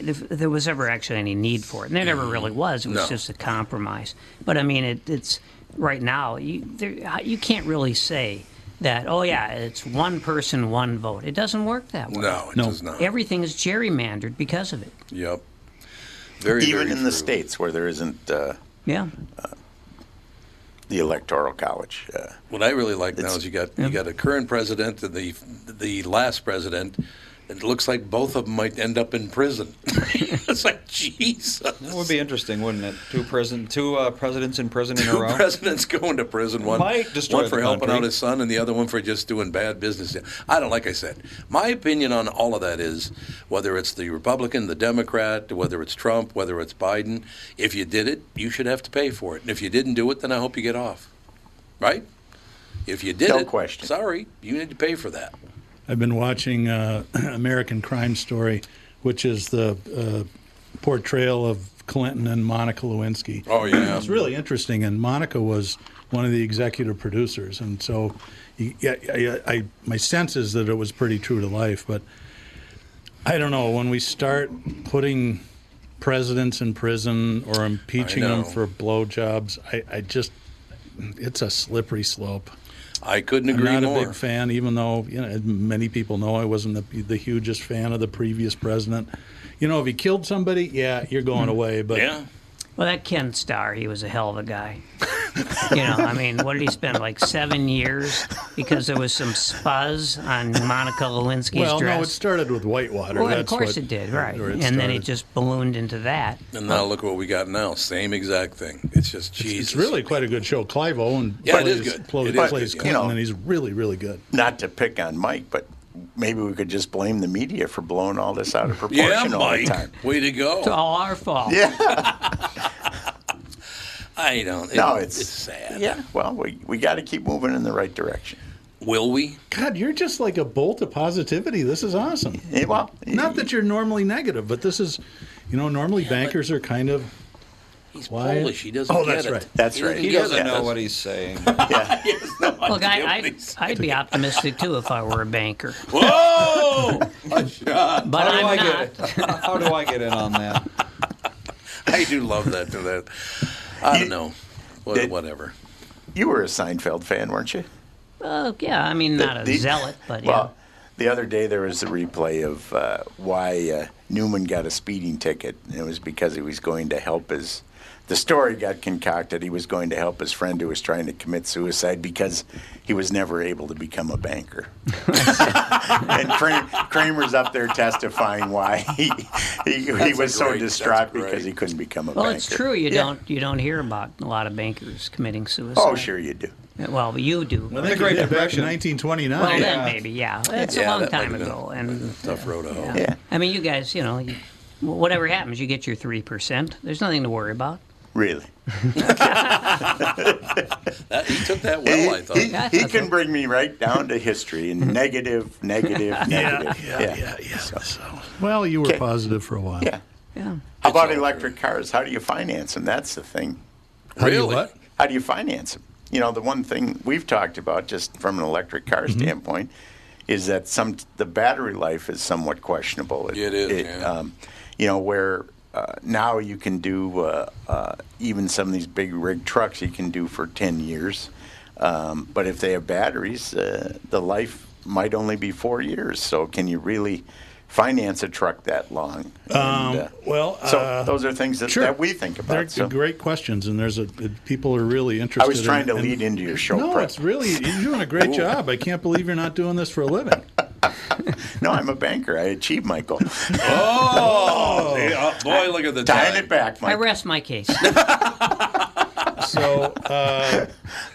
[SPEAKER 5] if there was ever actually any need for it, and there never really was. It was
[SPEAKER 1] No.
[SPEAKER 5] just a compromise. But I mean, it, it's right now you there, you can't really say that. Oh yeah, it's one person, one vote. It doesn't work that way.
[SPEAKER 1] No, it
[SPEAKER 2] No.
[SPEAKER 1] does not.
[SPEAKER 5] Everything is gerrymandered because of it.
[SPEAKER 1] yep. Very,
[SPEAKER 3] Even
[SPEAKER 1] very
[SPEAKER 3] in the
[SPEAKER 1] true.
[SPEAKER 3] states where there isn't uh,
[SPEAKER 5] Yeah.
[SPEAKER 3] the electoral college. Uh,
[SPEAKER 1] What I really like now
[SPEAKER 3] It's-
[SPEAKER 1] is you got you got a current president and the the last president. It looks like both of them might end up
[SPEAKER 3] [laughs]
[SPEAKER 1] in prison. [laughs] it's [laughs] like Jesus.
[SPEAKER 4] That would be interesting, wouldn't it? Two prison, two uh, presidents in prison in a
[SPEAKER 1] Two [laughs]
[SPEAKER 4] row.
[SPEAKER 1] presidents going to prison. One,
[SPEAKER 4] Might destroy
[SPEAKER 1] one for
[SPEAKER 4] the
[SPEAKER 1] helping
[SPEAKER 4] country.
[SPEAKER 1] out his son, and the other one for just doing bad business. I don't like. I said, my opinion on all of that is whether it's the Republican, the Democrat, whether it's Trump, whether it's Biden. If you did it, you should have to pay for it. And if you didn't do it, then I hope you get off. Right? If you did
[SPEAKER 3] No
[SPEAKER 1] it,
[SPEAKER 3] question.
[SPEAKER 1] sorry, you need to pay for that.
[SPEAKER 2] I've been watching uh, [clears throat] American Crime Story, which is the uh, portrayal of Clinton and Monica Lewinsky.
[SPEAKER 1] Oh yeah,
[SPEAKER 2] [clears throat] It's really interesting, and Monica was one of the executive producers, and so y- yeah, I, I, my sense is that it was pretty true to life. But I don't know when we start putting presidents in prison or impeaching
[SPEAKER 1] know.
[SPEAKER 2] them for blowjobs. I, I just it's a slippery slope.
[SPEAKER 1] I couldn't
[SPEAKER 2] I'm
[SPEAKER 1] agree
[SPEAKER 2] not
[SPEAKER 1] more.
[SPEAKER 2] a big fan, even though you know many people know I wasn't the, the hugest fan of the previous president. You know, if he killed somebody, yeah, you're going away. But
[SPEAKER 1] Yeah,
[SPEAKER 5] Hmm. Well, that Ken Starr, he was a hell of a guy. you know, I mean, what did he spend like seven years because there was some spuzz on Monica Lewinsky's
[SPEAKER 2] well,
[SPEAKER 5] dress?
[SPEAKER 2] no, it started with Whitewater.
[SPEAKER 5] well, of
[SPEAKER 2] That's
[SPEAKER 5] course
[SPEAKER 2] what-
[SPEAKER 5] it did, right?
[SPEAKER 2] where
[SPEAKER 5] and
[SPEAKER 2] it
[SPEAKER 5] then it
[SPEAKER 2] started.
[SPEAKER 5] just ballooned into
[SPEAKER 2] [laughs]
[SPEAKER 5] that.
[SPEAKER 1] and now look what we got now. Same exact thing. It's just Jesus.
[SPEAKER 2] It's really quite a good show. Clive Owen
[SPEAKER 1] Yeah, it
[SPEAKER 2] plays,
[SPEAKER 1] is good.
[SPEAKER 2] plays,
[SPEAKER 1] It is
[SPEAKER 2] plays
[SPEAKER 1] good, yeah.
[SPEAKER 2] Clinton,
[SPEAKER 3] You know-
[SPEAKER 2] and he's really, really good.
[SPEAKER 3] not to pick on Mike, but maybe we could just blame the media for blowing all this out of proportion
[SPEAKER 1] yeah,
[SPEAKER 3] all the
[SPEAKER 1] Mike.
[SPEAKER 3] time.
[SPEAKER 1] Way to go.
[SPEAKER 5] It's all our fault.
[SPEAKER 1] I don't. It,
[SPEAKER 3] No, it's-
[SPEAKER 1] sad.
[SPEAKER 3] Yeah, well, we, we got to keep moving in the right direction.
[SPEAKER 1] Will we?
[SPEAKER 2] God, you're just like a bolt of positivity. This is awesome.
[SPEAKER 3] Eh, well,
[SPEAKER 2] Not that you're normally negative, but this is, you know, normally bankers are kind of.
[SPEAKER 1] He's
[SPEAKER 2] Why-
[SPEAKER 1] Polish. He doesn't
[SPEAKER 2] Oh,
[SPEAKER 1] get
[SPEAKER 2] that's
[SPEAKER 1] it.
[SPEAKER 2] right.
[SPEAKER 3] That's
[SPEAKER 1] he
[SPEAKER 3] right.
[SPEAKER 1] Doesn't
[SPEAKER 4] he
[SPEAKER 1] get
[SPEAKER 4] doesn't
[SPEAKER 1] it.
[SPEAKER 4] know
[SPEAKER 3] Yeah.
[SPEAKER 4] what he's
[SPEAKER 2] [laughs]
[SPEAKER 4] saying.
[SPEAKER 1] He has no
[SPEAKER 5] Look, I,
[SPEAKER 1] idea what
[SPEAKER 5] I'd,
[SPEAKER 1] he's-
[SPEAKER 5] I'd be optimistic too if I were a banker,
[SPEAKER 1] Whoa! A shot.
[SPEAKER 5] but
[SPEAKER 4] How do
[SPEAKER 5] I'm
[SPEAKER 4] I
[SPEAKER 5] not.
[SPEAKER 4] get? [laughs] How do I get in on that?
[SPEAKER 1] [laughs] I do love that. To that. I don't know. What,
[SPEAKER 3] Did-
[SPEAKER 1] whatever.
[SPEAKER 3] you were a Seinfeld fan, weren't you?
[SPEAKER 5] Well, yeah, I mean, not a
[SPEAKER 3] The-
[SPEAKER 5] zealot, but yeah.
[SPEAKER 3] Well, the other day there was a replay of uh, why uh, Newman got a speeding ticket. And it was because he was going to help his. The story got concocted. He was going to help his friend who was trying to commit suicide because he was never able to become a banker. [laughs] and Kram, Kramer's up there testifying why he, he, he
[SPEAKER 1] That's a
[SPEAKER 3] was so
[SPEAKER 1] great- that's
[SPEAKER 3] distraught because
[SPEAKER 1] great.
[SPEAKER 3] he couldn't become a
[SPEAKER 5] Well,
[SPEAKER 3] banker.
[SPEAKER 5] it's true. You don't you don't hear about a lot of bankers committing suicide.
[SPEAKER 3] Oh, sure you do.
[SPEAKER 5] Well, you do.
[SPEAKER 4] The Great Depression.
[SPEAKER 2] 1929.
[SPEAKER 5] Well,
[SPEAKER 4] Yeah.
[SPEAKER 5] then maybe, yeah. It's
[SPEAKER 1] Yeah,
[SPEAKER 5] a long
[SPEAKER 1] that might
[SPEAKER 5] time
[SPEAKER 1] have been
[SPEAKER 5] ago, and
[SPEAKER 1] Tough road to hoe.
[SPEAKER 3] Yeah.
[SPEAKER 5] I mean, you guys, you know, you, whatever happens, you get your 3%. There's nothing to worry about.
[SPEAKER 3] [laughs] Really?
[SPEAKER 1] That, he took that well, I thought.
[SPEAKER 3] He,
[SPEAKER 5] Yeah, I
[SPEAKER 3] he
[SPEAKER 5] thought
[SPEAKER 3] can
[SPEAKER 5] so.
[SPEAKER 3] bring me right down to history and negative, negative, negative. [laughs] Yeah, yeah, yeah.
[SPEAKER 2] Well, you were
[SPEAKER 3] Okay.
[SPEAKER 2] positive for a while.
[SPEAKER 5] Yeah.
[SPEAKER 3] How about
[SPEAKER 1] all-
[SPEAKER 3] electric cars? How do you finance them? That's the thing.
[SPEAKER 2] How do you
[SPEAKER 1] Really?
[SPEAKER 2] what?
[SPEAKER 3] How do you finance them? You know, the one thing we've talked about, just from an electric car
[SPEAKER 2] Mm-hmm.
[SPEAKER 3] standpoint, is that some the battery life is somewhat questionable.
[SPEAKER 1] It is, yeah.
[SPEAKER 3] um, you know, where uh, now you can do uh, uh, even some of these big rig trucks you can do for ten years, um, but if they have batteries, uh, the life might only be four years. So can you really? Finance a truck that long.
[SPEAKER 2] Um, well,
[SPEAKER 3] so
[SPEAKER 2] uh,
[SPEAKER 3] those are things that,
[SPEAKER 2] Sure.
[SPEAKER 3] that we think about.
[SPEAKER 2] They're
[SPEAKER 3] so.
[SPEAKER 2] great questions, and there's a people are really interested.
[SPEAKER 3] uh, I was trying
[SPEAKER 2] in-
[SPEAKER 3] to
[SPEAKER 2] in-
[SPEAKER 3] lead into your show.
[SPEAKER 2] No,
[SPEAKER 3] prep.
[SPEAKER 2] it's really you're doing a great job. I can't believe you're not doing this for a living.
[SPEAKER 3] No, I'm a banker. I achieved my
[SPEAKER 2] [laughs]
[SPEAKER 3] goal.
[SPEAKER 4] [laughs]
[SPEAKER 1] Oh, see, oh, boy, look at the
[SPEAKER 3] Tying
[SPEAKER 1] time.
[SPEAKER 3] it back,
[SPEAKER 5] I
[SPEAKER 3] Mike.
[SPEAKER 5] rest my
[SPEAKER 3] [laughs]
[SPEAKER 5] case.
[SPEAKER 2] So uh,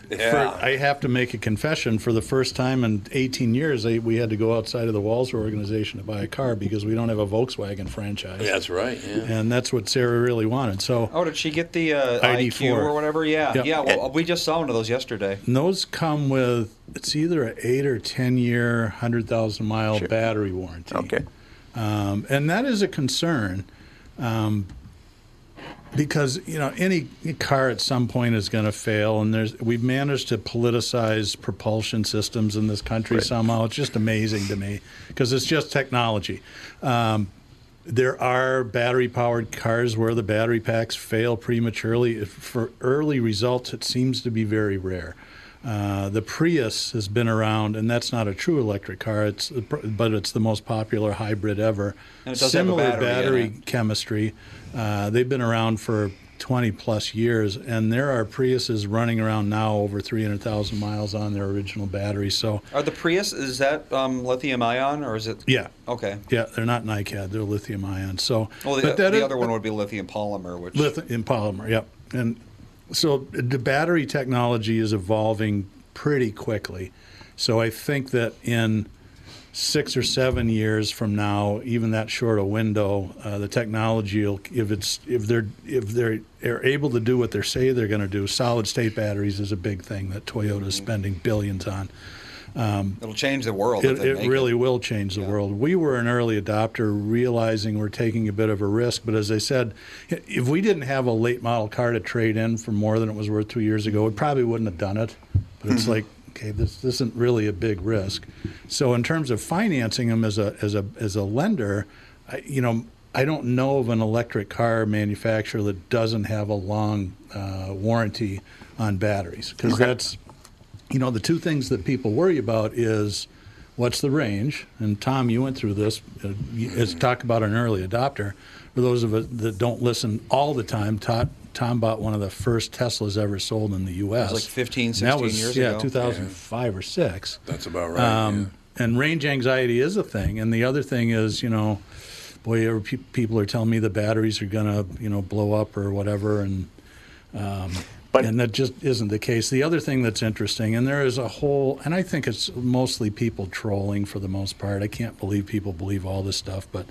[SPEAKER 1] Yeah.
[SPEAKER 2] for, I have to make a confession. For the first time in 18 years, I, we had to go outside of the Walzer organization to buy a car because we don't have a Volkswagen franchise.
[SPEAKER 1] Yeah, [laughs] That's right. Yeah.
[SPEAKER 2] And that's what Sarah really wanted. So
[SPEAKER 4] Oh, did she get the uh, IQ
[SPEAKER 2] ID4.
[SPEAKER 4] or whatever? Yeah,
[SPEAKER 2] Yep.
[SPEAKER 4] yeah. Well, we just saw one of those yesterday.
[SPEAKER 2] And those come with it's either an eight or 10 year, 100,000 mile battery warranty.
[SPEAKER 3] Okay.
[SPEAKER 2] Um, and that is a concern um, because you know any car at some point is going to fail, and there's we've managed to politicize propulsion systems in this country somehow. It's just amazing to me because it's just technology. Um, there are battery powered cars where the battery packs fail prematurely. If- For early results, it seems to be very rare. Uh, the Prius has been around, and that's not a true electric car. It's the pr- but it's the most popular hybrid ever.
[SPEAKER 4] And it does have a
[SPEAKER 2] Similar
[SPEAKER 4] battery in it.
[SPEAKER 2] chemistry. Uh, they've been around for 20 plus years, and there are Priuses running around now over 300,000 miles on their original battery. So
[SPEAKER 4] Are the Prius is that um, lithium ion or is it?
[SPEAKER 2] yeah,
[SPEAKER 4] Okay.
[SPEAKER 2] yeah, they're not NiCad, they're lithium ion. So
[SPEAKER 4] Well, the,
[SPEAKER 2] but that
[SPEAKER 4] the
[SPEAKER 2] is-
[SPEAKER 4] other one would be lithium polymer, which
[SPEAKER 2] Lithium polymer, yep. And so the battery technology is evolving pretty quickly. So I think that in six or seven years from now, even that short a window, uh, the technology, will, if it's if they're if they're are able to do what they say they're going to do, solid state batteries is a big thing that Toyota is spending billions on. Um,
[SPEAKER 4] it'll change the world. if
[SPEAKER 2] It,
[SPEAKER 4] they
[SPEAKER 2] it
[SPEAKER 4] make
[SPEAKER 2] really will change the world. We were an early adopter, realizing we're taking a bit of a risk. But as I said, i- if we didn't have a late model car to trade in for more than it was worth two years ago, we probably wouldn't have done it. But
[SPEAKER 4] Mm-hmm.
[SPEAKER 2] it's like, okay, this, this isn't really a big risk. So in terms of financing them as a as a as a lender, I, you know. I don't know of an electric car manufacturer that doesn't have a long uh, warranty on batteries because that's you know, the two things that people worry about is what's the range? And Tom, you went through this uh, you- as talk about an early adopter. For those of us that don't listen all the time, Tom, Tom bought one of the first Teslas ever sold in the U.S.
[SPEAKER 4] like 15,
[SPEAKER 2] And that
[SPEAKER 4] 16
[SPEAKER 2] was,
[SPEAKER 4] years
[SPEAKER 2] yeah,
[SPEAKER 4] ago.
[SPEAKER 2] 2005 or six.
[SPEAKER 1] That's about right.
[SPEAKER 2] Um, And range anxiety is a thing. And the other thing is, you know, boy, er, pe- people are telling me the batteries are going to, you know, blow up or whatever. And um,
[SPEAKER 3] But-
[SPEAKER 2] and that just isn't the case. The other thing that's interesting, and there is a whole, and I think it's mostly people trolling for the most part. I can't believe people believe all this stuff, but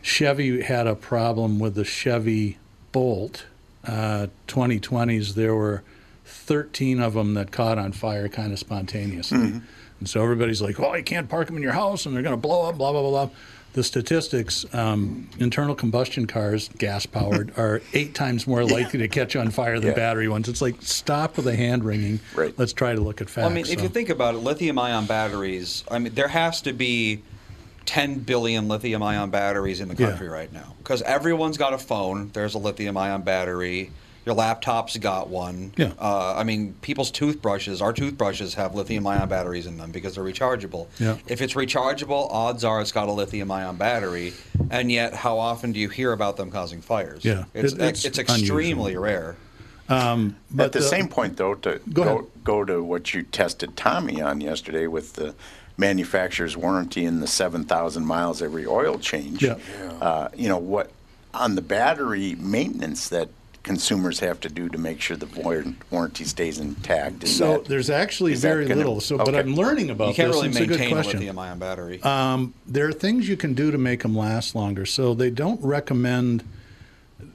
[SPEAKER 2] Chevy had a problem with the Chevy Bolt uh, 2020s. There were 13 of them that caught on fire kind of spontaneously.
[SPEAKER 3] Mm-hmm.
[SPEAKER 2] And so everybody's like, well, you can't park them in your house and they're going to blow up, blah, blah, blah, blah. The statistics um, internal combustion cars,
[SPEAKER 3] [laughs]
[SPEAKER 2] gas powered, are eight times more likely to catch on fire than
[SPEAKER 3] Yeah.
[SPEAKER 2] battery ones. It's like, stop with the hand wringing.
[SPEAKER 3] Right.
[SPEAKER 2] Let's try to look at facts.
[SPEAKER 4] Well, I mean, if
[SPEAKER 2] So-
[SPEAKER 4] you think about it, lithium ion batteries, I mean, there has to be 10 billion lithium ion batteries in the
[SPEAKER 2] Yeah.
[SPEAKER 4] country right now because everyone's got a phone, there's a lithium ion battery. Your laptop's got one.
[SPEAKER 2] Yeah.
[SPEAKER 4] Uh, I mean, people's toothbrushes, our toothbrushes have lithium ion batteries in them because they're rechargeable.
[SPEAKER 2] Yeah.
[SPEAKER 4] If it's rechargeable, odds are it's got a lithium ion battery. And yet, how often do you hear about them causing fires?
[SPEAKER 2] Yeah.
[SPEAKER 4] It's,
[SPEAKER 2] It- it's
[SPEAKER 4] it's, extremely rare.
[SPEAKER 2] Um, but
[SPEAKER 3] At the, same point, though, to
[SPEAKER 2] Go
[SPEAKER 3] go,
[SPEAKER 2] ahead.
[SPEAKER 3] go, to what you tested Tommy on yesterday with the manufacturer's warranty and the 7,000 miles every oil change.
[SPEAKER 2] Yeah.
[SPEAKER 3] Uh, you know, what on the battery maintenance that consumers have to do to make sure the warran- warranty stays intact. Is
[SPEAKER 2] So
[SPEAKER 3] that-
[SPEAKER 2] there's actually
[SPEAKER 3] is that
[SPEAKER 2] very
[SPEAKER 3] gonna-
[SPEAKER 2] little. So, but
[SPEAKER 3] okay.
[SPEAKER 2] I'm learning about
[SPEAKER 4] you can't
[SPEAKER 2] this.
[SPEAKER 4] really
[SPEAKER 2] it's a good
[SPEAKER 4] maintain a
[SPEAKER 2] question.
[SPEAKER 4] lithium-ion battery.
[SPEAKER 2] Um, there are things you can do to make them last longer. So they don't recommend.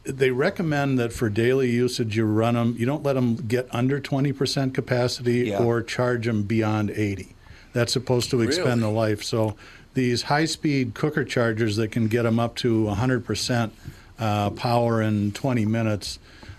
[SPEAKER 2] They recommend that for daily usage, you run them. You don't let them get under twenty percent capacity
[SPEAKER 4] Yeah.
[SPEAKER 2] or charge them beyond eighty. That's supposed to expend the life. So these high-speed cooker chargers that can get them up to hundred percent uh, power in twenty minutes.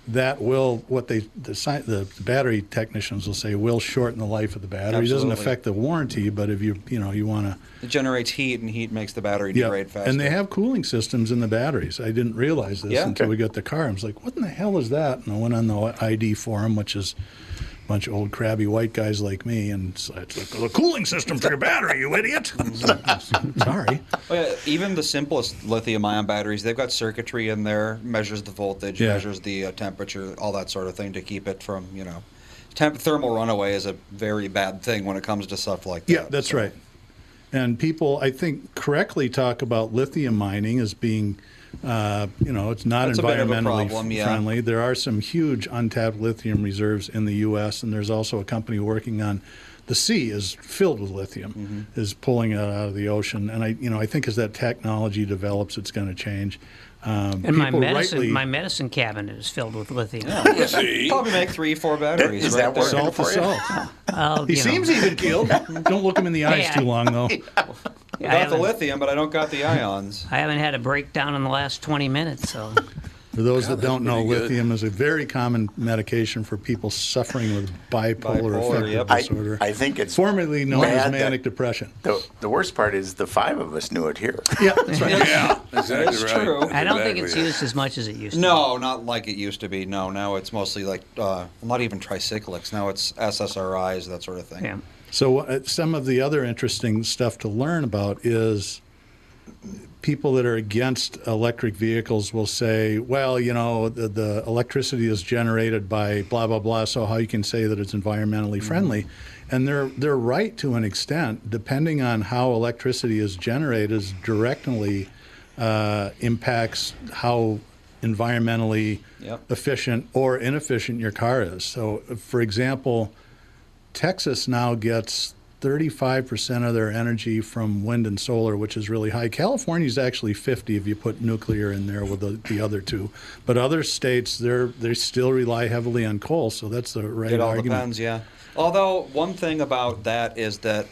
[SPEAKER 2] That will what they the, sci- the battery technicians will say will shorten the life of the battery. It doesn't
[SPEAKER 4] Absolutely.
[SPEAKER 2] affect the warranty, but if you you know you want to
[SPEAKER 4] it generates heat, and heat makes the battery
[SPEAKER 2] yeah,
[SPEAKER 4] degrade faster.
[SPEAKER 2] And they have cooling systems in the batteries. I didn't realize this
[SPEAKER 4] Yeah.
[SPEAKER 2] until we got the car. I was like, what in the hell is that? And I went on the ID forum, which is a bunch of old crabby white guys like me, and it's like, it's like, the cooling system for your battery, you idiot.
[SPEAKER 4] [laughs]
[SPEAKER 2] Sorry.
[SPEAKER 4] Oh, yeah, even the simplest lithium-ion batteries, they've got circuitry in there, measures the voltage,
[SPEAKER 2] Yeah.
[SPEAKER 4] measures the uh, temperature, all that sort of thing to keep it from you know. Temp- thermal runaway is a very bad thing when it comes to stuff like that.
[SPEAKER 2] Yeah, that's
[SPEAKER 4] so.
[SPEAKER 2] right. And people, I think, correctly talk about lithium mining as being, uh, you know, it's not
[SPEAKER 4] That's a bit of a
[SPEAKER 2] environmentally
[SPEAKER 4] problem, yeah.
[SPEAKER 2] friendly. There are some huge untapped lithium reserves in the U.S., and there's also a company working on the sea is filled with lithium,
[SPEAKER 4] Mm-hmm.
[SPEAKER 2] is pulling it out of the ocean. And I, you know, I think as that technology develops, it's going to change. Um,
[SPEAKER 5] And my
[SPEAKER 2] people
[SPEAKER 5] medicine,
[SPEAKER 2] rightly-
[SPEAKER 5] my medicine cabinet is filled with lithium.
[SPEAKER 2] [laughs]
[SPEAKER 1] See?
[SPEAKER 4] Probably make three, four batteries.
[SPEAKER 3] Is
[SPEAKER 4] right
[SPEAKER 3] that
[SPEAKER 4] there.
[SPEAKER 3] working
[SPEAKER 2] salt to
[SPEAKER 3] for you?
[SPEAKER 5] [laughs]
[SPEAKER 2] salt.
[SPEAKER 5] Well,
[SPEAKER 2] He
[SPEAKER 5] you know,
[SPEAKER 2] seems even keeled. Don't
[SPEAKER 5] [laughs]
[SPEAKER 2] look him in the eyes
[SPEAKER 5] I-
[SPEAKER 2] too long, though.
[SPEAKER 5] I
[SPEAKER 4] Got the
[SPEAKER 5] haven't-
[SPEAKER 4] lithium, but I don't got the ions.
[SPEAKER 5] I haven't had a breakdown in the last 20 minutes,
[SPEAKER 4] [laughs]
[SPEAKER 5] so
[SPEAKER 2] For those that
[SPEAKER 1] that's
[SPEAKER 2] don't know,
[SPEAKER 1] pretty good.
[SPEAKER 2] lithium is a very common medication for people suffering with bipolar,
[SPEAKER 4] Bipolar,
[SPEAKER 2] affective
[SPEAKER 4] yep.
[SPEAKER 3] I,
[SPEAKER 2] disorder,
[SPEAKER 3] I think it's
[SPEAKER 2] formerly known as
[SPEAKER 3] bad that-
[SPEAKER 2] manic depression.
[SPEAKER 3] The, the worst part is the five of us knew it here.
[SPEAKER 2] Yeah, that's
[SPEAKER 3] [laughs]
[SPEAKER 2] right.
[SPEAKER 1] Yeah, exactly
[SPEAKER 4] That's
[SPEAKER 1] right.
[SPEAKER 4] true.
[SPEAKER 1] That's
[SPEAKER 5] I don't
[SPEAKER 1] exactly
[SPEAKER 5] think it's
[SPEAKER 1] right.
[SPEAKER 5] used as much as it used to.
[SPEAKER 4] No, not like it used to be. No, now it's mostly like uh, not even tricyclics. Now it's SSRIs, that sort of thing.
[SPEAKER 5] be. Yeah.
[SPEAKER 2] So uh, some of the other interesting stuff to learn about is people that are against electric vehicles will say, well, you know, the, the electricity is generated by blah blah blah, so how you can say that it's environmentally friendly? And they're they're right to an extent, depending on how electricity is generated, is directly uh, impacts how environmentally
[SPEAKER 4] Yep.
[SPEAKER 2] efficient or inefficient your car is. So, for example. Texas now gets 35% of their energy from wind and solar, which is really high. California's actually 50 if you put nuclear in there with the, the other two. But other states, they're they still rely heavily on coal, so that's the right
[SPEAKER 4] It all
[SPEAKER 2] argument.
[SPEAKER 4] depends, yeah. Although one thing about that is that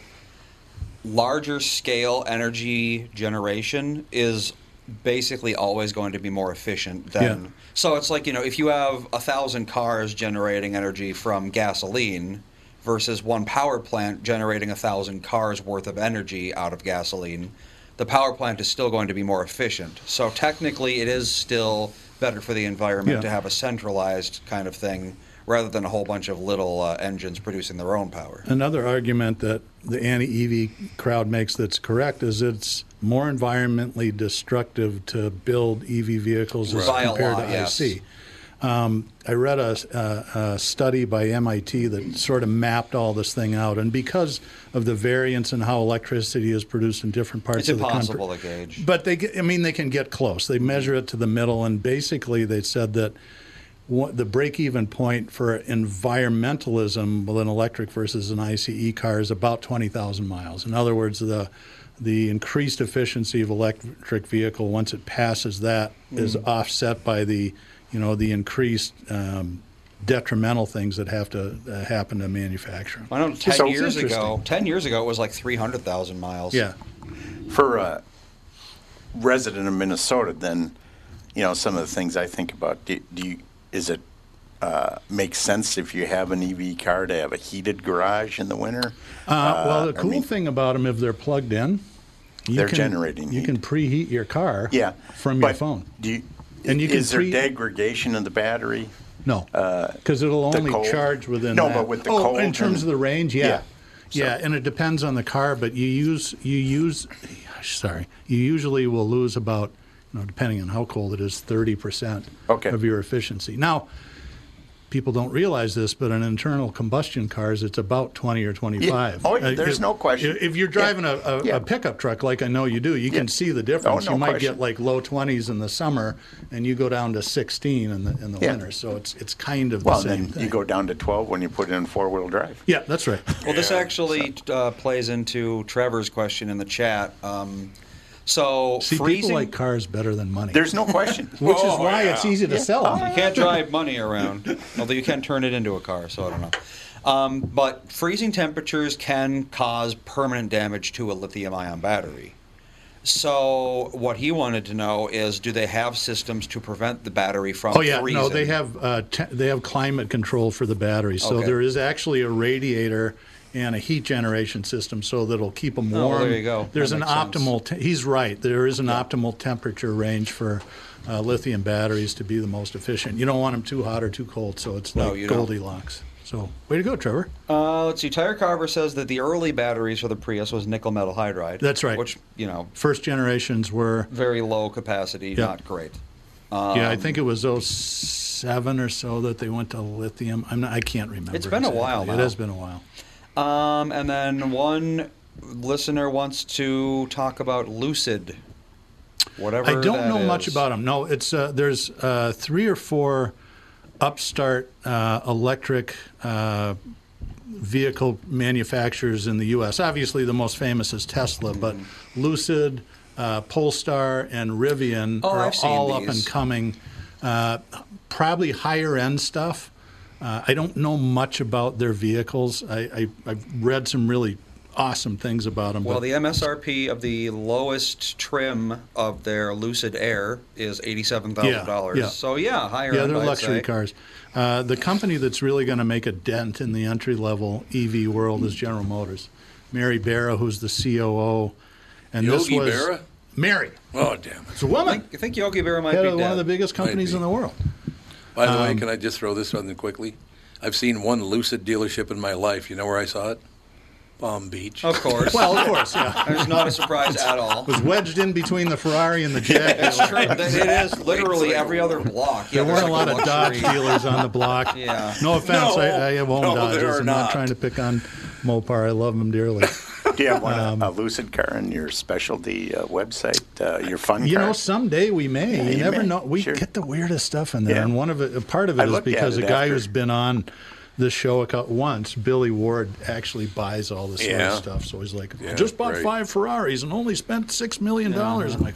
[SPEAKER 4] larger scale energy generation is basically always going to be more efficient than.
[SPEAKER 2] Yeah.
[SPEAKER 4] So it's like you know if you have a thousand cars generating energy from gasoline versus one power plant generating a thousand cars worth of energy out of gasoline, the power plant is still going to be more efficient. So technically, it is still better for the environment
[SPEAKER 2] Yeah.
[SPEAKER 4] to have a centralized kind of thing rather than a whole bunch of little uh, engines producing their own power.
[SPEAKER 2] Another argument that the anti EV crowd makes that's correct is it's more environmentally destructive to build EV vehicles as
[SPEAKER 4] By a
[SPEAKER 2] compared
[SPEAKER 4] lot,
[SPEAKER 2] to
[SPEAKER 4] yes.
[SPEAKER 2] IC. I read a, a, a study by MIT that sort of mapped all this thing out, and because of the variance in how electricity is produced in different parts
[SPEAKER 4] It's
[SPEAKER 2] of the country,
[SPEAKER 4] impossible to gauge.
[SPEAKER 2] But they, get, I mean, they can get close. They measure it to the middle, and basically, they said that what, the break-even point for environmentalism with an electric versus an ICE car is about twenty thousand miles. In other words, the the increased efficiency of electric vehicle once it passes that is offset by the you know the increased um, detrimental things that have to uh, happen to manufacture. 'em.
[SPEAKER 4] I know ten
[SPEAKER 3] So-
[SPEAKER 4] years ago.
[SPEAKER 2] Interesting.
[SPEAKER 4] Ten years ago, it was like three hundred thousand miles.
[SPEAKER 2] Yeah.
[SPEAKER 3] For a resident of Minnesota, then, you know, some of the things I think about, do, do you, is it uh, make sense if you have an EV car to have a heated garage in the winter?
[SPEAKER 2] Uh, well, the
[SPEAKER 3] I
[SPEAKER 2] cool
[SPEAKER 3] mean-
[SPEAKER 2] thing about them, if they're plugged in, you
[SPEAKER 3] They're generating
[SPEAKER 2] You
[SPEAKER 3] heat.
[SPEAKER 2] can preheat your car.
[SPEAKER 3] Yeah.
[SPEAKER 2] From your
[SPEAKER 3] but
[SPEAKER 2] phone.
[SPEAKER 3] Do you,
[SPEAKER 2] And you can
[SPEAKER 3] is there
[SPEAKER 2] pre-
[SPEAKER 3] degradation of the battery?
[SPEAKER 2] No, because it'll
[SPEAKER 3] the
[SPEAKER 2] only
[SPEAKER 3] cold-
[SPEAKER 2] charge within.
[SPEAKER 3] No,
[SPEAKER 2] that.
[SPEAKER 3] but with the
[SPEAKER 2] oh,
[SPEAKER 3] cold
[SPEAKER 2] in terms
[SPEAKER 3] and-
[SPEAKER 2] of the range, yeah,
[SPEAKER 3] Yeah.
[SPEAKER 2] yeah, and it depends on the car. But you use you use, sorry, you usually will lose about, you know, depending on how cold it is, thirty percent
[SPEAKER 3] Okay.
[SPEAKER 2] of your efficiency. Now, people don't realize this, but in internal combustion cars, it's about 20 or 25.
[SPEAKER 3] Oh, yeah, there's
[SPEAKER 2] if,
[SPEAKER 3] no question.
[SPEAKER 2] If, if you're driving a, a,
[SPEAKER 3] Yeah. Oh,
[SPEAKER 2] a pickup truck like I know you do, you can see the difference.
[SPEAKER 3] no
[SPEAKER 2] you might
[SPEAKER 3] question.
[SPEAKER 2] get like low 20s in the summer, and you go down to 16 in the in the
[SPEAKER 3] Yeah.
[SPEAKER 2] winter. So it's it's kind of
[SPEAKER 3] Well,
[SPEAKER 2] the same
[SPEAKER 3] then
[SPEAKER 2] thing.
[SPEAKER 3] you go down to 12 when you put in four wheel drive.
[SPEAKER 2] yeah, that's right.
[SPEAKER 4] Well, this actually uh, plays into Trevor's question in the chat. Um, so
[SPEAKER 2] See,
[SPEAKER 4] freezing.
[SPEAKER 2] people like cars better than money,
[SPEAKER 3] There's no question.
[SPEAKER 2] [laughs]
[SPEAKER 3] Oh,
[SPEAKER 2] which is
[SPEAKER 1] Oh,
[SPEAKER 2] why
[SPEAKER 1] yeah.
[SPEAKER 2] it's easy to sell them.
[SPEAKER 4] You can't drive money around, although you can turn it into a car, so I don't know. Um, but freezing temperatures can cause permanent damage to a lithium ion battery. So, what he wanted to know is do they have systems to prevent the battery from
[SPEAKER 2] Oh yeah,
[SPEAKER 4] freezing?
[SPEAKER 2] no, they have uh, te- they have climate control for the batteries. So
[SPEAKER 4] Okay.
[SPEAKER 2] there is actually a radiator and a heat generation system so that'll keep them
[SPEAKER 4] Oh,
[SPEAKER 2] warm.
[SPEAKER 4] there you go.
[SPEAKER 2] There's
[SPEAKER 4] That
[SPEAKER 2] an
[SPEAKER 4] makes sense.
[SPEAKER 2] optimal. Te- he's right. There is an optimal temperature range for. Uh, lithium batteries to be the most efficient. You don't want them too hot or too cold, so it's
[SPEAKER 4] No,
[SPEAKER 2] like
[SPEAKER 4] you don't.
[SPEAKER 2] Goldilocks. So, way to go, Trevor.
[SPEAKER 4] Uh, let's see. Tire Carver says that the early batteries for the Prius was nickel metal hydride.
[SPEAKER 2] That's right.
[SPEAKER 4] Which, you know,
[SPEAKER 2] First generations were,
[SPEAKER 4] very low capacity,
[SPEAKER 2] Yeah.
[SPEAKER 4] not great.
[SPEAKER 2] yeah,
[SPEAKER 4] um,
[SPEAKER 2] I think it was 07 or so that they went to lithium. I'm not, I can't remember.
[SPEAKER 4] It's been a while
[SPEAKER 2] exactly.
[SPEAKER 4] now.
[SPEAKER 2] It has been a while.
[SPEAKER 4] Um, and then one listener wants to talk about Lucid, whatever.
[SPEAKER 2] I don't
[SPEAKER 4] that
[SPEAKER 2] know much
[SPEAKER 4] is.
[SPEAKER 2] about them. No, it's uh, there's uh, three or four upstart uh, electric uh, vehicle manufacturers in the U.S. Obviously, the most famous is Tesla, but Lucid, uh, Polestar, and Rivian
[SPEAKER 4] Oh,
[SPEAKER 2] are
[SPEAKER 4] I've seen
[SPEAKER 2] all up
[SPEAKER 4] these.
[SPEAKER 2] and coming. Uh, probably higher end stuff. Uh, I don't know much about their vehicles. I, I, I've read some really awesome things about them.
[SPEAKER 4] Well,
[SPEAKER 2] but
[SPEAKER 4] the MSRP of the lowest trim of their Lucid Air is eighty-seven thousand dollars.
[SPEAKER 2] Yeah, yeah.
[SPEAKER 4] So yeah, higher.
[SPEAKER 2] Yeah,
[SPEAKER 4] end,
[SPEAKER 2] they're
[SPEAKER 4] I'd
[SPEAKER 2] luxury
[SPEAKER 4] say.
[SPEAKER 2] cars. Uh, the company that's really going to make a dent in the entry level EV world is General Motors. Mary Barra, who's the COO, and this
[SPEAKER 1] Yogi
[SPEAKER 2] was
[SPEAKER 1] Berra?
[SPEAKER 2] Mary.
[SPEAKER 1] Oh, damn.
[SPEAKER 2] It's a woman.
[SPEAKER 4] I think Yogi Berra might
[SPEAKER 2] Head
[SPEAKER 4] be
[SPEAKER 2] of
[SPEAKER 4] dead.
[SPEAKER 2] one of the biggest companies
[SPEAKER 1] be.
[SPEAKER 2] in the Um, world.
[SPEAKER 1] By the way, can I just throw this one in quickly? I've seen one Lucid dealership in my life. You know where I saw it? Palm Beach.
[SPEAKER 4] Of course.
[SPEAKER 2] Well, of course, yeah.
[SPEAKER 4] [laughs] there's not a surprise at all.
[SPEAKER 2] [laughs] It was wedged in between the Ferrari
[SPEAKER 4] [laughs]
[SPEAKER 2] and the Jag.
[SPEAKER 4] It's true. That- It is literally every other block. Yeah,
[SPEAKER 2] There weren't
[SPEAKER 4] there's
[SPEAKER 2] a
[SPEAKER 4] like
[SPEAKER 2] lot of Dodge
[SPEAKER 4] luxury-
[SPEAKER 2] dealers on the
[SPEAKER 4] [laughs]
[SPEAKER 2] block.
[SPEAKER 4] Yeah.
[SPEAKER 2] No offense,
[SPEAKER 1] No.
[SPEAKER 2] I, I have owned
[SPEAKER 1] No,
[SPEAKER 2] Dodges.
[SPEAKER 1] there are
[SPEAKER 2] I'm not.
[SPEAKER 1] not.
[SPEAKER 2] trying to pick on Mopar. I love them dearly.
[SPEAKER 3] Do you have one,
[SPEAKER 2] Um,
[SPEAKER 3] a Lucid car on your specialty uh, website, uh, your fun
[SPEAKER 2] You
[SPEAKER 3] car?
[SPEAKER 2] know, someday we may. you,
[SPEAKER 3] you
[SPEAKER 2] never
[SPEAKER 3] may.
[SPEAKER 2] know. We
[SPEAKER 3] Sure.
[SPEAKER 2] get the weirdest stuff in there,
[SPEAKER 3] Yeah.
[SPEAKER 2] and one of it, a part of it
[SPEAKER 3] I
[SPEAKER 2] is
[SPEAKER 3] looked at
[SPEAKER 2] because
[SPEAKER 3] it
[SPEAKER 2] a guy
[SPEAKER 3] after.
[SPEAKER 2] who's been on the show a cou- once, Billy Ward, actually buys all this sort
[SPEAKER 1] Yeah.
[SPEAKER 2] of stuff. So he's like, I
[SPEAKER 1] Yeah,
[SPEAKER 2] just bought
[SPEAKER 1] right.
[SPEAKER 2] five Ferraris and only spent six million dollars. I'm like,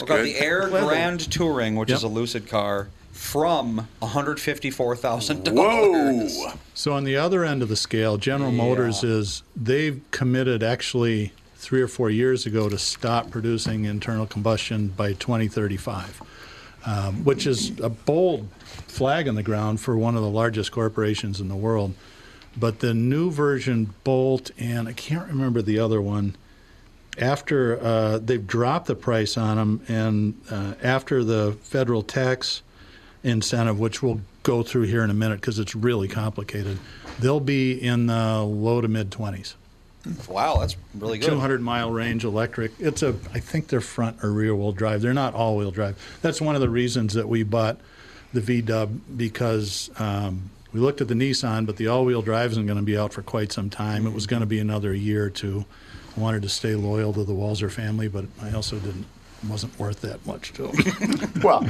[SPEAKER 4] We've got
[SPEAKER 1] good.
[SPEAKER 4] the Air Grand Touring, which is a
[SPEAKER 2] Yep.
[SPEAKER 4] Lucid car, from one hundred fifty-four thousand dollars.
[SPEAKER 1] Whoa!
[SPEAKER 2] so on the other end of the scale, General Motors is they've committed actually three or four years ago to stop producing internal combustion by 2035. um, which is a bold flag in the ground for one of the largest corporations in the world. But the new version, Bolt, and I can't remember the other one, after uh, they've dropped the price on them, and uh, after the federal tax incentive, which we'll go through here in a minute because it's really complicated, they'll be in the low to mid 20s.
[SPEAKER 4] Wow, that's really good.
[SPEAKER 2] 200 mile range electric. It's a, I think they're front or rear wheel drive. They're not all wheel drive. That's one of the reasons that we bought the V Dub because um, we looked at the Nissan, but the all wheel drive isn't going to be out for quite some time. It was going to be another year or two. I wanted to stay loyal to the Walzer family, but I also didn't, it wasn't worth that much to 'em.
[SPEAKER 4] [laughs]
[SPEAKER 3] well,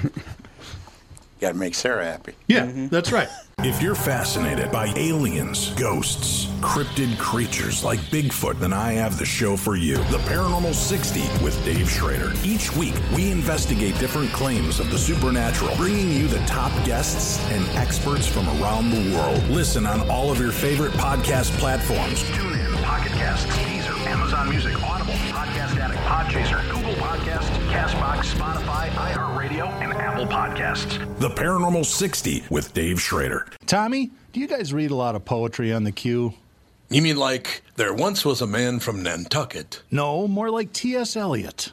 [SPEAKER 3] got to make Sarah happy.
[SPEAKER 2] yeah, that's right.
[SPEAKER 7] If you're fascinated by aliens, ghosts, cryptid creatures like Bigfoot, then I have the show for you The Paranormal 60 with Dave Schrader. Each week, we investigate different claims of the supernatural, bringing you the top guests and experts from around the world. Listen on all of your favorite podcast platforms.
[SPEAKER 8] Tune in, Pocket Casts, Deezer, Amazon Music, Audible, Podcast Addict, Podchaser, Google Podcasts, Castbox, Spotify, iHeartRadio, and Apple Podcasts.
[SPEAKER 7] The Paranormal 60 with Dave Schrader.
[SPEAKER 2] Tommy, do you guys read a lot of poetry on the queue?
[SPEAKER 1] You mean like there once was a man from Nantucket?
[SPEAKER 2] No, more like T.S. Eliot.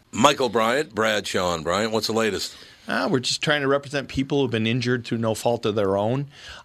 [SPEAKER 1] Michael Bryant, Brad Sean Bryant, what's the latest?
[SPEAKER 6] Ah, we're just trying to represent people who've been injured through no fault of their own.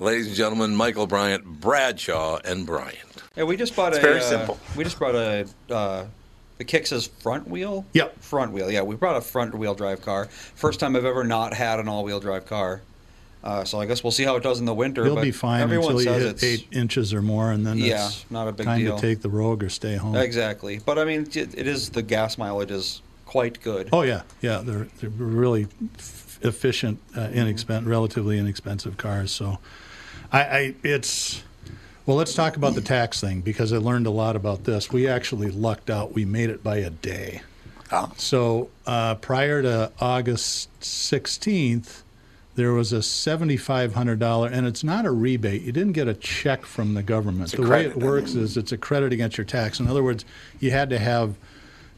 [SPEAKER 1] Ladies and gentlemen, Michael Bryant, Bradshaw, and Bryant.
[SPEAKER 4] [laughs] Yeah, we just bought a.
[SPEAKER 3] very
[SPEAKER 4] uh,
[SPEAKER 3] simple.
[SPEAKER 4] we just brought a. Uh, the kick says front wheel.
[SPEAKER 2] Yep.
[SPEAKER 4] Front wheel. Yeah, we brought a front wheel drive car. First time I've ever not had an all wheel drive car. Uh, so I guess we'll see how it does in the winter.
[SPEAKER 2] You'll
[SPEAKER 4] but
[SPEAKER 2] be fine
[SPEAKER 4] Everyone
[SPEAKER 2] until you
[SPEAKER 4] says
[SPEAKER 2] hit
[SPEAKER 4] it's
[SPEAKER 2] eight inches or more, and then
[SPEAKER 4] Yeah,
[SPEAKER 2] it's
[SPEAKER 4] not a big
[SPEAKER 2] time
[SPEAKER 4] deal.
[SPEAKER 2] to take the Rogue or stay home.
[SPEAKER 4] exactly. But I mean, it, it is the gas mileage is quite good.
[SPEAKER 2] Oh yeah, yeah, they're they're really f- efficient, uh,
[SPEAKER 4] Mm-hmm.
[SPEAKER 2] inexpen- relatively inexpensive cars. So, I, I it's well, let's talk about the tax thing because I learned a lot about this. We actually lucked out; we made it by a day.
[SPEAKER 4] Oh.
[SPEAKER 3] Ah.
[SPEAKER 2] So uh, prior to August sixteenth, there was a seventy-five hundred dollar, and it's not a rebate. You didn't get a check from the government.
[SPEAKER 3] a
[SPEAKER 2] The way
[SPEAKER 3] credit,
[SPEAKER 2] it
[SPEAKER 3] I
[SPEAKER 2] works is it's a credit against your tax. In other words, you had to have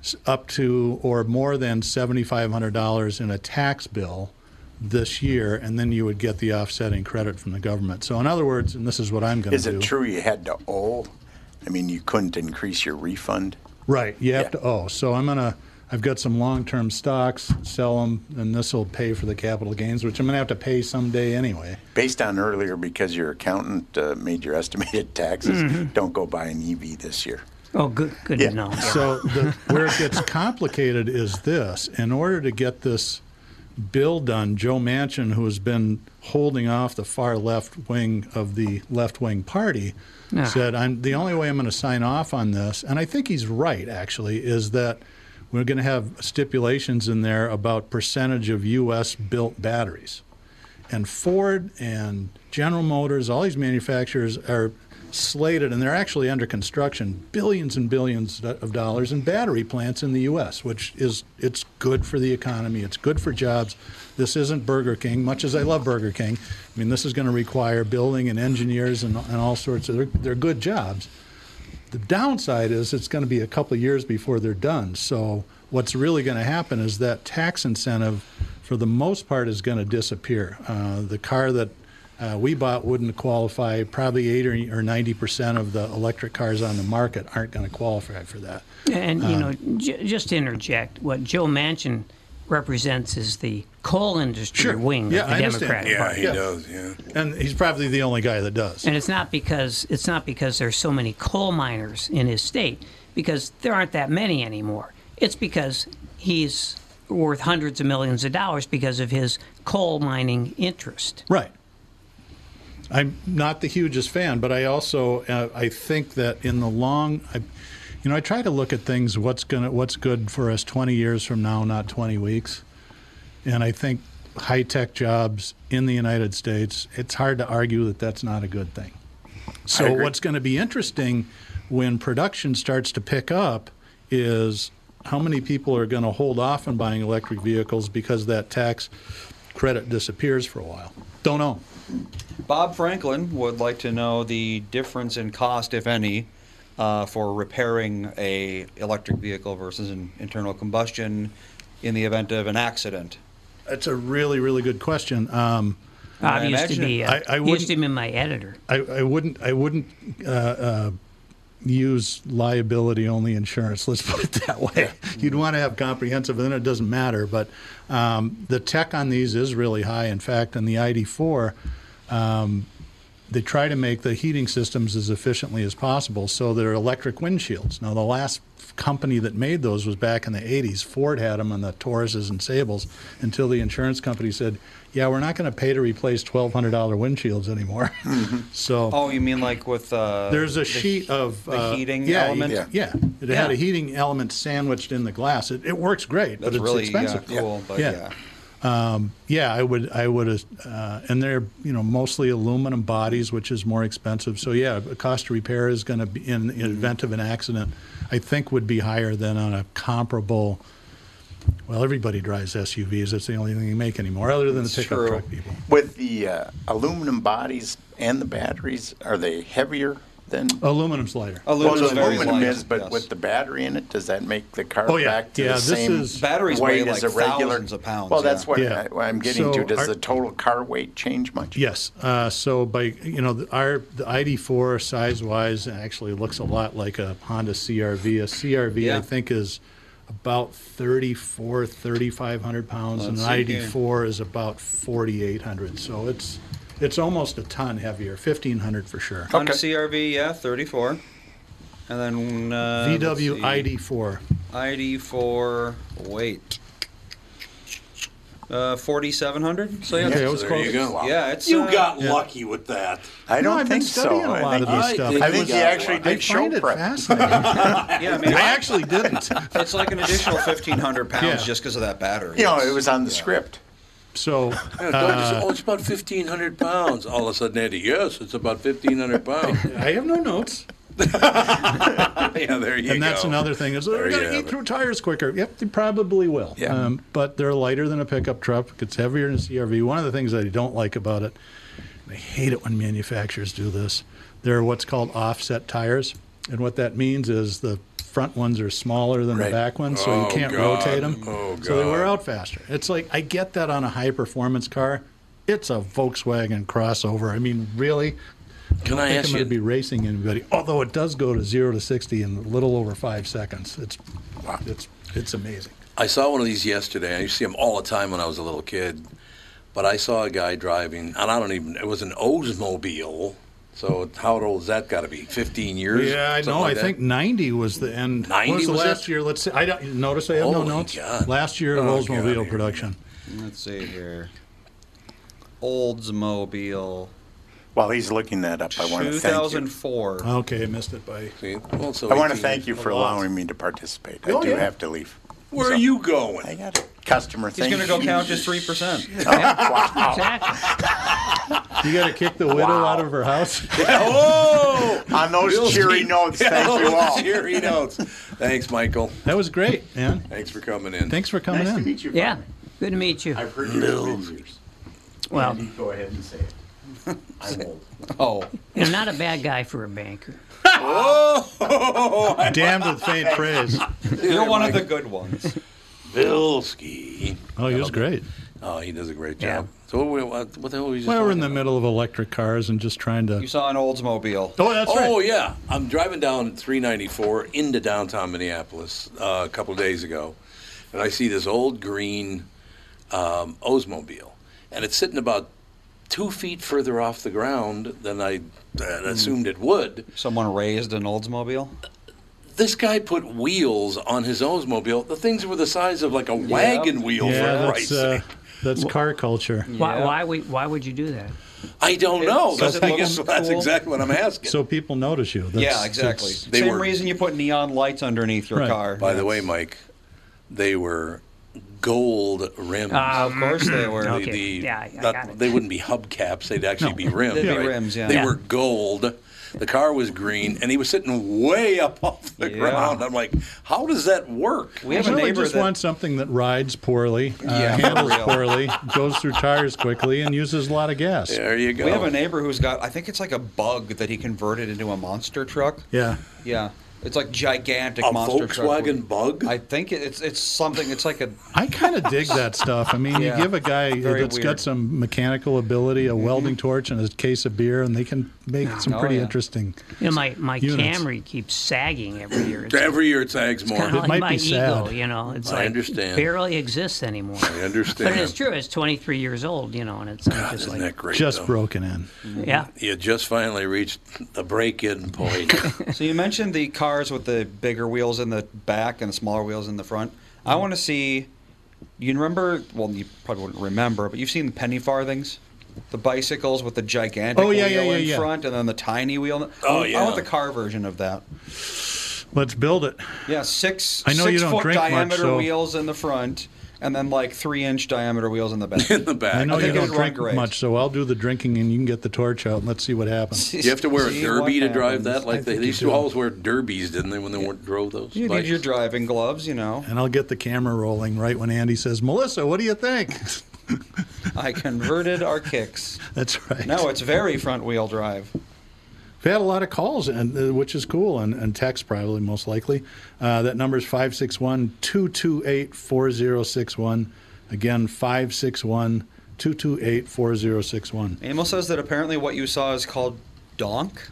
[SPEAKER 2] s- up to or more than $7,500 in a tax bill this year, and then you would get the offsetting credit from the government. So, in other words, and this is what I'm going
[SPEAKER 3] Is
[SPEAKER 2] to do.
[SPEAKER 3] it true you had to owe? I mean, you couldn't increase your refund?
[SPEAKER 2] Right. You have
[SPEAKER 3] Yeah.
[SPEAKER 2] to owe. So, I'm going to. I've got some long-term stocks, sell them, and this will pay for the capital gains, which I'm going to have to pay someday anyway.
[SPEAKER 3] Based on earlier, because your accountant uh, made your [laughs] estimated taxes,
[SPEAKER 4] Mm-hmm.
[SPEAKER 3] don't go buy an EV this year.
[SPEAKER 5] Oh, good, good
[SPEAKER 3] Yeah.
[SPEAKER 5] to know.
[SPEAKER 2] So the, where it gets complicated is this: in order to get this bill done, Joe Manchin, who has been holding off the far left wing of the left wing party, said, "I'm the only way I'm going to sign off on this." And I think he's right. Actually, is that we're going to have stipulations in there about percentage of U.S. built batteries and Ford and General Motors, all these manufacturers are slated, and they're actually under construction, billions and billions do- of dollars in battery plants in the U.S., which is it's good for the economy, it's good for jobs. This isn't Burger King, much as I love Burger King. I mean, this is going to require building and engineers and, and all sorts of they're, they're good jobs. The downside is it's going to be a couple of years before they're done. So what's really going to happen is that tax incentive, for the most part, is going to disappear. Uh, the car that uh, we bought wouldn't qualify. Probably eight or ninety percent of the electric cars on the market aren't going to qualify for that. Uh,
[SPEAKER 5] And
[SPEAKER 4] Uh.
[SPEAKER 5] you know, j- just to interject, what Joe Manchin represents is the coal industry
[SPEAKER 2] Sure.
[SPEAKER 5] wing
[SPEAKER 2] Yeah,
[SPEAKER 5] of the
[SPEAKER 2] I understand.
[SPEAKER 5] Democratic
[SPEAKER 2] Yeah,
[SPEAKER 5] Party.
[SPEAKER 2] he Yeah.
[SPEAKER 1] does, yeah.
[SPEAKER 2] And he's probably the only guy that does.
[SPEAKER 5] And it's not because it's not because there's so many coal miners in his state, because there aren't that many anymore. It's because he's worth hundreds of millions of dollars because of his coal mining interest.
[SPEAKER 2] Right. I'm not the hugest fan, but I also uh, I think that in the long, I, you know, I try to look at things what's gonna what's good for us 20 years from now, not 20 weeks. And I think high tech jobs in the United States, it's hard to argue that that's not a good thing. So what's going to be interesting when production starts to pick up is how many people are going to hold off on buying electric vehicles because that tax credit disappears for a while. Don't know.
[SPEAKER 4] Bob Franklin would like to know the difference in cost, if any, uh, for repairing a electric vehicle versus an internal combustion in the event of an accident.
[SPEAKER 2] That's a really, really good question. Um,
[SPEAKER 5] Bob
[SPEAKER 4] I
[SPEAKER 5] used to
[SPEAKER 4] imagine
[SPEAKER 5] be.
[SPEAKER 2] it-
[SPEAKER 5] Uh,
[SPEAKER 2] I- I
[SPEAKER 5] he used
[SPEAKER 2] wouldn't-
[SPEAKER 5] to be my editor.
[SPEAKER 2] I, I wouldn't I wouldn't uh, uh, use liability only insurance. Let's put it that way. You'd want to have comprehensive, and then it doesn't matter. But um, the tech on these is really high. In fact, on the ID4, um, they try to make the heating systems as efficiently as possible. So they're electric windshields. Now, the last company that made those was back in the 80s. Ford had them on the Tauruses and Sables until the insurance company said, yeah, we're not going to pay to replace $1,200 windshields anymore. [laughs] so
[SPEAKER 4] Oh, you mean like with uh,
[SPEAKER 2] there's a
[SPEAKER 4] the-
[SPEAKER 2] sheet of
[SPEAKER 4] the
[SPEAKER 2] uh,
[SPEAKER 4] heating
[SPEAKER 2] yeah,
[SPEAKER 4] element?
[SPEAKER 2] Yeah, yeah. it had a heating element sandwiched in the glass. It, it works great, but
[SPEAKER 4] That's
[SPEAKER 2] it's
[SPEAKER 4] really yeah,
[SPEAKER 2] expensive.
[SPEAKER 4] cool, but
[SPEAKER 2] Yeah. Um,
[SPEAKER 4] yeah.
[SPEAKER 2] Yeah, I would, I would, uh, and they're you know mostly aluminum bodies, which is more expensive. So yeah, the cost to repair is going to be in,
[SPEAKER 4] Mm-hmm.
[SPEAKER 2] in event of an accident. I think would be higher than on a comparable. Well, everybody drives SUVs. That's the only thing you make anymore, other than the
[SPEAKER 4] It's
[SPEAKER 2] pickup
[SPEAKER 4] true.
[SPEAKER 2] truck people.
[SPEAKER 3] With the uh, aluminum bodies and the batteries, are they heavier than?
[SPEAKER 2] Aluminum's lighter.
[SPEAKER 4] Aluminum
[SPEAKER 3] well,
[SPEAKER 4] is
[SPEAKER 3] the
[SPEAKER 4] very
[SPEAKER 3] aluminum
[SPEAKER 4] light,
[SPEAKER 3] is, but
[SPEAKER 4] yes.
[SPEAKER 3] with the battery in it, does that make the car
[SPEAKER 2] Oh, yeah.
[SPEAKER 3] back to
[SPEAKER 2] Yeah,
[SPEAKER 3] the
[SPEAKER 2] this
[SPEAKER 3] same
[SPEAKER 2] is-
[SPEAKER 4] Batteries
[SPEAKER 3] weight
[SPEAKER 4] weigh,
[SPEAKER 3] as
[SPEAKER 4] like,
[SPEAKER 3] a regular?
[SPEAKER 4] thousands of pounds,
[SPEAKER 3] Well, that's
[SPEAKER 4] yeah.
[SPEAKER 3] what,
[SPEAKER 2] Yeah.
[SPEAKER 3] I, what I'm getting
[SPEAKER 2] So
[SPEAKER 3] to. Does
[SPEAKER 2] our-
[SPEAKER 3] the total car weight change much?
[SPEAKER 2] Yes. Uh, so by you know the, our the ID4 size wise actually looks a lot like a Honda CRV. A CRV I
[SPEAKER 4] Yeah.
[SPEAKER 2] think is about 34 3500 pounds and an
[SPEAKER 4] Let's see here.
[SPEAKER 2] ID4 is about 4800. So it's it's almost a ton heavier, 1500 for sure.
[SPEAKER 4] Honda
[SPEAKER 3] Okay.
[SPEAKER 4] CRV, yeah, 34. And then uh, let's
[SPEAKER 2] VW
[SPEAKER 4] see.
[SPEAKER 2] ID4.
[SPEAKER 4] ID for wait. Uh, 4700. So yeah,
[SPEAKER 1] Okay,
[SPEAKER 4] it's-
[SPEAKER 2] was
[SPEAKER 1] there you
[SPEAKER 2] close.
[SPEAKER 1] go.
[SPEAKER 4] yeah, it's
[SPEAKER 11] You
[SPEAKER 4] uh,
[SPEAKER 11] got lucky with that.
[SPEAKER 3] I
[SPEAKER 2] No,
[SPEAKER 3] don't
[SPEAKER 2] I've been
[SPEAKER 3] think so.
[SPEAKER 2] studying a lot
[SPEAKER 3] I think,
[SPEAKER 2] of this
[SPEAKER 11] I
[SPEAKER 2] stuff.
[SPEAKER 11] think
[SPEAKER 3] I
[SPEAKER 11] you
[SPEAKER 3] think he
[SPEAKER 11] got
[SPEAKER 3] actually
[SPEAKER 11] lucky.
[SPEAKER 3] did
[SPEAKER 2] I
[SPEAKER 3] show
[SPEAKER 2] find it
[SPEAKER 3] prep.
[SPEAKER 2] fascinating.
[SPEAKER 4] Yeah, I mean,
[SPEAKER 2] I actually didn't.
[SPEAKER 4] [laughs] it's like an
[SPEAKER 2] [laughs]
[SPEAKER 4] additional 1500 pounds
[SPEAKER 2] Yeah.
[SPEAKER 4] just because of that battery.
[SPEAKER 3] You know,
[SPEAKER 4] It's-
[SPEAKER 3] it was on the
[SPEAKER 4] yeah.
[SPEAKER 3] script.
[SPEAKER 2] So uh,
[SPEAKER 1] Yeah, don't you say, oh, it's about 1,500 pounds. All of a sudden, Eddie, yes, it's about 1,500 pounds.
[SPEAKER 2] I have no notes.
[SPEAKER 1] [laughs] yeah, there you
[SPEAKER 2] and
[SPEAKER 1] go.
[SPEAKER 2] that's another thing is uh,
[SPEAKER 1] There
[SPEAKER 2] they're
[SPEAKER 1] you
[SPEAKER 2] going to
[SPEAKER 1] have
[SPEAKER 2] eat
[SPEAKER 1] it.
[SPEAKER 2] through tires quicker. Yep, they probably will. Um,
[SPEAKER 3] Yeah.
[SPEAKER 2] but they're lighter than a pickup truck. It's heavier than a CRV. One of the things that I don't like about it, and I hate it when manufacturers do this. They're what's called offset tires, and what that means is the front ones are smaller than the
[SPEAKER 3] Right.
[SPEAKER 2] back ones, so
[SPEAKER 1] Oh,
[SPEAKER 2] you can't
[SPEAKER 1] God.
[SPEAKER 2] rotate them.
[SPEAKER 1] Oh,
[SPEAKER 2] So they wear
[SPEAKER 1] God.
[SPEAKER 2] out faster. It's like I get that on a high performance car. It's a Volkswagen crossover. I mean, really?
[SPEAKER 1] Can
[SPEAKER 2] I
[SPEAKER 1] I
[SPEAKER 2] think I'm
[SPEAKER 1] ask
[SPEAKER 2] going
[SPEAKER 1] you?
[SPEAKER 2] to be racing anybody. Although it does go to zero to sixty in a little over five seconds. It's it's it's amazing.
[SPEAKER 1] I saw one of these yesterday. I used to see them all the time when I was a little kid. But I saw a guy driving, and I don't even, it was an Oldsmobile. So how old has that got to be? 15 years?
[SPEAKER 2] Yeah, I
[SPEAKER 1] Something
[SPEAKER 2] know.
[SPEAKER 1] like
[SPEAKER 2] I
[SPEAKER 1] that?
[SPEAKER 2] think ninety was the end. what
[SPEAKER 1] 90
[SPEAKER 2] was the
[SPEAKER 1] was
[SPEAKER 2] last
[SPEAKER 1] it?
[SPEAKER 2] year? Let's see. I don't notice I have no
[SPEAKER 1] Holy
[SPEAKER 2] notes.
[SPEAKER 1] God.
[SPEAKER 2] Last year,
[SPEAKER 1] Oh, God,
[SPEAKER 2] Oldsmobile
[SPEAKER 1] here.
[SPEAKER 2] production.
[SPEAKER 4] Let's see here. Oldsmobile
[SPEAKER 3] While he's looking that up, I want to thank you.
[SPEAKER 4] 2004.
[SPEAKER 2] Okay, I missed it by.
[SPEAKER 1] See, well, so
[SPEAKER 3] I want to
[SPEAKER 1] 18
[SPEAKER 3] thank you for
[SPEAKER 2] A lot.
[SPEAKER 3] allowing me to participate.
[SPEAKER 2] Oh,
[SPEAKER 3] I do
[SPEAKER 2] yeah.
[SPEAKER 3] have to leave.
[SPEAKER 1] Where
[SPEAKER 3] So,
[SPEAKER 1] are you
[SPEAKER 3] I
[SPEAKER 1] going?
[SPEAKER 3] got it. Customer,
[SPEAKER 4] He's
[SPEAKER 3] thank
[SPEAKER 4] going to go
[SPEAKER 3] you.
[SPEAKER 4] count his 3%.
[SPEAKER 5] Exactly.
[SPEAKER 2] You got to kick the widow out of her
[SPEAKER 1] [laughs]
[SPEAKER 2] house.
[SPEAKER 1] oh!
[SPEAKER 3] On those cheery
[SPEAKER 1] [laughs]
[SPEAKER 3] notes, thank you all.
[SPEAKER 1] Cheery notes. Thanks, Michael.
[SPEAKER 2] that was great, man.
[SPEAKER 1] Thanks for coming in.
[SPEAKER 2] Thanks for coming
[SPEAKER 3] Nice to
[SPEAKER 2] in. Mm.
[SPEAKER 3] meet you.
[SPEAKER 5] Yeah.
[SPEAKER 3] Bob.
[SPEAKER 5] Good to meet you.
[SPEAKER 3] I've heard you for years.
[SPEAKER 2] [laughs]
[SPEAKER 5] Well,
[SPEAKER 3] You go ahead and say it. I'm old.
[SPEAKER 4] Oh,
[SPEAKER 5] you're not a bad guy for a banker.
[SPEAKER 2] [laughs] Damned with faint praise.
[SPEAKER 4] you're one of the good ones.
[SPEAKER 1] Bilski.
[SPEAKER 2] Oh, he was great.
[SPEAKER 1] Oh, he does a great
[SPEAKER 5] Yeah.
[SPEAKER 1] job. So what, were- what, what the hell were you just
[SPEAKER 2] Well, we're in the
[SPEAKER 1] talking about?
[SPEAKER 2] middle of electric cars and just trying
[SPEAKER 4] You
[SPEAKER 2] to.
[SPEAKER 4] saw an Oldsmobile.
[SPEAKER 2] Oh, that's right.
[SPEAKER 1] oh yeah, I'm driving down 394 into downtown Minneapolis uh, a couple of days ago, and I see this old green um, Oldsmobile, and it's sitting about two feet further off the ground than I uh,
[SPEAKER 2] Hmm.
[SPEAKER 1] assumed it would.
[SPEAKER 4] Someone raised an Oldsmobile.
[SPEAKER 1] This guy put wheels on his Oldsmobile. The things were the size of like a wagon wheel
[SPEAKER 2] Yeah,
[SPEAKER 1] for
[SPEAKER 2] that's
[SPEAKER 1] Christ's
[SPEAKER 2] uh,
[SPEAKER 1] sake.
[SPEAKER 2] that's car culture.
[SPEAKER 5] Why,
[SPEAKER 4] Yeah.
[SPEAKER 5] why, we, why would you do that?
[SPEAKER 1] I don't know.
[SPEAKER 4] does
[SPEAKER 1] That's,
[SPEAKER 4] it
[SPEAKER 1] I
[SPEAKER 4] look
[SPEAKER 1] guess that's
[SPEAKER 4] cool?
[SPEAKER 1] exactly what I'm asking.
[SPEAKER 2] So people notice you. That's,
[SPEAKER 4] yeah, exactly.
[SPEAKER 2] that's-
[SPEAKER 1] They
[SPEAKER 4] Same
[SPEAKER 1] were-
[SPEAKER 4] reason you put neon lights underneath your
[SPEAKER 2] Right.
[SPEAKER 4] car.
[SPEAKER 1] By the way, Mike, they were gold rims.
[SPEAKER 5] Uh,
[SPEAKER 4] Ah, of course they were.
[SPEAKER 1] the-
[SPEAKER 5] Okay.
[SPEAKER 1] the-
[SPEAKER 5] Yeah, I- I
[SPEAKER 1] not-
[SPEAKER 5] got it.
[SPEAKER 1] They wouldn't be hubcaps. They'd actually be rims.
[SPEAKER 4] They'd be
[SPEAKER 1] right?
[SPEAKER 4] rims, yeah.
[SPEAKER 1] They
[SPEAKER 5] Yeah.
[SPEAKER 1] were gold. The car was green, and he was sitting way up [laughs] off the
[SPEAKER 4] Yeah.
[SPEAKER 1] ground. I'm like, how does that work?
[SPEAKER 4] We have a
[SPEAKER 2] Well, they
[SPEAKER 4] neighbor
[SPEAKER 2] just
[SPEAKER 4] that
[SPEAKER 2] want something that rides poorly, uh,
[SPEAKER 4] Yeah, for
[SPEAKER 2] handles
[SPEAKER 4] real.
[SPEAKER 2] poorly, goes through tires quickly, and uses a lot of gas.
[SPEAKER 1] There you go.
[SPEAKER 4] we have a neighbor who's got. I think it's like a bug that he converted into a monster truck.
[SPEAKER 2] Yeah.
[SPEAKER 4] Yeah. It's like gigantic
[SPEAKER 1] A
[SPEAKER 4] monster truck
[SPEAKER 1] Volkswagen
[SPEAKER 4] with-
[SPEAKER 1] Bug?
[SPEAKER 4] I think it- it's it's something. It's like a [laughs]
[SPEAKER 2] I kind of dig that stuff. I mean,
[SPEAKER 4] Yeah.
[SPEAKER 2] you give a guy
[SPEAKER 4] Very
[SPEAKER 2] that's
[SPEAKER 4] weird.
[SPEAKER 2] got some mechanical ability, a welding torch, and a case of beer, and they can make some
[SPEAKER 4] Oh,
[SPEAKER 2] pretty
[SPEAKER 4] yeah.
[SPEAKER 2] interesting.
[SPEAKER 5] You know, my, my
[SPEAKER 2] Units.
[SPEAKER 5] Camry keeps sagging every year.
[SPEAKER 1] [laughs]
[SPEAKER 5] It's
[SPEAKER 1] Every year it sags more.
[SPEAKER 5] kind of
[SPEAKER 2] It
[SPEAKER 5] like
[SPEAKER 2] might
[SPEAKER 5] my
[SPEAKER 2] be
[SPEAKER 5] ego,
[SPEAKER 2] sad.
[SPEAKER 5] you know. It's
[SPEAKER 1] I
[SPEAKER 5] like
[SPEAKER 1] understand.
[SPEAKER 5] barely exists anymore.
[SPEAKER 1] I
[SPEAKER 5] But
[SPEAKER 1] understand.
[SPEAKER 5] it's true. It's 23 years old, you know, and it's I'm just
[SPEAKER 1] Isn't
[SPEAKER 5] like,
[SPEAKER 1] that great?
[SPEAKER 2] Just
[SPEAKER 1] though? Mm-hmm.
[SPEAKER 2] broken in.
[SPEAKER 5] yeah.
[SPEAKER 1] You just finally reached the break-in point.
[SPEAKER 4] [laughs] So you mentioned the cars with the bigger wheels in the back and the smaller wheels in the front. I
[SPEAKER 2] Mm-hmm.
[SPEAKER 4] want to see. You remember? Well, you probably wouldn't remember, but you've seen the penny farthings, the bicycles with the gigantic
[SPEAKER 2] Oh, yeah, yeah,
[SPEAKER 4] wheel
[SPEAKER 2] yeah,
[SPEAKER 4] in
[SPEAKER 2] yeah.
[SPEAKER 4] front and then the tiny wheel.
[SPEAKER 1] Oh,
[SPEAKER 4] I
[SPEAKER 1] yeah.
[SPEAKER 4] want the car version of that.
[SPEAKER 2] Let's build it.
[SPEAKER 4] Yeah, six
[SPEAKER 2] I know you
[SPEAKER 4] six
[SPEAKER 2] don't
[SPEAKER 4] foot
[SPEAKER 2] drink much,
[SPEAKER 4] diameter
[SPEAKER 2] so-
[SPEAKER 4] wheels in the front, and then like three inch diameter wheels in the
[SPEAKER 2] [laughs]
[SPEAKER 4] back.
[SPEAKER 1] in the back.
[SPEAKER 2] I know
[SPEAKER 4] I
[SPEAKER 2] you
[SPEAKER 4] think it
[SPEAKER 2] don't
[SPEAKER 4] would run
[SPEAKER 2] drink
[SPEAKER 4] Uh, great.
[SPEAKER 2] much, so I'll do the drinking, and you can get the torch out, and let's see
[SPEAKER 4] [laughs]
[SPEAKER 2] what happens.
[SPEAKER 1] Do you have to wear a
[SPEAKER 4] See
[SPEAKER 1] derby
[SPEAKER 4] what
[SPEAKER 1] to
[SPEAKER 4] happens.
[SPEAKER 1] drive that? Like they,
[SPEAKER 2] think
[SPEAKER 1] they used
[SPEAKER 2] you
[SPEAKER 1] to
[SPEAKER 2] do.
[SPEAKER 1] always wear derbies, didn't they, when they weren't, drove those?
[SPEAKER 4] You need
[SPEAKER 1] bikes?
[SPEAKER 4] your driving gloves, you know.
[SPEAKER 2] And I'll get the camera rolling right when Andy says, "Melissa, what do you think?" [laughs]
[SPEAKER 4] I converted our kicks.
[SPEAKER 2] That's [laughs] right.
[SPEAKER 4] Now it's very front wheel drive.
[SPEAKER 2] We had a lot of calls, and uh, which is cool, and, and text probably most likely. Uh, that number is 561 228 4061. Again, 561 228 4061.
[SPEAKER 4] Emil says that apparently what you saw is called donk.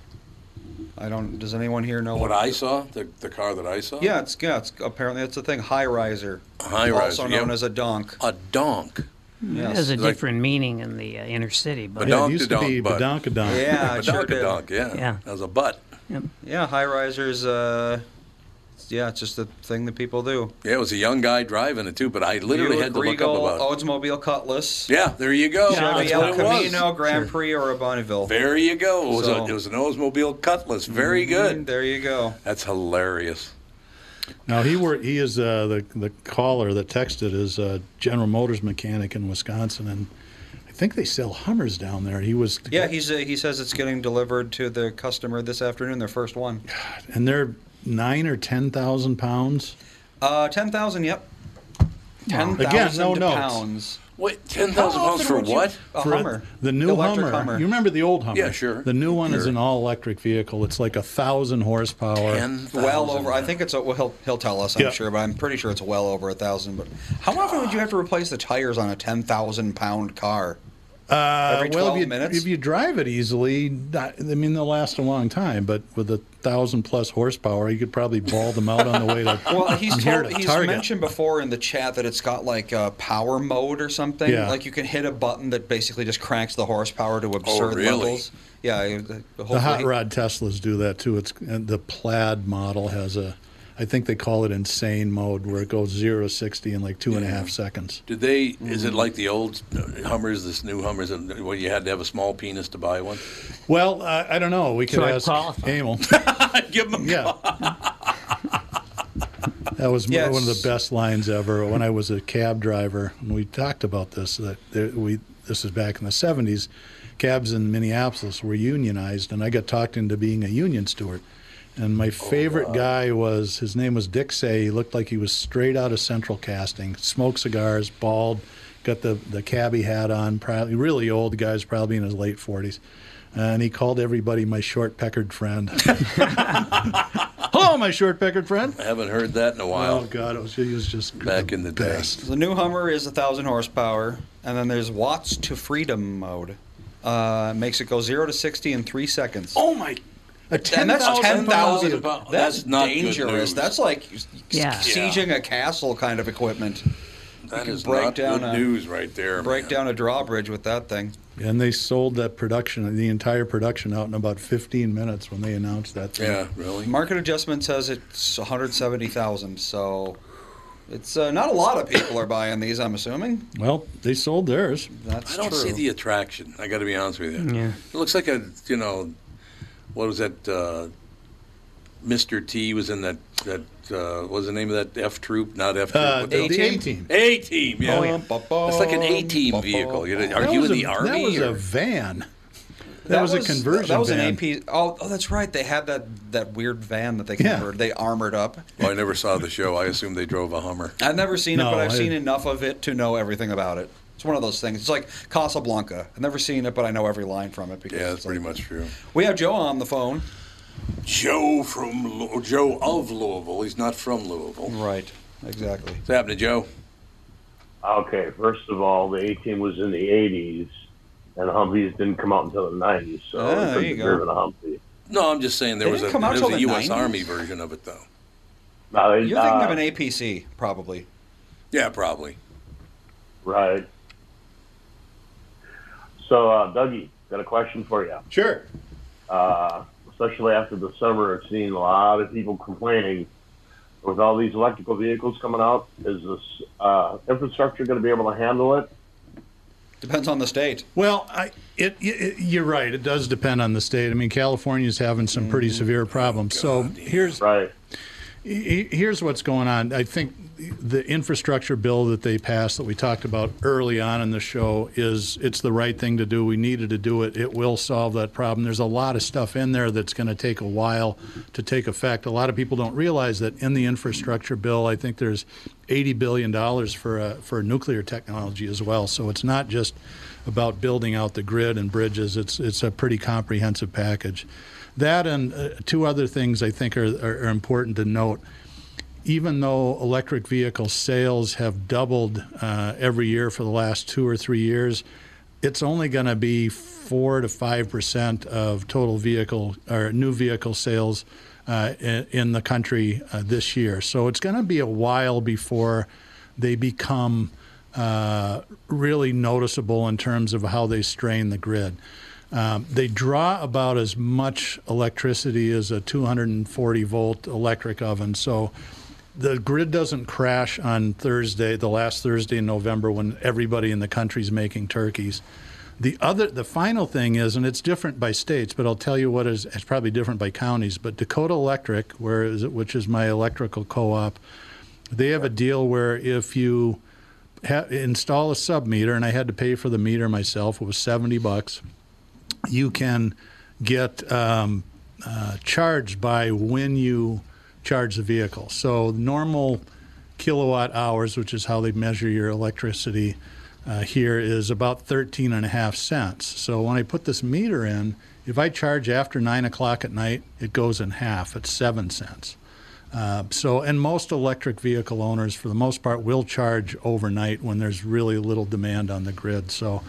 [SPEAKER 4] I don't. Does anyone here know
[SPEAKER 1] What I saw, the, the car that I saw?
[SPEAKER 4] Yeah, it's yeah. It's apparently it's a thing. High riser.
[SPEAKER 1] High
[SPEAKER 4] Also
[SPEAKER 1] riser,
[SPEAKER 4] known
[SPEAKER 1] yep.
[SPEAKER 4] as a donk.
[SPEAKER 1] A donk.
[SPEAKER 5] Hmm, It has a
[SPEAKER 1] like-
[SPEAKER 5] different meaning in the uh, inner city, but
[SPEAKER 1] Yeah.
[SPEAKER 2] it used to be
[SPEAKER 1] Badonkadonk,
[SPEAKER 2] Badonkadonk.
[SPEAKER 4] Yeah,
[SPEAKER 1] a
[SPEAKER 4] it sure
[SPEAKER 1] donk, a
[SPEAKER 4] did.
[SPEAKER 1] donk, yeah.
[SPEAKER 5] Yeah.
[SPEAKER 1] That was a butt.
[SPEAKER 4] Yeah, high risers. Uh, yeah, it's just a thing that people do.
[SPEAKER 1] Yeah, it was a young guy driving it too, but I literally
[SPEAKER 4] Buick
[SPEAKER 1] had to look
[SPEAKER 4] Regal,
[SPEAKER 1] up about it.
[SPEAKER 4] Oldsmobile Cutlass.
[SPEAKER 1] Yeah, there you go.
[SPEAKER 4] Chevy
[SPEAKER 1] That's
[SPEAKER 4] El
[SPEAKER 1] what it was.
[SPEAKER 4] Camino Grand Prix or a Bonneville.
[SPEAKER 1] There you go. It was,
[SPEAKER 4] So- Mm-hmm,
[SPEAKER 1] a, it was an Oldsmobile Cutlass. Very good.
[SPEAKER 4] There you go.
[SPEAKER 1] That's hilarious.
[SPEAKER 2] Now, he were he is uh, the, the caller that texted is uh, General Motors mechanic in Wisconsin, and I think they sell Hummers down there. He was
[SPEAKER 4] Yeah, he's uh, he says it's getting delivered to the customer this afternoon. Their first one.
[SPEAKER 2] and they're nine or 10,000 pounds.
[SPEAKER 4] Uh, ten thousand. Yep. Ten
[SPEAKER 2] Again, no
[SPEAKER 4] thousand
[SPEAKER 2] notes.
[SPEAKER 4] pounds.
[SPEAKER 1] Wait, 10,000
[SPEAKER 4] How
[SPEAKER 1] pounds
[SPEAKER 4] often
[SPEAKER 1] for
[SPEAKER 4] would you-
[SPEAKER 1] what?
[SPEAKER 4] A
[SPEAKER 2] For
[SPEAKER 4] Hummer.
[SPEAKER 2] The new
[SPEAKER 4] Electric
[SPEAKER 2] Hummer. You remember the old Hummer?
[SPEAKER 1] Yeah, sure.
[SPEAKER 2] The new one is
[SPEAKER 1] Sure.
[SPEAKER 2] an all electric vehicle. It's like a thousand horsepower.
[SPEAKER 1] 10,000.
[SPEAKER 4] well over. I think it's. A, well, he'll, he'll tell us. I'm
[SPEAKER 2] Yeah.
[SPEAKER 4] sure, but I'm pretty sure it's well over a thousand. But how often would you have to replace the tires on a ten thousand pound car?
[SPEAKER 2] Uh,
[SPEAKER 4] Every
[SPEAKER 2] well,
[SPEAKER 4] 12
[SPEAKER 2] if you,
[SPEAKER 4] minutes?
[SPEAKER 2] If you drive it easily, not, I mean, they'll last a long time. But with a thousand plus horsepower, you could probably ball them out on the way to.
[SPEAKER 4] [laughs] Well, he's
[SPEAKER 2] from here
[SPEAKER 4] told,
[SPEAKER 2] to
[SPEAKER 4] he's
[SPEAKER 2] Target.
[SPEAKER 4] mentioned before in the chat that it's got like a power mode or something.
[SPEAKER 2] Yeah.
[SPEAKER 4] Like you can hit a button that basically just cranks the horsepower to absurd
[SPEAKER 1] Oh, really?
[SPEAKER 4] levels. Yeah. I- The,
[SPEAKER 2] the hot
[SPEAKER 4] hopefully-
[SPEAKER 2] rod Teslas do that too. It's and the plaid model has a, I think they call it insane mode, where it goes zero to sixty in like two and a half seconds.
[SPEAKER 1] Did they? Is
[SPEAKER 4] Mm-hmm.
[SPEAKER 1] it like the old Hummers, this new Hummers, and where you had to have a small penis to buy one?
[SPEAKER 2] Well, uh, I don't know. We could
[SPEAKER 5] So I
[SPEAKER 2] ask
[SPEAKER 5] qualify.
[SPEAKER 4] [laughs]
[SPEAKER 2] Emil.
[SPEAKER 1] Give them.
[SPEAKER 2] Yeah. that was
[SPEAKER 4] Yeah,
[SPEAKER 2] one of the
[SPEAKER 4] it's-
[SPEAKER 2] best lines ever when I was a cab driver. And we talked about this that there, we this is back in the 70s. Cabs in Minneapolis were unionized, and I got talked into being a union steward. And my favorite guy was his name was Dick Say. He looked like he was straight out of Central Casting, smoked cigars, bald, got the, the cabbie hat on, probably really old the guy's probably in his late 40s. And he called everybody my short peckered friend. [laughs] Hello, my short peckered friend.
[SPEAKER 1] I haven't heard that in a while.
[SPEAKER 2] Oh God, it was, it was just
[SPEAKER 1] Back in the day.
[SPEAKER 2] best.
[SPEAKER 4] The new Hummer is 1,000 horsepower, and then there's watts to freedom mode. Uh, makes it go 0 to 60 in 3 seconds.
[SPEAKER 2] Oh my, a
[SPEAKER 4] and
[SPEAKER 2] ten
[SPEAKER 4] that's
[SPEAKER 2] thousand
[SPEAKER 4] 10,000. That's,
[SPEAKER 1] pounds. That's not good
[SPEAKER 4] dangerous.
[SPEAKER 1] news.
[SPEAKER 4] That's like
[SPEAKER 5] Yeah.
[SPEAKER 4] sieging a castle kind of equipment.
[SPEAKER 1] That is
[SPEAKER 4] break
[SPEAKER 1] not
[SPEAKER 4] down
[SPEAKER 1] good
[SPEAKER 4] a-
[SPEAKER 1] news right there.
[SPEAKER 4] Break
[SPEAKER 1] man.
[SPEAKER 4] down a drawbridge with that thing.
[SPEAKER 2] And they sold that production, the entire production, out in about fifteen minutes when they announced that. Thing.
[SPEAKER 1] Yeah, really.
[SPEAKER 4] Market adjustment says it's 170,000, so it's uh, not a lot of people are buying these, I'm assuming.
[SPEAKER 2] Well, they sold theirs.
[SPEAKER 4] That's
[SPEAKER 1] I don't
[SPEAKER 4] true.
[SPEAKER 1] see the attraction. I got to be honest with you.
[SPEAKER 5] Yeah.
[SPEAKER 1] It looks like a you know, what was that? Uh, Mr. T was in that that uh, what was the name of that F troop? Not F troop.
[SPEAKER 2] Uh,
[SPEAKER 1] what the
[SPEAKER 2] the
[SPEAKER 1] hell-
[SPEAKER 4] A-team?
[SPEAKER 2] A team.
[SPEAKER 1] A team. Yeah.
[SPEAKER 4] Oh, yeah. Ba-bum,
[SPEAKER 1] It's like an A team
[SPEAKER 4] ba-bum.
[SPEAKER 1] vehicle. You know,
[SPEAKER 2] That
[SPEAKER 1] Are you
[SPEAKER 2] was
[SPEAKER 1] in
[SPEAKER 2] a-
[SPEAKER 1] the army?
[SPEAKER 2] That was
[SPEAKER 1] or-
[SPEAKER 2] a van. That, was, a conversion.
[SPEAKER 4] That was an
[SPEAKER 2] van.
[SPEAKER 4] AP. Oh, oh, that's right. They had that, that weird van that they
[SPEAKER 2] Yeah.
[SPEAKER 4] converted. They armored up.
[SPEAKER 1] Well, oh, I never saw the show. I assume they drove a Hummer.
[SPEAKER 4] I've never seen it,
[SPEAKER 2] No,
[SPEAKER 4] but I've
[SPEAKER 2] I-
[SPEAKER 4] seen enough of it to know everything about it. It's one of those things. It's like Casablanca. I've never seen it, but I know every line from it. Because
[SPEAKER 1] Yeah,
[SPEAKER 4] it's
[SPEAKER 1] that's pretty
[SPEAKER 4] like-
[SPEAKER 1] much true.
[SPEAKER 4] We have Joe on the phone.
[SPEAKER 1] Joe from Lou- Joe of Louisville. He's not from Louisville.
[SPEAKER 4] Right. Exactly.
[SPEAKER 1] What's happening, Joe?
[SPEAKER 11] Okay, first of all, the 18 was in the 80s, and Humvees didn't come out until the 90s, so
[SPEAKER 4] Ah,
[SPEAKER 11] I
[SPEAKER 4] there you
[SPEAKER 11] couldn't
[SPEAKER 4] go.
[SPEAKER 11] deserve a Humvee.
[SPEAKER 1] No, I'm just saying there
[SPEAKER 4] They
[SPEAKER 1] was a
[SPEAKER 4] didn't come out
[SPEAKER 1] there was
[SPEAKER 4] till
[SPEAKER 1] a
[SPEAKER 4] the
[SPEAKER 1] U.S.
[SPEAKER 4] 90s?
[SPEAKER 1] Army version of it though.
[SPEAKER 11] No, they-
[SPEAKER 4] You're thinking
[SPEAKER 11] uh,
[SPEAKER 4] of an APC, probably.
[SPEAKER 1] Yeah, probably.
[SPEAKER 11] Right. So, uh, Dougie, got a question for you.
[SPEAKER 10] Sure.
[SPEAKER 11] Uh, especially after the summer, I've seen a lot of people complaining with all these electrical vehicles coming out. Is this uh, infrastructure going to be able to handle it?
[SPEAKER 4] Depends on the state.
[SPEAKER 2] Well, I, it, it, you're right. It does depend on the state. I mean, California's having some pretty severe problems. so here's
[SPEAKER 11] Right.
[SPEAKER 2] he- here's what's going on. I think the infrastructure bill that they passed that we talked about early on in the show is it's the right thing to do. We needed to do it. It will solve that problem. There's a lot of stuff in there that's going to take a while to take effect. A lot of people don't realize that in the infrastructure bill, I think there's 80 billion dollars for uh, for nuclear technology as well. So it's not just about building out the grid and bridges. It's it's a pretty comprehensive package. That and uh, two other things I think are, are, are important to note. Even though electric vehicle sales have doubled uh, every year for the last two or three years, it's only going to be four to five percent of total vehicle or new vehicle sales uh, in, in the country uh, this year. So it's going to be a while before they become uh, really noticeable in terms of how they strain the grid. Um, they draw about as much electricity as a 240 volt electric oven. So the grid doesn't crash on Thursday, the last Thursday in November, when everybody in the country's making turkeys. The other, the final thing is, and it's different by states, but I'll tell you what is it's probably different by counties. But Dakota Electric, where is it, which is my electrical co-op, they have a deal where if you ha- install a sub meter, and I had to pay for the meter myself, it was seventy bucks you can get um, uh, charged by when you charge the vehicle. So normal kilowatt hours, which is how they measure your electricity uh, here, is about 13 and a half cents. So when I put this meter in, if I charge after nine o'clock at night, it goes in half. It's seven cents. Uh, so, and most electric vehicle owners, for the most part, will charge overnight when there's really little demand on the grid. So,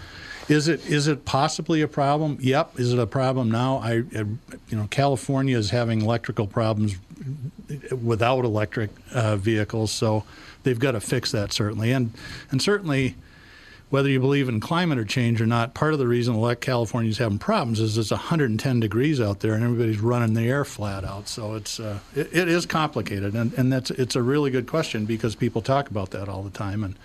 [SPEAKER 2] is it is it possibly a problem? Yep. Is it a problem now? I, I you know, California is having electrical problems without electric uh, vehicles, so they've got to fix that certainly, and and certainly. Whether you believe in climate or change or not, part of the reason elect California's having problems is it's 110 degrees out there and everybody's running the air flat out. So it's uh, it, it is complicated, and, and that's it's a really good question because people talk about that all the time, and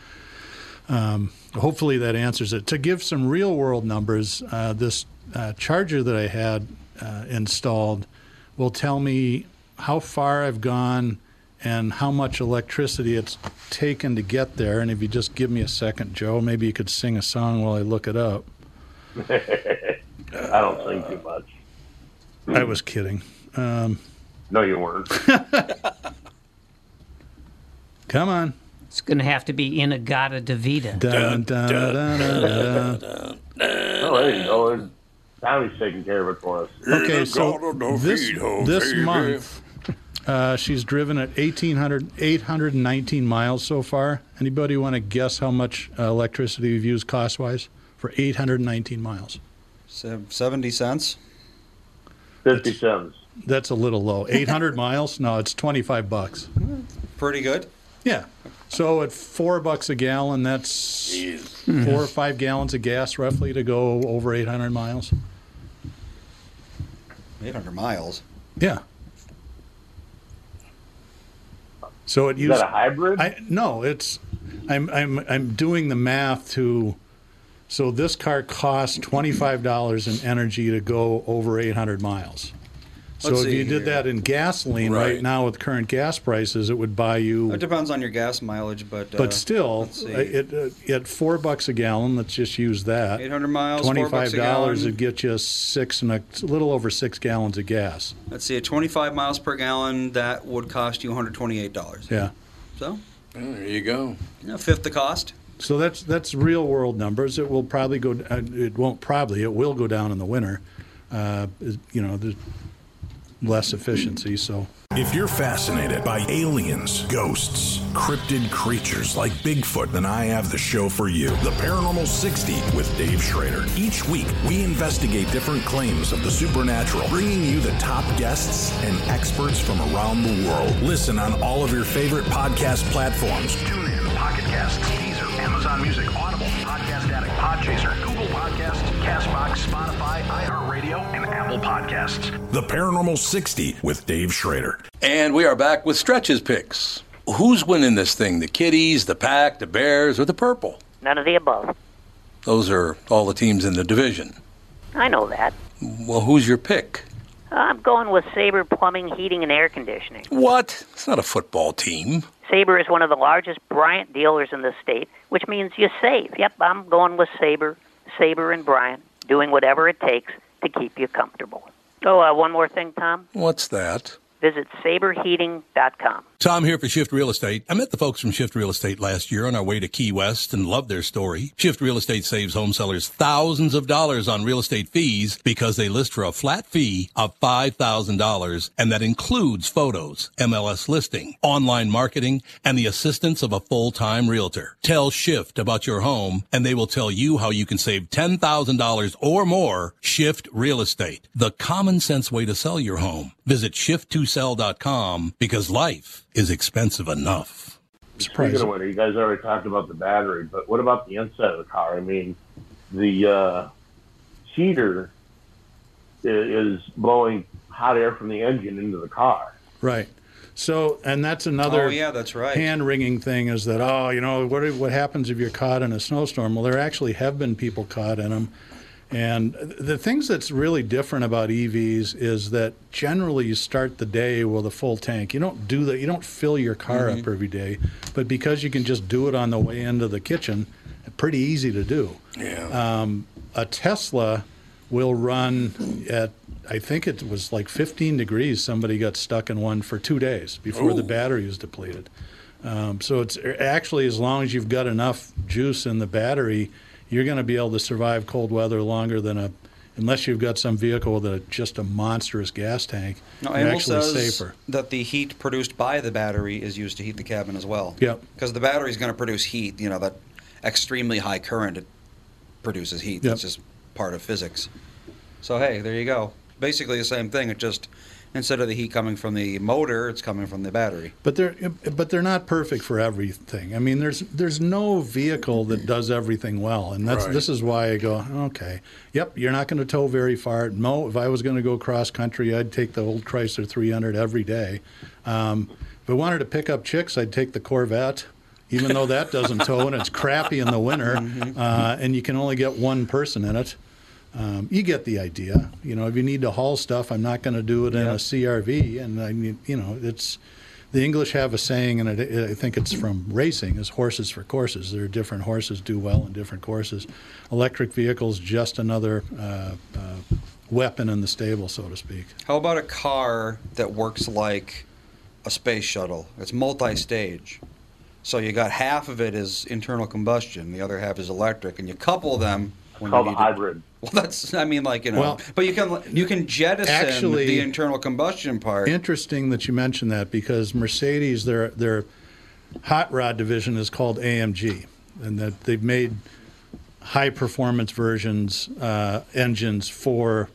[SPEAKER 2] Um, hopefully that answers it. To give some real world numbers, uh, this uh, charger that I had uh, installed will tell me how far I've gone and how much electricity it's taken to get there. And if you just give me a second, Joe, maybe you could sing a song while I look it up.
[SPEAKER 11] [laughs] I don't think too much.
[SPEAKER 2] I was kidding. Um,
[SPEAKER 11] No,
[SPEAKER 1] [laughs]
[SPEAKER 11] you weren't.
[SPEAKER 2] Come on.
[SPEAKER 5] It's going to have to be Inagata Davida.
[SPEAKER 2] Dun, dun, dun, dun, dun, dun.
[SPEAKER 11] no, there you go. Tommy's taking care of it for us.
[SPEAKER 2] Okay,
[SPEAKER 1] Gotta
[SPEAKER 2] so
[SPEAKER 1] know
[SPEAKER 2] this,
[SPEAKER 1] feed, oh,
[SPEAKER 2] this
[SPEAKER 1] baby.
[SPEAKER 2] month, uh, she's driven at 1,800, 819 miles so far. Anybody want to guess how much uh, electricity we've used cost wise for 819 miles?
[SPEAKER 4] Se- 70 cents.
[SPEAKER 11] 50 cents.
[SPEAKER 2] That's a little low. 800 miles? No, it's 25 bucks.
[SPEAKER 4] Pretty good.
[SPEAKER 2] Yeah. So at four bucks a gallon, that's four or five gallons of gas roughly to go over 800 miles.
[SPEAKER 4] 800 miles.
[SPEAKER 2] Yeah. So it
[SPEAKER 11] Is
[SPEAKER 2] used.
[SPEAKER 11] that a hybrid?
[SPEAKER 2] I no, it's I'm I'm I'm doing the math to so this car costs twenty five dollars in energy to go over eight hundred miles. So
[SPEAKER 4] Let's
[SPEAKER 2] if
[SPEAKER 4] see
[SPEAKER 2] you
[SPEAKER 4] here.
[SPEAKER 2] did that in gasoline right.
[SPEAKER 1] Right.
[SPEAKER 2] now with current gas prices, it would buy you.
[SPEAKER 4] It depends on your gas mileage, but. Uh,
[SPEAKER 2] But still,
[SPEAKER 4] let's see.
[SPEAKER 2] it, uh, it at four bucks a gallon. Let's just use that.
[SPEAKER 4] 800 miles, four
[SPEAKER 2] Twenty-five
[SPEAKER 4] bucks a
[SPEAKER 2] dollars
[SPEAKER 4] gallon.
[SPEAKER 2] would get you six and a, a little over six gallons of gas.
[SPEAKER 4] Let's see, at 25 miles per gallon, that would cost you $128.
[SPEAKER 2] Yeah.
[SPEAKER 4] So,
[SPEAKER 1] There you go.
[SPEAKER 4] you know, fifth the cost.
[SPEAKER 2] So that's that's real world numbers. It will probably go. uh, It won't probably. It will go down in the winter. Uh, is- you know, the, less efficiency. So
[SPEAKER 7] If you're fascinated by aliens, ghosts, cryptid creatures like Bigfoot, then I have the show for you The Paranormal 60 with Dave Schrader. Each week, we investigate different claims of the supernatural, bringing you the top guests and experts from around the world. Listen on all of your favorite podcast platforms.
[SPEAKER 8] TuneIn, Pocket Casts, Deezer, Amazon Music, Audible, Podcast Addict, Podchaser, Google Podcasts, Castbox, Spotify, iHeartRadio, and Apple Podcasts.
[SPEAKER 7] The Paranormal 60 with Dave Schrader.
[SPEAKER 1] And we are back with stretches picks. Who's winning this thing? The Kitties, the Pack, the Bears, or the Purple?
[SPEAKER 12] None of the above.
[SPEAKER 1] Those are all the teams in the division.
[SPEAKER 12] I know that.
[SPEAKER 1] Well, who's your pick?
[SPEAKER 12] I'm going with Sabre Plumbing, Heating, and Air Conditioning.
[SPEAKER 1] What? It's not a football team.
[SPEAKER 12] Sabre is one of the largest Bryant dealers in the state, which means you save. Yep, I'm going with Sabre, Sabre and Bryant, doing whatever it takes to keep you comfortable. Oh, uh, one more thing, Tom.
[SPEAKER 1] What's that?
[SPEAKER 12] Visit saberheating.com.
[SPEAKER 13] Tom here for Shift Real Estate. I met the folks from Shift Real Estate last year on our way to Key West and loved their story. Shift Real Estate saves home sellers thousands of dollars on real estate fees because they list for a flat fee of $5,000 and that includes photos, MLS listing, online marketing, and the assistance of a full-time realtor. Tell Shift about your home and they will tell you how you can save $10,000 or more. Shift Real Estate, the common sense way to sell your home. Visit shift2sell.com because life is expensive enough.
[SPEAKER 11] Speaking of winter, you guys already talked about the battery, but what about the inside of the car? I mean, the uh, heater i- is blowing hot air from the engine into the car.
[SPEAKER 2] Right. So, and that's another
[SPEAKER 4] Oh, yeah, that's right.
[SPEAKER 2] hand wringing thing is that, oh, you know, what, what happens if you're caught in a snowstorm? Well, there actually have been people caught in them. And the things that's really different about EVs is that generally you start the day with a full tank. You don't do that, you don't fill your car up every day. But because you can just do it on the way into the kitchen, pretty easy to do. Yeah. Um, a Tesla will run at I think it was like 15 degrees. Somebody got stuck in one for two days before the
[SPEAKER 14] Ooh.
[SPEAKER 2] battery was depleted. Um, so it's actually as long as you've got enough juice in the battery, you're going to be able to survive cold weather longer than a unless you've got some vehicle with a, just a monstrous gas tank.
[SPEAKER 4] No,
[SPEAKER 2] you're
[SPEAKER 4] Amble
[SPEAKER 2] actually
[SPEAKER 4] says
[SPEAKER 2] safer.
[SPEAKER 4] that the heat produced by the battery is used to heat the cabin as well.
[SPEAKER 2] Yep.
[SPEAKER 4] Because the battery is going to produce heat, you know, that extremely high current it produces heat. That's just part of physics. So, hey, there you go. Basically the same thing. It just, instead of the heat coming from the motor, it's coming from the battery.
[SPEAKER 2] But they're but they're not perfect for everything. I mean, there's there's no vehicle that does everything well, and that's
[SPEAKER 14] Right.
[SPEAKER 2] this is why I go okay. Yep, you're not going to tow very far. No, if I was going to go cross country, I'd take the old Chrysler 300 every day. Um, if I wanted to pick up chicks, I'd take the Corvette, even though that doesn't tow and it's crappy in the winter, uh, and you can only get one person in it. Um, you get the idea. You know, if you need to haul stuff, I'm not going to do it in a CRV. And I need, you know, it's the English have a saying, and it, I think it's from racing: is horses for courses. There are different horses do well in different courses. Electric vehicles just another uh, uh, weapon in the stable, so to speak.
[SPEAKER 4] How about a car that works like a space shuttle? It's multi-stage. So you got half of it is internal combustion, the other half is electric, and you couple them. When
[SPEAKER 11] Called
[SPEAKER 4] you need to-
[SPEAKER 11] hybrid.
[SPEAKER 4] [laughs] Well, that's I mean, like you know,
[SPEAKER 2] Well,
[SPEAKER 4] but you can you can jettison
[SPEAKER 2] actually-
[SPEAKER 4] the internal combustion part.
[SPEAKER 2] Interesting that you mentioned that because Mercedes, their their hot rod division is called AMG, and that they've made high performance versions uh, engines for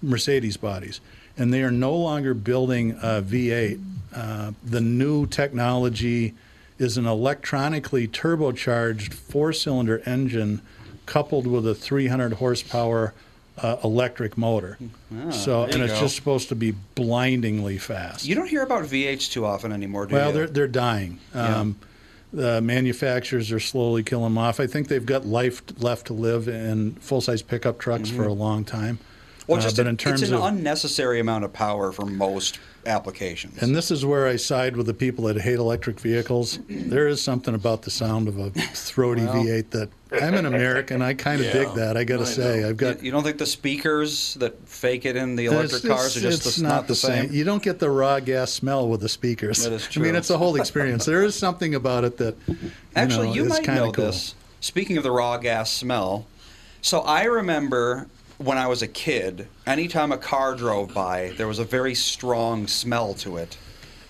[SPEAKER 2] Mercedes bodies, and they are no longer building a V8. Uh, the new technology is an electronically turbocharged four cylinder engine coupled with a 300 horsepower uh, electric motor.
[SPEAKER 4] Ah,
[SPEAKER 2] so,
[SPEAKER 4] there
[SPEAKER 2] and
[SPEAKER 4] you
[SPEAKER 2] it's
[SPEAKER 4] go.
[SPEAKER 2] just supposed to be blindingly fast.
[SPEAKER 4] You don't hear about VH too often anymore, do
[SPEAKER 2] Well,
[SPEAKER 4] you?
[SPEAKER 2] they're they're dying.
[SPEAKER 4] Yeah.
[SPEAKER 2] Um, The manufacturers are slowly killing them off. I think they've got life left to live in full size pickup trucks for
[SPEAKER 4] Mhm.
[SPEAKER 2] a long time.
[SPEAKER 4] well,
[SPEAKER 2] Uh,
[SPEAKER 4] just
[SPEAKER 2] but
[SPEAKER 4] it-
[SPEAKER 2] in terms
[SPEAKER 4] it's an
[SPEAKER 2] of
[SPEAKER 4] unnecessary amount of power for most applications.
[SPEAKER 2] and this is where I side with the people that hate electric vehicles. There is something about the sound of a throaty
[SPEAKER 4] Well.
[SPEAKER 2] V8 that I'm an American.
[SPEAKER 4] [laughs]
[SPEAKER 2] I kind of dig that. I got to say, I've got
[SPEAKER 4] You, you don't think the speakers that fake it in the
[SPEAKER 2] It's-
[SPEAKER 4] electric
[SPEAKER 2] it's-
[SPEAKER 4] cars are just
[SPEAKER 2] it's
[SPEAKER 4] the, not, the same?
[SPEAKER 2] You don't get the raw gas smell with the speakers.
[SPEAKER 4] That is
[SPEAKER 2] I mean,
[SPEAKER 4] true.
[SPEAKER 2] it's a whole experience. there is something about it that you
[SPEAKER 4] Actually,
[SPEAKER 2] know,
[SPEAKER 4] you
[SPEAKER 2] is
[SPEAKER 4] might
[SPEAKER 2] kinda
[SPEAKER 4] know
[SPEAKER 2] cool.
[SPEAKER 4] this. Speaking of the raw gas smell, so I remember when I was a kid, anytime a car drove by, there was a very strong smell to it,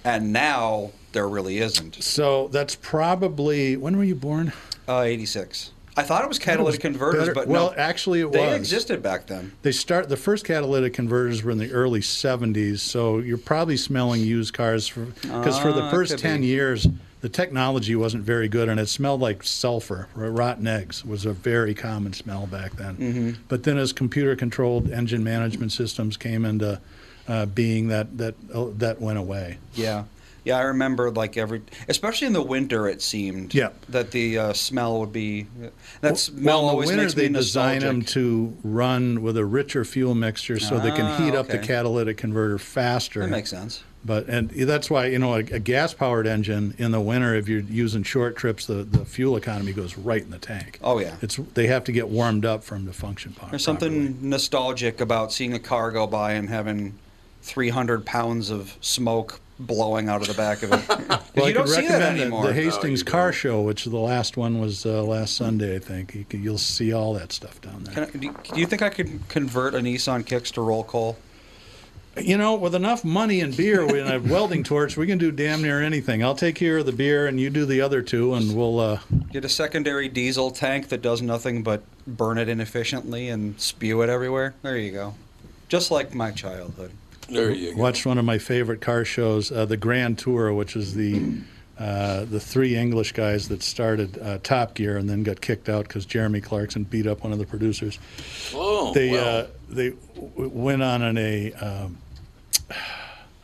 [SPEAKER 4] and now there really isn't.
[SPEAKER 2] So that's probably when were you born?
[SPEAKER 4] Uh, 86. I thought it was catalytic converters,
[SPEAKER 2] better-
[SPEAKER 4] but
[SPEAKER 2] well,
[SPEAKER 4] no,
[SPEAKER 2] actually it
[SPEAKER 4] they
[SPEAKER 2] was.
[SPEAKER 4] existed back then.
[SPEAKER 2] They start the first catalytic converters were in the early 70s, so you're probably smelling used cars because for the
[SPEAKER 4] Ah,
[SPEAKER 2] first
[SPEAKER 4] could
[SPEAKER 2] 10
[SPEAKER 4] be.
[SPEAKER 2] years the technology wasn't very good and it smelled like sulfur. r- Rotten eggs was a very common smell back then.
[SPEAKER 4] Mhm.
[SPEAKER 2] But then as computer controlled engine management systems came into uh, being that that oh, that went away.
[SPEAKER 4] Yeah. Yeah, I remember like every, especially in the winter, it seemed
[SPEAKER 2] Yeah.
[SPEAKER 4] that the uh, smell would be. That smell
[SPEAKER 2] well, in the
[SPEAKER 4] always
[SPEAKER 2] winter
[SPEAKER 4] makes
[SPEAKER 2] they
[SPEAKER 4] me
[SPEAKER 2] design
[SPEAKER 4] nostalgic.
[SPEAKER 2] them to run with a richer fuel mixture so they can
[SPEAKER 4] Ah,
[SPEAKER 2] heat up the
[SPEAKER 4] okay.
[SPEAKER 2] catalytic converter faster.
[SPEAKER 4] That makes sense.
[SPEAKER 2] But and that's why you know a, a gas-powered engine in the winter, if you're using short trips, the, the fuel economy goes right in the tank.
[SPEAKER 4] Oh yeah.
[SPEAKER 2] It's they have to get warmed up for them to function properly.
[SPEAKER 4] There's something nostalgic about seeing a car go by and having 300 pounds of smoke blowing out of the back of it. 'Cause
[SPEAKER 2] I
[SPEAKER 4] you don't
[SPEAKER 2] could
[SPEAKER 4] see that
[SPEAKER 2] recommend the-
[SPEAKER 4] anymore.
[SPEAKER 2] The Hastings Car Show, which the last one was uh, last Sunday, I think. You can, you'll see all that stuff down there.
[SPEAKER 4] Can I, do, you- do you think I could convert a Nissan Kicks to roll coal?
[SPEAKER 2] You know, with enough money and beer and a welding torch, we can do damn near anything. I'll take care of the beer, and you do the other two, and we'll. Uh,
[SPEAKER 4] Get a secondary diesel tank that does nothing but burn it inefficiently and spew it everywhere. There you go. Just like my childhood.
[SPEAKER 2] Watched one of my favorite car shows, uh, the Grand Tour, which is the uh, the three English guys that started uh, Top Gear and then got kicked out because Jeremy Clarkson beat up one of the producers.
[SPEAKER 1] Oh,
[SPEAKER 2] they
[SPEAKER 1] well.
[SPEAKER 2] uh, they w- went on an, a um,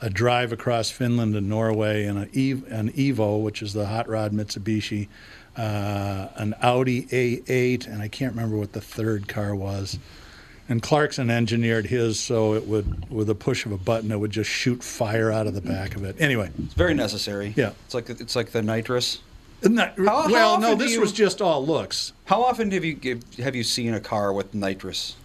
[SPEAKER 2] a drive across Finland and Norway in an, Ev- an Evo, which is the hot rod Mitsubishi, uh, an Audi A8, and I can't remember what the third car was. And Clarkson engineered his so it would, with a push of a button, it would just shoot fire out of the back of it. Anyway,
[SPEAKER 4] It's very necessary.
[SPEAKER 2] Yeah.
[SPEAKER 4] It's like it's like the nitrous.
[SPEAKER 2] Not, well, no,
[SPEAKER 4] often do
[SPEAKER 2] this
[SPEAKER 4] you-
[SPEAKER 2] was just all looks.
[SPEAKER 4] How often have you give- have you seen a car with nitrous?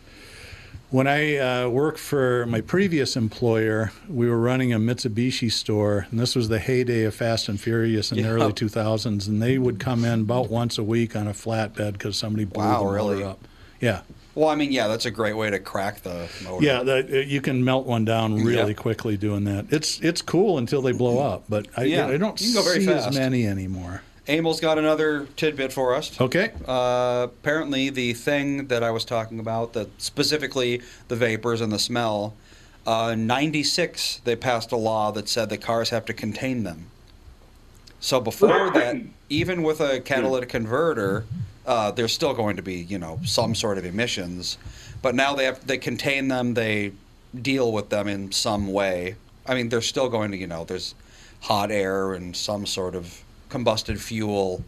[SPEAKER 2] When I uh, worked for my previous employer, we were running a Mitsubishi store, and this was the heyday of Fast and Furious in the
[SPEAKER 4] Yeah.
[SPEAKER 2] early 2000s. And they would come in about once a week on a flatbed because somebody blew
[SPEAKER 4] Wow,
[SPEAKER 2] the motor
[SPEAKER 4] really?
[SPEAKER 2] up. Yeah,
[SPEAKER 4] Well, I mean, yeah, that's a great way to crack the motor.
[SPEAKER 2] yeah, that, uh, you can melt one down really quickly doing that. It's it's cool until they blow up, but I,
[SPEAKER 4] Mm-hmm. Yeah,
[SPEAKER 2] I don't
[SPEAKER 4] you can go very
[SPEAKER 2] see as
[SPEAKER 4] fast.
[SPEAKER 2] many anymore.
[SPEAKER 4] Amel's got another tidbit for us.
[SPEAKER 2] Okay.
[SPEAKER 4] Uh, apparently, the thing that I was talking about, that specifically the vapors and the smell, uh, 96 they passed a law that said that cars have to contain them. So before that, even with a catalytic converter, uh, there's still going to be you know some sort of emissions, but now they have they contain them, they deal with them in some way. I mean, they're still going to you know there's hot air and some sort of combusted fuel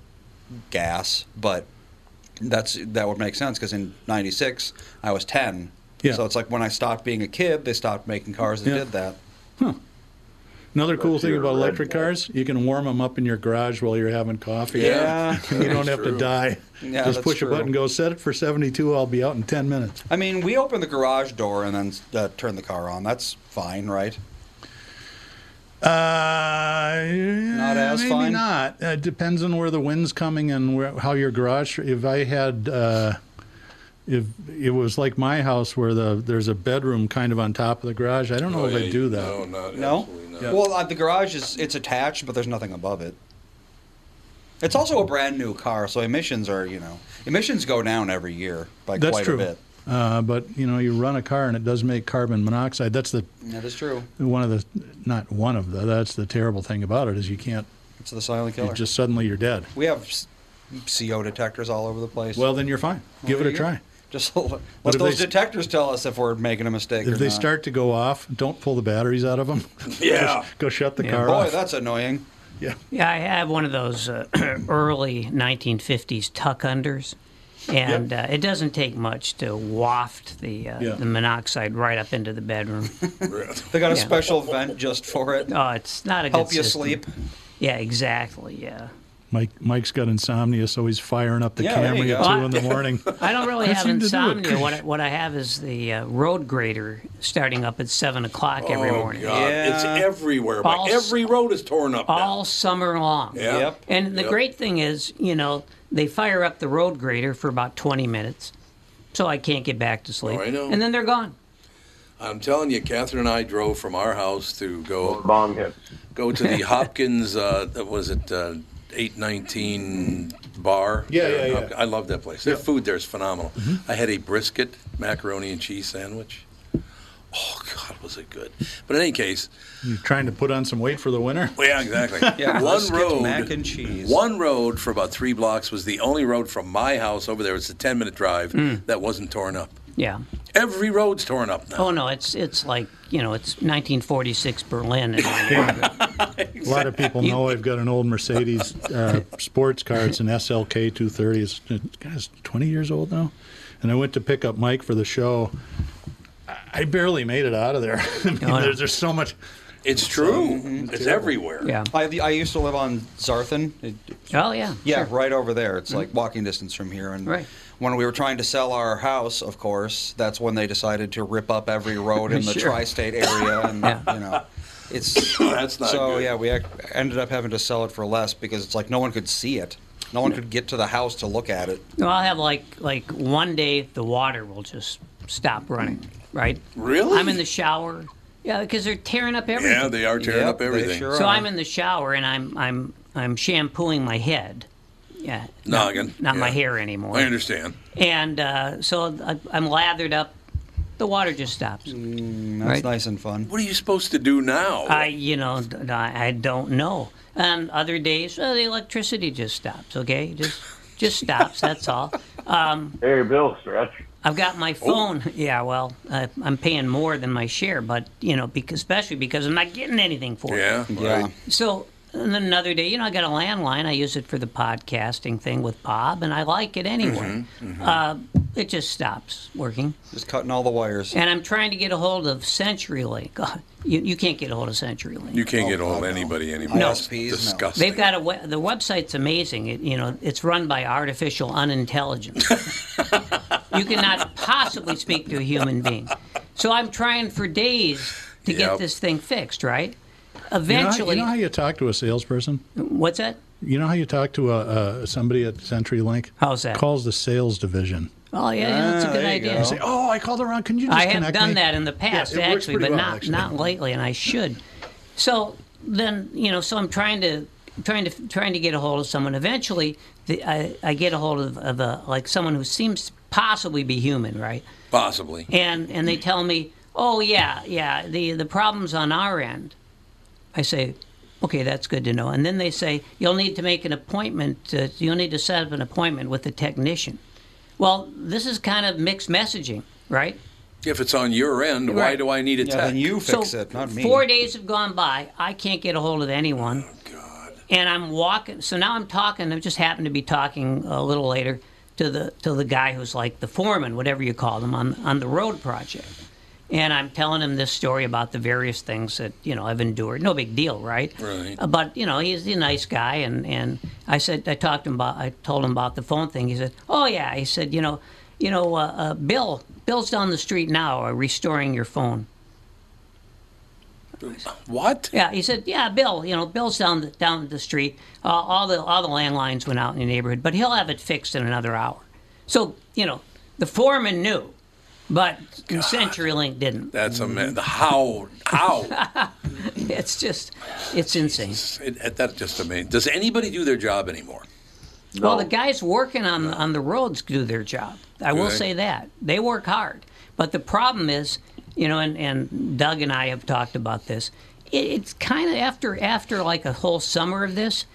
[SPEAKER 4] gas, but that's that would make sense because in '96 I was 10,
[SPEAKER 2] Yeah.
[SPEAKER 4] so it's like when I stopped being a kid, they stopped making cars that
[SPEAKER 2] Yeah.
[SPEAKER 4] did that.
[SPEAKER 2] Another cool
[SPEAKER 4] Let's
[SPEAKER 2] thing
[SPEAKER 4] hear
[SPEAKER 2] about
[SPEAKER 4] Red
[SPEAKER 2] electric cars, you can warm them up in your garage while you're having coffee.
[SPEAKER 4] Yeah.
[SPEAKER 2] [laughs] you don't
[SPEAKER 4] That's
[SPEAKER 2] have to
[SPEAKER 4] true.
[SPEAKER 2] die.
[SPEAKER 4] Yeah,
[SPEAKER 2] Just
[SPEAKER 4] that's
[SPEAKER 2] push
[SPEAKER 4] true.
[SPEAKER 2] a button, go set it for 72. I'll be out in 10 minutes.
[SPEAKER 4] I mean, we open the garage door and then uh, turn the car on. That's fine, right?
[SPEAKER 2] Uh, not
[SPEAKER 4] as
[SPEAKER 2] maybe
[SPEAKER 4] fine?
[SPEAKER 2] not. Uh, depends on where the wind's coming and where, how your garage. If I had, uh, if it was like my house where the there's a bedroom kind of on top of the garage, I don't know
[SPEAKER 1] Oh,
[SPEAKER 2] if
[SPEAKER 1] yeah,
[SPEAKER 2] I'd do that.
[SPEAKER 1] No, not
[SPEAKER 4] No.
[SPEAKER 1] absolutely not.
[SPEAKER 4] Well, uh, the garage is it's attached, but there's nothing above it. It's also a brand new car, so emissions are you know emissions go down every year by
[SPEAKER 2] That's
[SPEAKER 4] quite
[SPEAKER 2] true.
[SPEAKER 4] a bit.
[SPEAKER 2] Uh, but you know, you run a car and it does make carbon monoxide. That's the
[SPEAKER 4] That is true.
[SPEAKER 2] one of the not one of the that's the terrible thing about it is you can't
[SPEAKER 4] It's the silent
[SPEAKER 2] you
[SPEAKER 4] killer.
[SPEAKER 2] just suddenly you're dead
[SPEAKER 4] We have s- CO detectors all over the place.
[SPEAKER 2] well then you're fine
[SPEAKER 4] Well,
[SPEAKER 2] give it
[SPEAKER 4] there
[SPEAKER 2] a
[SPEAKER 4] you go.
[SPEAKER 2] try
[SPEAKER 4] Just [laughs] let
[SPEAKER 2] But
[SPEAKER 4] let
[SPEAKER 2] if
[SPEAKER 4] those
[SPEAKER 2] they-
[SPEAKER 4] detectors tell us if we're making a mistake. or
[SPEAKER 2] if they
[SPEAKER 4] not.
[SPEAKER 2] start to go off don't pull the batteries out of them [laughs]
[SPEAKER 4] Yeah.
[SPEAKER 2] go shut the
[SPEAKER 4] Yeah,
[SPEAKER 2] car
[SPEAKER 4] boy,
[SPEAKER 2] off
[SPEAKER 4] that's annoying.
[SPEAKER 2] Yeah.
[SPEAKER 5] Yeah, I have one of those uh, [clears throat] early 1950s tuck unders, and uh, it doesn't take much to waft the uh,
[SPEAKER 4] Yeah.
[SPEAKER 5] the monoxide right up into the bedroom. [laughs]
[SPEAKER 4] They got
[SPEAKER 5] Yeah.
[SPEAKER 4] a special vent just for it.
[SPEAKER 5] Oh, it's not a good
[SPEAKER 4] help you
[SPEAKER 5] system.
[SPEAKER 4] sleep.
[SPEAKER 5] Yeah, exactly. Yeah.
[SPEAKER 2] mike mike's got insomnia so he's firing up the
[SPEAKER 5] Yeah, there
[SPEAKER 2] camera
[SPEAKER 5] you
[SPEAKER 2] at
[SPEAKER 5] go.
[SPEAKER 2] two in
[SPEAKER 4] [laughs]
[SPEAKER 2] the morning
[SPEAKER 5] [laughs] I don't really
[SPEAKER 2] That
[SPEAKER 5] have
[SPEAKER 2] seemed to do it.
[SPEAKER 5] insomnia. What I, what I have is the uh, road grader starting up at seven o'clock every
[SPEAKER 1] Oh,
[SPEAKER 5] morning.
[SPEAKER 1] God. It's everywhere. Mike.
[SPEAKER 5] All s-
[SPEAKER 1] Every road is torn up. now.
[SPEAKER 5] all summer long.
[SPEAKER 1] Yeah. Yep.
[SPEAKER 5] And the
[SPEAKER 1] Yep.
[SPEAKER 5] great thing is, you know, they fire up the road grader for about 20 minutes. So I can't get back to sleep.
[SPEAKER 1] Oh, I know.
[SPEAKER 5] And then they're gone.
[SPEAKER 1] I'm telling you, Catherine and I drove from our house to go
[SPEAKER 11] bomb hit.
[SPEAKER 1] go to the Hopkins. Uh, was it uh, 819 bar?
[SPEAKER 2] Yeah,
[SPEAKER 1] there in
[SPEAKER 2] yeah, yeah.
[SPEAKER 1] Hopkins. I love that place. Their
[SPEAKER 2] Yeah.
[SPEAKER 1] food there is phenomenal. I had a brisket macaroni and cheese sandwich. Oh God, was it good! But in any case,
[SPEAKER 2] You're trying to put on some weight for the winter?
[SPEAKER 1] well, yeah,
[SPEAKER 4] [laughs]
[SPEAKER 1] exactly.
[SPEAKER 2] [laughs]
[SPEAKER 1] one road, One road for about three blocks was the only road from my house over there. It's a 10 minute drive
[SPEAKER 5] Mm.
[SPEAKER 1] that wasn't torn up.
[SPEAKER 5] Yeah.
[SPEAKER 1] Every road's torn up now.
[SPEAKER 5] Oh no, it's it's like you know it's 1946 Berlin.
[SPEAKER 2] [laughs]
[SPEAKER 5] And
[SPEAKER 2] A lot of people know I've got an old Mercedes uh, sports car. It's an SLK 230. It's, it's guy's 20 years old now. And I went to pick up Mike for the show. I- I barely made it out of there. [laughs] I
[SPEAKER 5] Oh,
[SPEAKER 2] mean,
[SPEAKER 4] no.
[SPEAKER 2] there's, there's so much.
[SPEAKER 1] It's true.
[SPEAKER 4] Mhm.
[SPEAKER 1] It's everywhere.
[SPEAKER 5] Yeah.
[SPEAKER 4] I, I used to live on Zarthan. It-
[SPEAKER 5] Oh yeah. Mm-hmm.
[SPEAKER 4] Yeah, right over there. It's like walking distance from here. And
[SPEAKER 5] Right.
[SPEAKER 4] when we were trying to sell our house, of course, that's when they decided to rip up every road
[SPEAKER 5] [laughs]
[SPEAKER 4] in the
[SPEAKER 5] Sure.
[SPEAKER 4] tri-state area, and you know,
[SPEAKER 2] [coughs]
[SPEAKER 4] it's
[SPEAKER 1] that's not
[SPEAKER 4] so.
[SPEAKER 1] good.
[SPEAKER 4] Yeah, we ac- ended up having to sell it for less because it's like no one could see it. No one could get to the house to look at it.
[SPEAKER 5] Well, I'll have like like one day the water will just stop running. Right.
[SPEAKER 1] Really?
[SPEAKER 5] I'm in the shower. Yeah, because they're tearing up everything.
[SPEAKER 1] Yeah, they are tearing up everything.
[SPEAKER 5] so I'm in the shower and I'm I'm I'm shampooing my head. Yeah.
[SPEAKER 1] Noggin.
[SPEAKER 5] Not my
[SPEAKER 1] Yeah.
[SPEAKER 5] hair anymore.
[SPEAKER 1] I understand.
[SPEAKER 5] And uh, so I, I'm lathered up. The water just stops.
[SPEAKER 4] Mm, That's
[SPEAKER 5] Right.
[SPEAKER 4] nice and fun.
[SPEAKER 1] What are you supposed to do now?
[SPEAKER 5] I, you know, d- I I don't know. And other days, well, the electricity just stops. Okay, just just stops. That's all. Um,
[SPEAKER 11] Hey, Bill, stretch. Oh.
[SPEAKER 5] I've got my phone. Yeah, well, I, I'm paying more than my share, but you know, because especially because I'm not getting anything for
[SPEAKER 1] Yeah,
[SPEAKER 5] it.
[SPEAKER 1] Yeah. right.
[SPEAKER 5] So. And then another day, you know, I got a landline. I use it for the podcasting thing with Bob, and I like it anyway.
[SPEAKER 1] Mm-hmm,
[SPEAKER 5] Uh, it just stops working.
[SPEAKER 4] Just cutting all the wires.
[SPEAKER 5] And I'm trying to get a hold of CenturyLink. [laughs] God, you, you can't get a hold of CenturyLink.
[SPEAKER 1] you can't get a hold of anybody anymore.
[SPEAKER 5] No.
[SPEAKER 1] It's disgusting.
[SPEAKER 5] They've got a we- the website's amazing. It, you know, it's run by artificial unintelligence. you cannot possibly speak to a human being. So I'm trying for days to get
[SPEAKER 2] Yep.
[SPEAKER 5] this thing fixed, right?
[SPEAKER 2] You know how-
[SPEAKER 5] Eventually,
[SPEAKER 2] you know how you talk to a salesperson?
[SPEAKER 5] what's that?
[SPEAKER 2] You know how you talk to a, a somebody at CenturyLink?
[SPEAKER 5] How's that?
[SPEAKER 2] Calls the sales division.
[SPEAKER 5] Oh yeah, yeah, that's a
[SPEAKER 2] Ah,
[SPEAKER 5] good
[SPEAKER 2] there you
[SPEAKER 5] idea.
[SPEAKER 2] go. You say, "Oh, I called around. Can you
[SPEAKER 5] I
[SPEAKER 2] just
[SPEAKER 5] have
[SPEAKER 2] connect
[SPEAKER 5] done
[SPEAKER 2] me?"
[SPEAKER 5] that in the
[SPEAKER 2] Yeah,
[SPEAKER 5] past,
[SPEAKER 2] it works
[SPEAKER 5] actually,
[SPEAKER 2] pretty
[SPEAKER 5] but
[SPEAKER 2] well,
[SPEAKER 5] not
[SPEAKER 2] actually.
[SPEAKER 5] not lately, and I should. So then, you know, so I'm trying to trying to trying to get a hold of someone. Eventually, the, I, I get a hold of, of a like someone who seems to possibly be human, right?
[SPEAKER 1] Possibly.
[SPEAKER 5] And and they tell me, oh yeah, yeah, the the problem's on our end. I say, okay, that's good to know. And then they say you'll need to make an appointment. uh you'll need to set up an appointment with a technician. Well, this is kind of mixed messaging, right?
[SPEAKER 1] If it's on your end, why
[SPEAKER 5] Right.
[SPEAKER 1] do I need a tech?
[SPEAKER 5] So, Four days have gone by. I can't get a hold of anyone. And I'm walking. So now I'm talking. I just happened to be talking a little later to the to the guy who's like the foreman, whatever you call them, on on the road project. And I'm telling him this story about the various things that you know I've endured. No big deal, right?
[SPEAKER 1] Right.
[SPEAKER 5] Uh, But you know he's a nice guy, and and I said I talked to him about I told him about the phone thing. He said, "Oh yeah," he said, "You know, you know, uh, uh, Bill, Bill's down the street now, uh, restoring your phone."
[SPEAKER 1] What?
[SPEAKER 5] Yeah, he said, "Yeah, Bill. You know, Bill's down the, down the street. Uh, all the all the landlines went out in the neighborhood, but he'll have it fixed in another hour." So you know, the foreman knew, but CenturyLink didn't.
[SPEAKER 1] That's a man. How? How?
[SPEAKER 5] [laughs] It's just, it's insane.
[SPEAKER 1] it, that's just amazing. Does anybody do their job anymore?
[SPEAKER 5] Well, the guys working on on the roads do their job. I
[SPEAKER 1] Do
[SPEAKER 5] will
[SPEAKER 1] they?
[SPEAKER 5] say that they work hard, but the problem is, you know, and, and Doug and I have talked about this. It, it's kind of after after like a whole summer of this,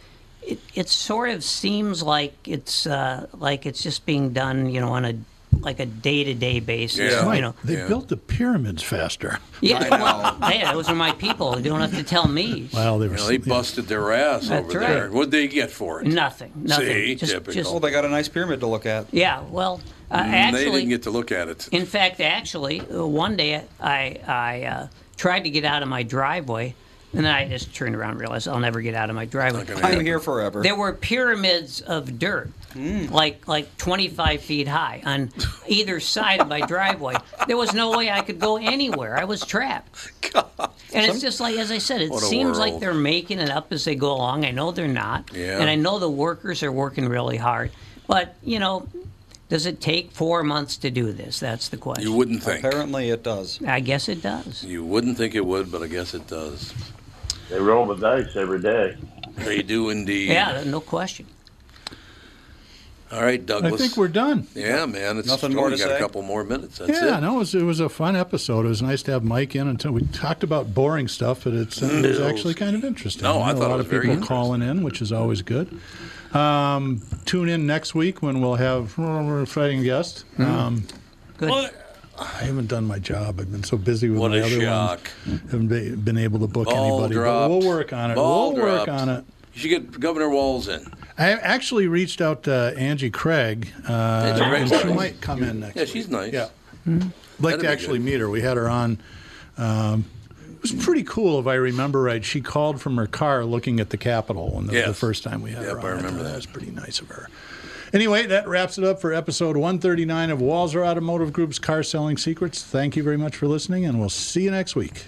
[SPEAKER 5] it, it sort of seems like it's uh, like it's just being done, you know, on a like a day to day basis.
[SPEAKER 2] Mike,
[SPEAKER 5] You know,
[SPEAKER 2] they built the pyramids faster.
[SPEAKER 5] yeah, well, hey, those are my people. You don't have to tell me.
[SPEAKER 2] Well, they
[SPEAKER 1] You
[SPEAKER 2] were.
[SPEAKER 1] know, they busted their ass
[SPEAKER 5] That's
[SPEAKER 1] over
[SPEAKER 5] right.
[SPEAKER 1] there. What'd they get for it?
[SPEAKER 5] Nothing, nothing.
[SPEAKER 1] See,
[SPEAKER 5] Just-
[SPEAKER 1] typical.
[SPEAKER 5] just- uh,
[SPEAKER 4] Well, Oh, they got a nice pyramid to look at.
[SPEAKER 5] Yeah, well, uh,
[SPEAKER 1] Mm,
[SPEAKER 5] actually,
[SPEAKER 1] they didn't get to look at it.
[SPEAKER 5] In fact, actually, uh, one day I I uh, tried to get out of my driveway, and then I just turned around and realized I'll never get out of my driveway.
[SPEAKER 4] I'm here forever.
[SPEAKER 5] There were pyramids of dirt, like like 25 feet high, on either side of my driveway. There was no way I could go anywhere. I was trapped. And it's just like, as I said, it
[SPEAKER 1] What a
[SPEAKER 5] seems like
[SPEAKER 1] world.
[SPEAKER 5] they're making it up as they go along. I know they're not,
[SPEAKER 1] Yeah.
[SPEAKER 5] and I know the workers are working really hard. But you know, Does it take four months to do this? That's the question.
[SPEAKER 1] You wouldn't think.
[SPEAKER 4] Apparently, it does.
[SPEAKER 5] I guess it does.
[SPEAKER 1] You wouldn't think it would, but I guess it does.
[SPEAKER 11] They roll the dice every day.
[SPEAKER 1] They do indeed.
[SPEAKER 5] Yeah, no question.
[SPEAKER 1] All right, Douglas.
[SPEAKER 2] I think we're done.
[SPEAKER 1] Yeah, man. It's
[SPEAKER 2] Nothing
[SPEAKER 1] we
[SPEAKER 2] more to
[SPEAKER 1] got a
[SPEAKER 2] say?
[SPEAKER 1] couple more minutes. That's
[SPEAKER 2] yeah,
[SPEAKER 1] it.
[SPEAKER 2] no, it was, it was a fun episode. It was nice to have Mike in until we talked about boring stuff, but it's, it was
[SPEAKER 1] No.
[SPEAKER 2] actually kind of interesting.
[SPEAKER 1] No, I
[SPEAKER 2] had
[SPEAKER 1] thought
[SPEAKER 2] a
[SPEAKER 1] it
[SPEAKER 2] lot
[SPEAKER 1] was
[SPEAKER 2] of
[SPEAKER 1] very
[SPEAKER 2] people
[SPEAKER 1] interesting.
[SPEAKER 2] calling in, which is always good. Um, tune in next week when we'll have a fighting guest.
[SPEAKER 1] Hmm.
[SPEAKER 2] Um,
[SPEAKER 5] good.
[SPEAKER 2] I haven't done my job. I've been so busy with
[SPEAKER 1] What
[SPEAKER 2] my
[SPEAKER 1] a
[SPEAKER 2] other
[SPEAKER 1] shock.
[SPEAKER 2] ones. Haven't be, been able to book
[SPEAKER 1] Ball
[SPEAKER 2] anybody.
[SPEAKER 1] dropped.
[SPEAKER 2] But we'll work on it.
[SPEAKER 1] Ball
[SPEAKER 2] we'll
[SPEAKER 1] dropped.
[SPEAKER 2] work on it.
[SPEAKER 1] You should get Governor Walls in.
[SPEAKER 2] I actually reached out to Angie Craig. Uh,
[SPEAKER 1] Angie Craig's
[SPEAKER 2] and she
[SPEAKER 1] nice.
[SPEAKER 2] might come in next.
[SPEAKER 1] Yeah, she's nice.
[SPEAKER 2] Yeah. like
[SPEAKER 1] That'd
[SPEAKER 2] to
[SPEAKER 1] be
[SPEAKER 2] actually meet her. We had her on. Um, it was pretty cool, if I remember right. She called from her car looking at the Capitol when the, the
[SPEAKER 1] Yes.
[SPEAKER 2] first time we had her
[SPEAKER 1] Yep,
[SPEAKER 2] on.
[SPEAKER 1] I remember
[SPEAKER 2] thought
[SPEAKER 1] that.
[SPEAKER 2] was pretty nice of her. Anyway, that wraps it up for episode 139 of Walzer Automotive Group's Car Selling Secrets. Thank you very much for listening, and we'll see you next week.